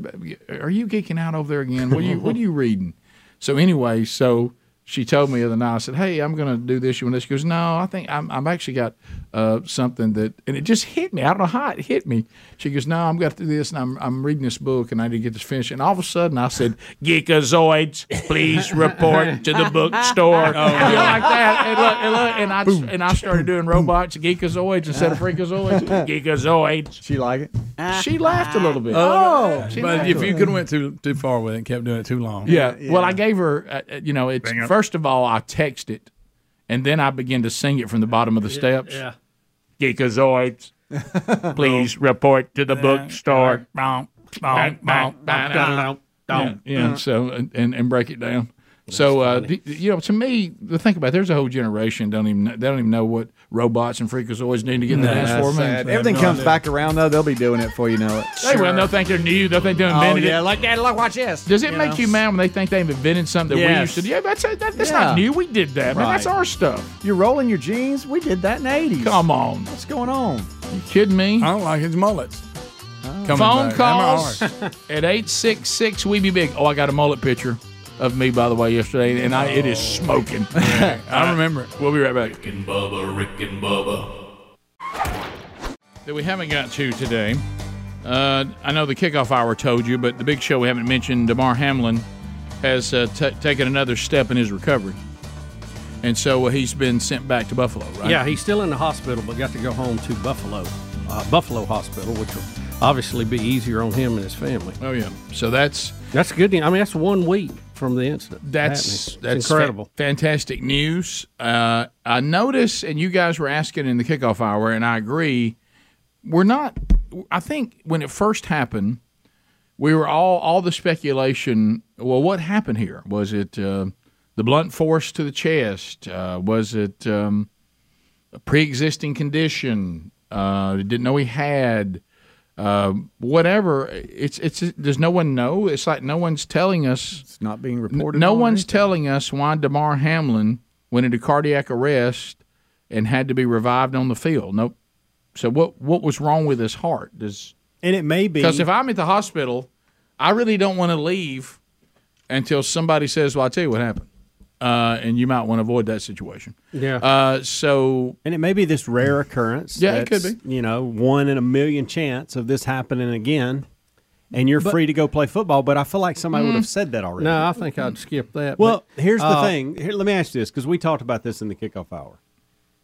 Speaker 1: Are you geeking out over there again? What are you What are you reading? So anyway, so she told me the other night. I said, hey, I'm going to do this. You want this? She goes, no, I think I'm I'm actually got uh, something that and it just hit me. I don't know how it hit me. She goes, no, I'm got to do this and I'm I'm reading this book and I need to get this finished. And all of a sudden, I said, geekazoids, please report to the bookstore.
Speaker 5: Oh,
Speaker 1: You know,
Speaker 5: yeah.
Speaker 1: like that. And, look, and, look, and I and I started doing robots, geekazoids instead of freakazoids. Geekazoids.
Speaker 4: She like
Speaker 1: it. She laughed a little bit.
Speaker 3: Oh,
Speaker 1: Uh, She
Speaker 3: but
Speaker 1: laughed
Speaker 3: if
Speaker 1: a
Speaker 3: you could
Speaker 1: little bit.
Speaker 3: have went too too far with it, kept doing it too long.
Speaker 1: Yeah. Well, I gave her, uh, uh, you know, it's
Speaker 3: Bring it.
Speaker 1: first of all, I text it, and then I begin to sing it from the bottom of the steps.
Speaker 3: yeah.
Speaker 1: Geekazoids, please report to the bookstore. Bonk, bonk, bonk, bonk. Yeah,
Speaker 4: Uh-huh.
Speaker 1: yeah, so and, and and break it down. so uh, d you know, to me, the think about it, there's a whole generation don't even they don't even know what robots and freakazoids need to get in the
Speaker 4: Nah,
Speaker 1: dance
Speaker 4: that's
Speaker 1: floor. man.
Speaker 4: sad. Everything comes back around though. They'll be doing it before you know it.
Speaker 1: They will. They'll think they're new. They'll think they
Speaker 4: Oh,
Speaker 1: invented
Speaker 4: yeah,
Speaker 1: it.
Speaker 4: like
Speaker 1: that. Like watch this. Does it
Speaker 4: You
Speaker 1: make
Speaker 4: know?
Speaker 1: you mad when they think they've invented something that we
Speaker 4: Yes.
Speaker 1: used to do? Yeah, that's that, that's
Speaker 4: Yeah.
Speaker 1: not new. We did that. Man,
Speaker 4: Right.
Speaker 1: that's our stuff.
Speaker 4: You're rolling your jeans. We did that in the '80s.
Speaker 1: Come on.
Speaker 4: What's going on?
Speaker 1: You kidding me? I
Speaker 3: don't like his mullets. Coming
Speaker 1: Phone
Speaker 3: back.
Speaker 1: calls
Speaker 3: Them
Speaker 1: at eight six six. We be big. Oh, I got a mullet picture of me by the way yesterday, and I it is
Speaker 3: Oh.
Speaker 1: smoking. I remember it. We'll be right back.
Speaker 5: Rick and Bubba, Rick and Bubba.
Speaker 1: that we haven't got to today. Uh, I know the kickoff hour told you, but the big show we haven't mentioned, Damar Hamlin, has uh, t- taken another step in his recovery. And so uh, he's been sent back to Buffalo, right?
Speaker 2: Yeah, he's still in the hospital, but got to go home to Buffalo, uh, Buffalo Hospital, which will obviously be easier on him and his family.
Speaker 1: Oh yeah, so that's
Speaker 2: that's good. news. I mean, that's one week from the incident.
Speaker 1: That's
Speaker 2: happening. It's
Speaker 1: that's
Speaker 2: incredible.
Speaker 1: fa- fantastic news. Uh, I notice, and you guys were asking in the kickoff hour, and I agree. We're not. I think when it first happened, we were all all the speculation. Well, what happened here? Was it uh, the blunt force to the chest? Uh, was it um, a pre-existing condition? Uh, didn't know he had um, whatever. It's it's does no one know? It's like no one's telling us. It's
Speaker 4: not being reported.
Speaker 1: No
Speaker 4: on
Speaker 1: one's telling us why Damar Hamlin went into cardiac arrest and had to be revived on the field. Nope. So what what was wrong with his heart? Does
Speaker 7: and it may be
Speaker 1: because if I'm at the hospital, I really don't want to leave until somebody says, "Well, I'll tell you what happened," uh, and you might want to avoid that situation.
Speaker 2: Yeah.
Speaker 1: Uh, so
Speaker 7: and it may be this rare occurrence.
Speaker 1: Yeah, it
Speaker 7: that's,
Speaker 1: could
Speaker 7: You know, one in a million chance of this happening again, and you're
Speaker 2: But-
Speaker 7: free to go play football. But I feel like somebody would
Speaker 2: Mm.
Speaker 7: have said that already.
Speaker 2: No, I think I'd skip that.
Speaker 7: Well,
Speaker 2: but,
Speaker 7: here's the
Speaker 2: uh,
Speaker 7: thing. Here, let me ask you this because we talked about this in the kickoff hour.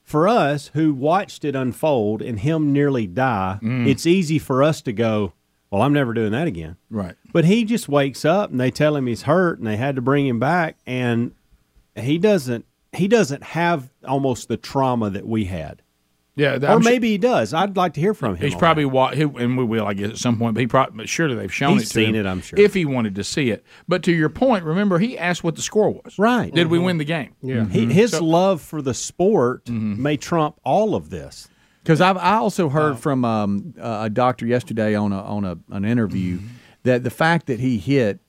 Speaker 7: For us who watched it unfold and him nearly die,
Speaker 1: Mm.
Speaker 7: it's easy for us to go, "Well, I'm never doing that again."
Speaker 1: Right.
Speaker 7: But he just wakes up and they tell him he's hurt and they had to bring him back and he doesn't he doesn't have almost the trauma that we had.
Speaker 1: Yeah,
Speaker 7: or maybe he does. I'd like to hear from him.
Speaker 1: He's
Speaker 7: on
Speaker 1: probably wa- he, and we will, I guess, at some point. But he probably surely they've shown
Speaker 7: He's
Speaker 1: it. To
Speaker 7: seen
Speaker 1: him
Speaker 7: it, I'm sure.
Speaker 1: If he wanted to see it, but to your point, remember he asked what the score was.
Speaker 7: Right?
Speaker 1: Did we win the game?
Speaker 7: Yeah. He,
Speaker 4: Mm-hmm.
Speaker 7: his
Speaker 1: So-
Speaker 7: love for the sport may trump all of this. Uh,
Speaker 4: Because Mm-hmm. I've I also heard from um, a a doctor yesterday on a on a, an interview
Speaker 7: Mm-hmm.
Speaker 4: that the fact that he hit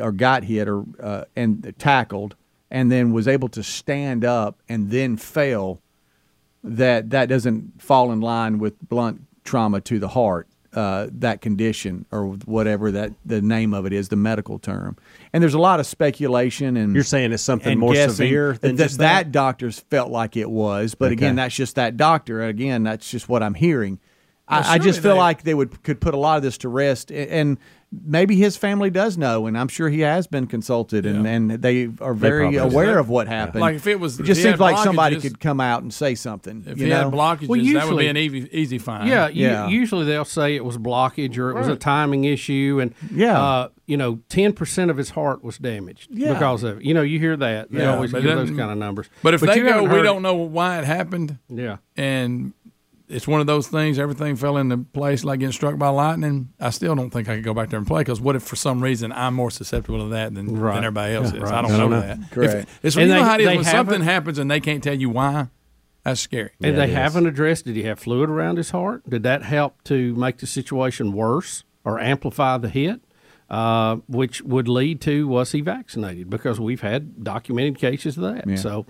Speaker 4: or got hit or uh, and tackled and then was able to stand up and then fell that that doesn't fall in line with blunt trauma to the heart uh, that condition or whatever that the name of it is, the medical term. And there's a lot of speculation and
Speaker 7: You're saying it's something
Speaker 4: and
Speaker 7: more
Speaker 4: guessing
Speaker 7: severe than
Speaker 4: that,
Speaker 7: just that?
Speaker 4: that doctor's felt like it was. But
Speaker 7: Okay.
Speaker 4: again, that's just that doctor. Again, that's just what I'm hearing.
Speaker 3: Well,
Speaker 4: I, I just
Speaker 3: surely
Speaker 4: feel
Speaker 3: they-
Speaker 4: like they would could put a lot of this to rest, A- and maybe his family does know, and I'm sure he has been consulted, and, and they are very
Speaker 3: probably do.
Speaker 4: aware of what happened.
Speaker 3: Like, if it was-
Speaker 4: it
Speaker 3: if
Speaker 4: just
Speaker 3: he had
Speaker 4: seems like somebody
Speaker 3: blockages-
Speaker 4: could come out and say something.
Speaker 3: If
Speaker 4: you
Speaker 3: he
Speaker 4: know?
Speaker 3: had blockages, that would be an easy, easy fine.
Speaker 2: Yeah, u- usually they'll say it was blockage or it was a
Speaker 3: Right.
Speaker 2: timing issue, and
Speaker 4: yeah,
Speaker 2: uh, you know, ten percent of his heart was damaged
Speaker 3: Yeah.
Speaker 2: because of you know you hear that they
Speaker 3: Yeah,
Speaker 2: always
Speaker 3: but
Speaker 2: give those
Speaker 3: then-
Speaker 2: kind of numbers.
Speaker 3: But if they
Speaker 2: you
Speaker 3: go,
Speaker 2: haven't
Speaker 3: we
Speaker 2: heard-
Speaker 3: don't know why it happened.
Speaker 2: Yeah.
Speaker 3: And it's one of those things. Everything fell into place like getting struck by lightning. I still don't think I could go back there and play because what if for some reason I'm more susceptible to that than,
Speaker 2: Right.
Speaker 3: than everybody else
Speaker 2: Yeah,
Speaker 3: is?
Speaker 2: right.
Speaker 3: I don't
Speaker 2: I
Speaker 3: know,
Speaker 2: don't know.
Speaker 3: that. If-
Speaker 2: Correct.
Speaker 3: it's
Speaker 2: And
Speaker 3: you know
Speaker 2: they-
Speaker 3: how it is
Speaker 2: they
Speaker 3: when something
Speaker 2: haven't-
Speaker 3: happens and they can't tell you why. That's scary.
Speaker 2: And they haven't addressed. Did he have fluid around his heart? Did that help to make the situation worse or amplify the hit? Uh, which would lead to was he vaccinated? Because we've had documented cases of that.
Speaker 4: Yeah.
Speaker 2: So,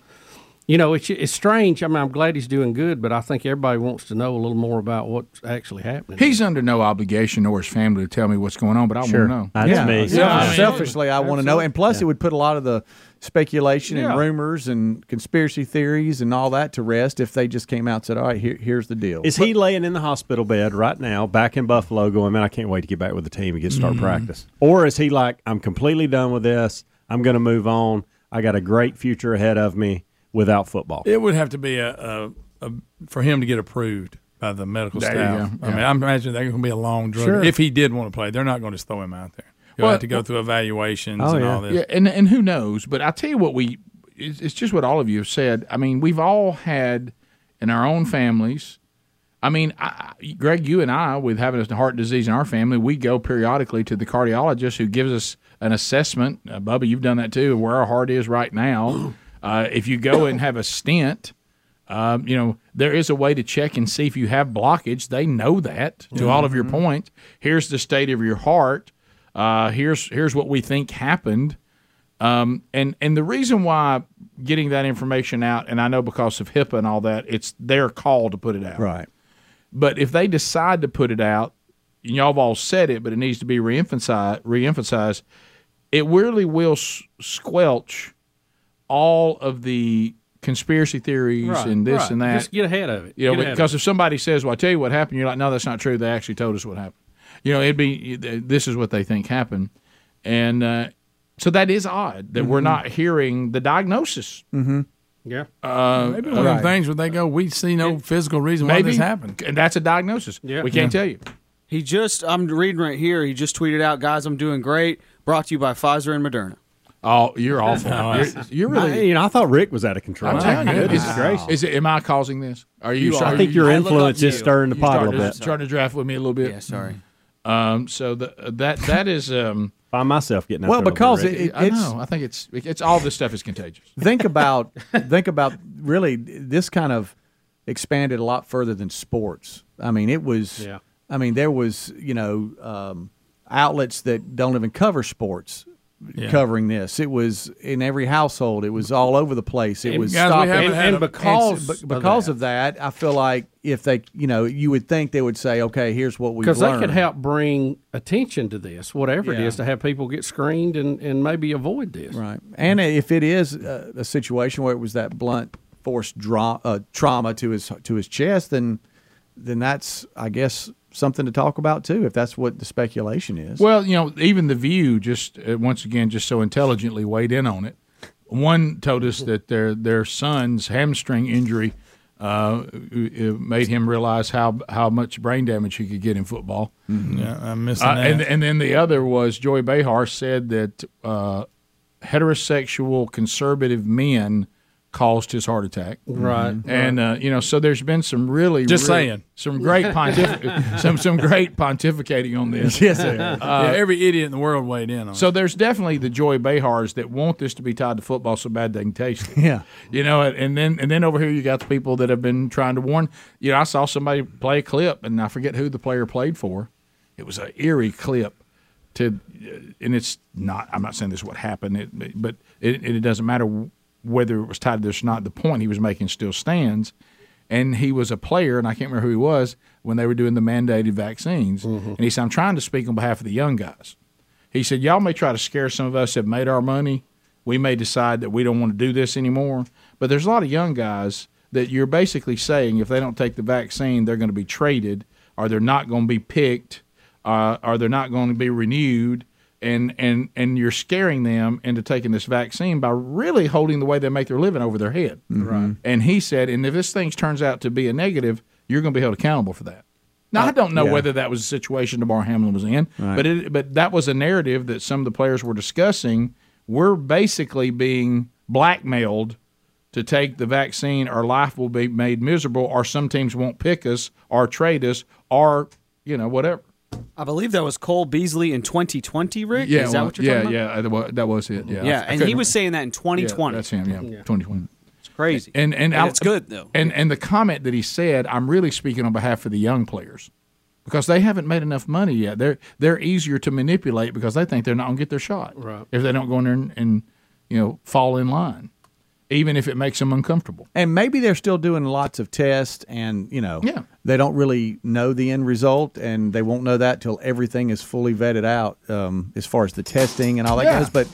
Speaker 2: you know, it's it's strange. I mean, I'm glad he's doing good, but I think everybody wants to know a little more about what's actually happening.
Speaker 1: He's under no obligation or his family to tell me what's going on, but I
Speaker 2: Sure.
Speaker 1: want to know.
Speaker 2: That's Yeah. me.
Speaker 4: Yeah, selfishly, I want to know. And plus, it would put a lot of the speculation
Speaker 1: Yeah.
Speaker 4: and rumors and conspiracy theories and all that to rest if they just came out and said, "All right, here, here's the deal."
Speaker 7: Is he laying in the hospital bed right now, back in Buffalo, going, man, I can't wait to get back with the team and get start
Speaker 1: Mm-hmm.
Speaker 4: Mhm.
Speaker 7: practice? Or is he like, I'm completely done with this. I'm going to move on. I got a great future ahead of me without football.
Speaker 3: It would have to be a, a, a for him to get approved by the medical
Speaker 1: There you
Speaker 3: staff.
Speaker 1: go.
Speaker 3: I mean,
Speaker 1: Yeah.
Speaker 3: I imagine that's going to be a long drug.
Speaker 1: Sure.
Speaker 3: If he did want to play, they're not going to just throw him out there. He'll
Speaker 1: Well- uh, oh,
Speaker 3: have to go through evaluations
Speaker 7: Oh,
Speaker 3: and all this.
Speaker 1: Yeah, and and who knows? But I tell you what, we it's, it's just what all of you have said. I mean, we've all had in our own families. I mean, I, I- Greg, you and I, with having a heart disease in our family, we go periodically to the cardiologist who gives us an assessment. Uh, Bubba, you've done that too, of where our heart is right now. Uh, if you go and have a stent, um, you know, there is a way to check and see if you have blockage. They know that to all of your points. Here's the state of your heart. Uh, here's here's what we think happened. Um, and and the reason why getting that information out, and I know because of HIPAA and all that, it's their call to put it out.
Speaker 4: Right.
Speaker 1: But if they decide to put it out, and y'all have all said it, but it needs to be reemphasized. Reemphasized. It really will s- squelch all of the conspiracy theories
Speaker 2: Right,
Speaker 1: and this
Speaker 2: right.
Speaker 1: and that.
Speaker 2: Just get ahead of it.
Speaker 1: You know,
Speaker 2: Get ahead of
Speaker 1: because if somebody says, "Well, I tell you what happened," you're like, "No, that's not true. They actually told us what happened." You know, it'd be this is what they think happened, and uh, so that is odd that we're
Speaker 3: Mhm.
Speaker 1: not hearing the diagnosis.
Speaker 4: Mm-hmm.
Speaker 2: Yeah.
Speaker 1: Uh,
Speaker 3: Maybe one of them
Speaker 1: right.
Speaker 3: things where they go, we see no physical reason why
Speaker 1: Maybe
Speaker 3: this happened.
Speaker 1: And that's a diagnosis. Yeah. We can't tell you.
Speaker 12: He just, I'm reading right here. He just tweeted out, guys, I'm doing great. Brought to you by Pfizer and Moderna.
Speaker 1: Oh, you're awful. you're, you're really.
Speaker 7: I, you know, I thought Rick was out of control.
Speaker 1: I'm telling you, is,
Speaker 7: Goodness gracious.
Speaker 1: is it? Am I causing this? Are you?
Speaker 7: You are.
Speaker 1: sorry?
Speaker 7: I think your
Speaker 1: I look
Speaker 7: influence
Speaker 1: up to
Speaker 7: is stirring the
Speaker 1: You
Speaker 7: pot a
Speaker 1: started-
Speaker 7: little bit.
Speaker 1: Starting to draft with me a little bit. Yeah,
Speaker 12: sorry.
Speaker 1: Um, so the, that that is um,
Speaker 7: by myself getting
Speaker 4: out Well, there a little because bit. it- it-
Speaker 1: I
Speaker 4: it's-
Speaker 1: know. I think it's it's all this stuff is contagious.
Speaker 4: think about think about really this kind of expanded a lot further than sports. I mean, it was.
Speaker 1: Yeah.
Speaker 4: I mean, there was you know um, outlets that don't even cover sports.
Speaker 2: Yeah.
Speaker 4: Covering this, it was in every household. It was all over the place. It
Speaker 2: And
Speaker 4: was
Speaker 2: guys, we
Speaker 4: stopping,
Speaker 2: haven't had a-
Speaker 4: because
Speaker 2: It's-
Speaker 4: be- because of that. I feel like if they, you know, you would think they would say, okay, here's what we
Speaker 2: because they could
Speaker 4: learned.
Speaker 2: help bring attention to this, whatever it is, to have people get screened and, and maybe avoid this.
Speaker 4: Right. And if it is uh, a, a situation where it was that blunt force dra- uh, trauma to his to his chest, then then that's I guess something to talk about too. If that's what the speculation is.
Speaker 1: Well, you know, even the View just uh, once again just so intelligently weighed in on it. One told us that their their son's hamstring injury uh, it made him realize how how much brain damage he could get in football.
Speaker 3: Yeah, I'm missing
Speaker 1: Uh,
Speaker 3: that.
Speaker 1: and and then the other was Joy Behar said that uh, heterosexual conservative men caused his heart attack.
Speaker 2: Right,
Speaker 1: And uh, you know, so there's been some really
Speaker 3: Just
Speaker 1: really-
Speaker 3: saying.
Speaker 1: some great pontif- some some great pontificating on this.
Speaker 3: Yes, sir.
Speaker 1: Uh,
Speaker 3: yeah, every idiot in the world weighed in on
Speaker 1: so there's definitely the Joy Behars that want this to be tied to football so bad they can taste it.
Speaker 4: Yeah.
Speaker 1: You know, and then and then over here you got the people that have been trying to warn. You know, I saw somebody play a clip, and I forget who the player played for. It was an eerie clip. To, and it's not. I'm not saying this is what happened, it, but it, it doesn't matter whether it was tied to this or not. The point he was making still stands. and he was a player, and I can't remember who he was when they were doing the mandated vaccines. And he said, "I'm trying to speak on behalf of the young guys." He said, "Y'all may try to scare some of us that made our money. We may decide that we don't want to do this anymore. But there's a lot of young guys that you're basically saying if they don't take the vaccine, they're going to be traded, or they're not going to be picked, uh, or they're not going to be renewed." And, and and you're scaring them into taking this vaccine by really holding the way they make their living over their head.
Speaker 3: Right.
Speaker 1: And he said, and if this thing turns out to be a negative, you're going to be held accountable for that. Now I don't know
Speaker 3: yeah.
Speaker 1: whether that was a situation DeMar Hamlin was in,
Speaker 3: Right.
Speaker 1: but it, but that was a narrative that some of the players were discussing. We're basically being blackmailed to take the vaccine. Our life will be made miserable, or some teams won't pick us, or trade us, or you know whatever.
Speaker 12: I believe that was Cole Beasley in 2020, Rick.
Speaker 1: Yeah,
Speaker 12: is that
Speaker 1: well,
Speaker 12: what you're
Speaker 1: yeah,
Speaker 12: talking about?
Speaker 1: yeah, that was, that was it. Yeah,
Speaker 12: Yeah,
Speaker 1: I
Speaker 12: and
Speaker 1: couldn't-
Speaker 12: he was saying that in 2020.
Speaker 1: Yeah, that's him. Yeah, 2020.
Speaker 12: It's crazy.
Speaker 1: And and, I-
Speaker 12: it's good though.
Speaker 1: And and the comment that he said, I'm really speaking on behalf of the young players because they haven't made enough money yet. They're they're easier to manipulate because they think they're not gonna get their shot
Speaker 2: Right.
Speaker 1: if they don't go in there and, and you know fall in line, even if it makes them uncomfortable.
Speaker 4: And maybe they're still doing lots of tests, and you know,
Speaker 1: Yeah.
Speaker 4: they don't really know the end result, and they won't know that till everything is fully vetted out, um, as far as the testing and all that
Speaker 1: Yeah.
Speaker 4: goes. But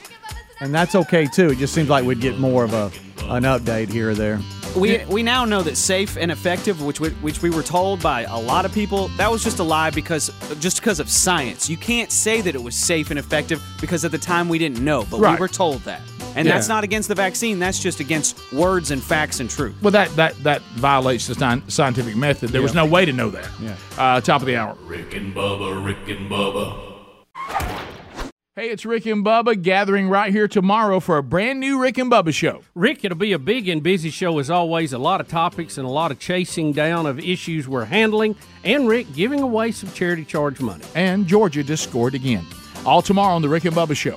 Speaker 4: and that's okay too. It just seems like we'd get more of a an update here or there.
Speaker 12: We we now know that safe and effective, which we, which we were told by a lot of people, that was just a lie because just because of science. You can't say that it was safe and effective because at the time we didn't know, but
Speaker 1: Right.
Speaker 12: we were told that. And
Speaker 1: Yeah.
Speaker 12: that's not against the vaccine. That's just against words and facts and truth.
Speaker 1: Well, that that that violates the sci- scientific method. There was
Speaker 12: Yeah.
Speaker 1: no way to know that.
Speaker 12: Yeah.
Speaker 1: Uh, top of the hour.
Speaker 5: Rick and Bubba, Rick and Bubba.
Speaker 1: Hey, it's Rick and Bubba gathering right here tomorrow for a brand new Rick and Bubba show.
Speaker 2: Rick, it'll be a big and busy show as always. A lot of topics and a lot of chasing down of issues we're handling. And Rick giving away some charity charge money.
Speaker 1: And Georgia just scored again. All tomorrow on the Rick and Bubba show.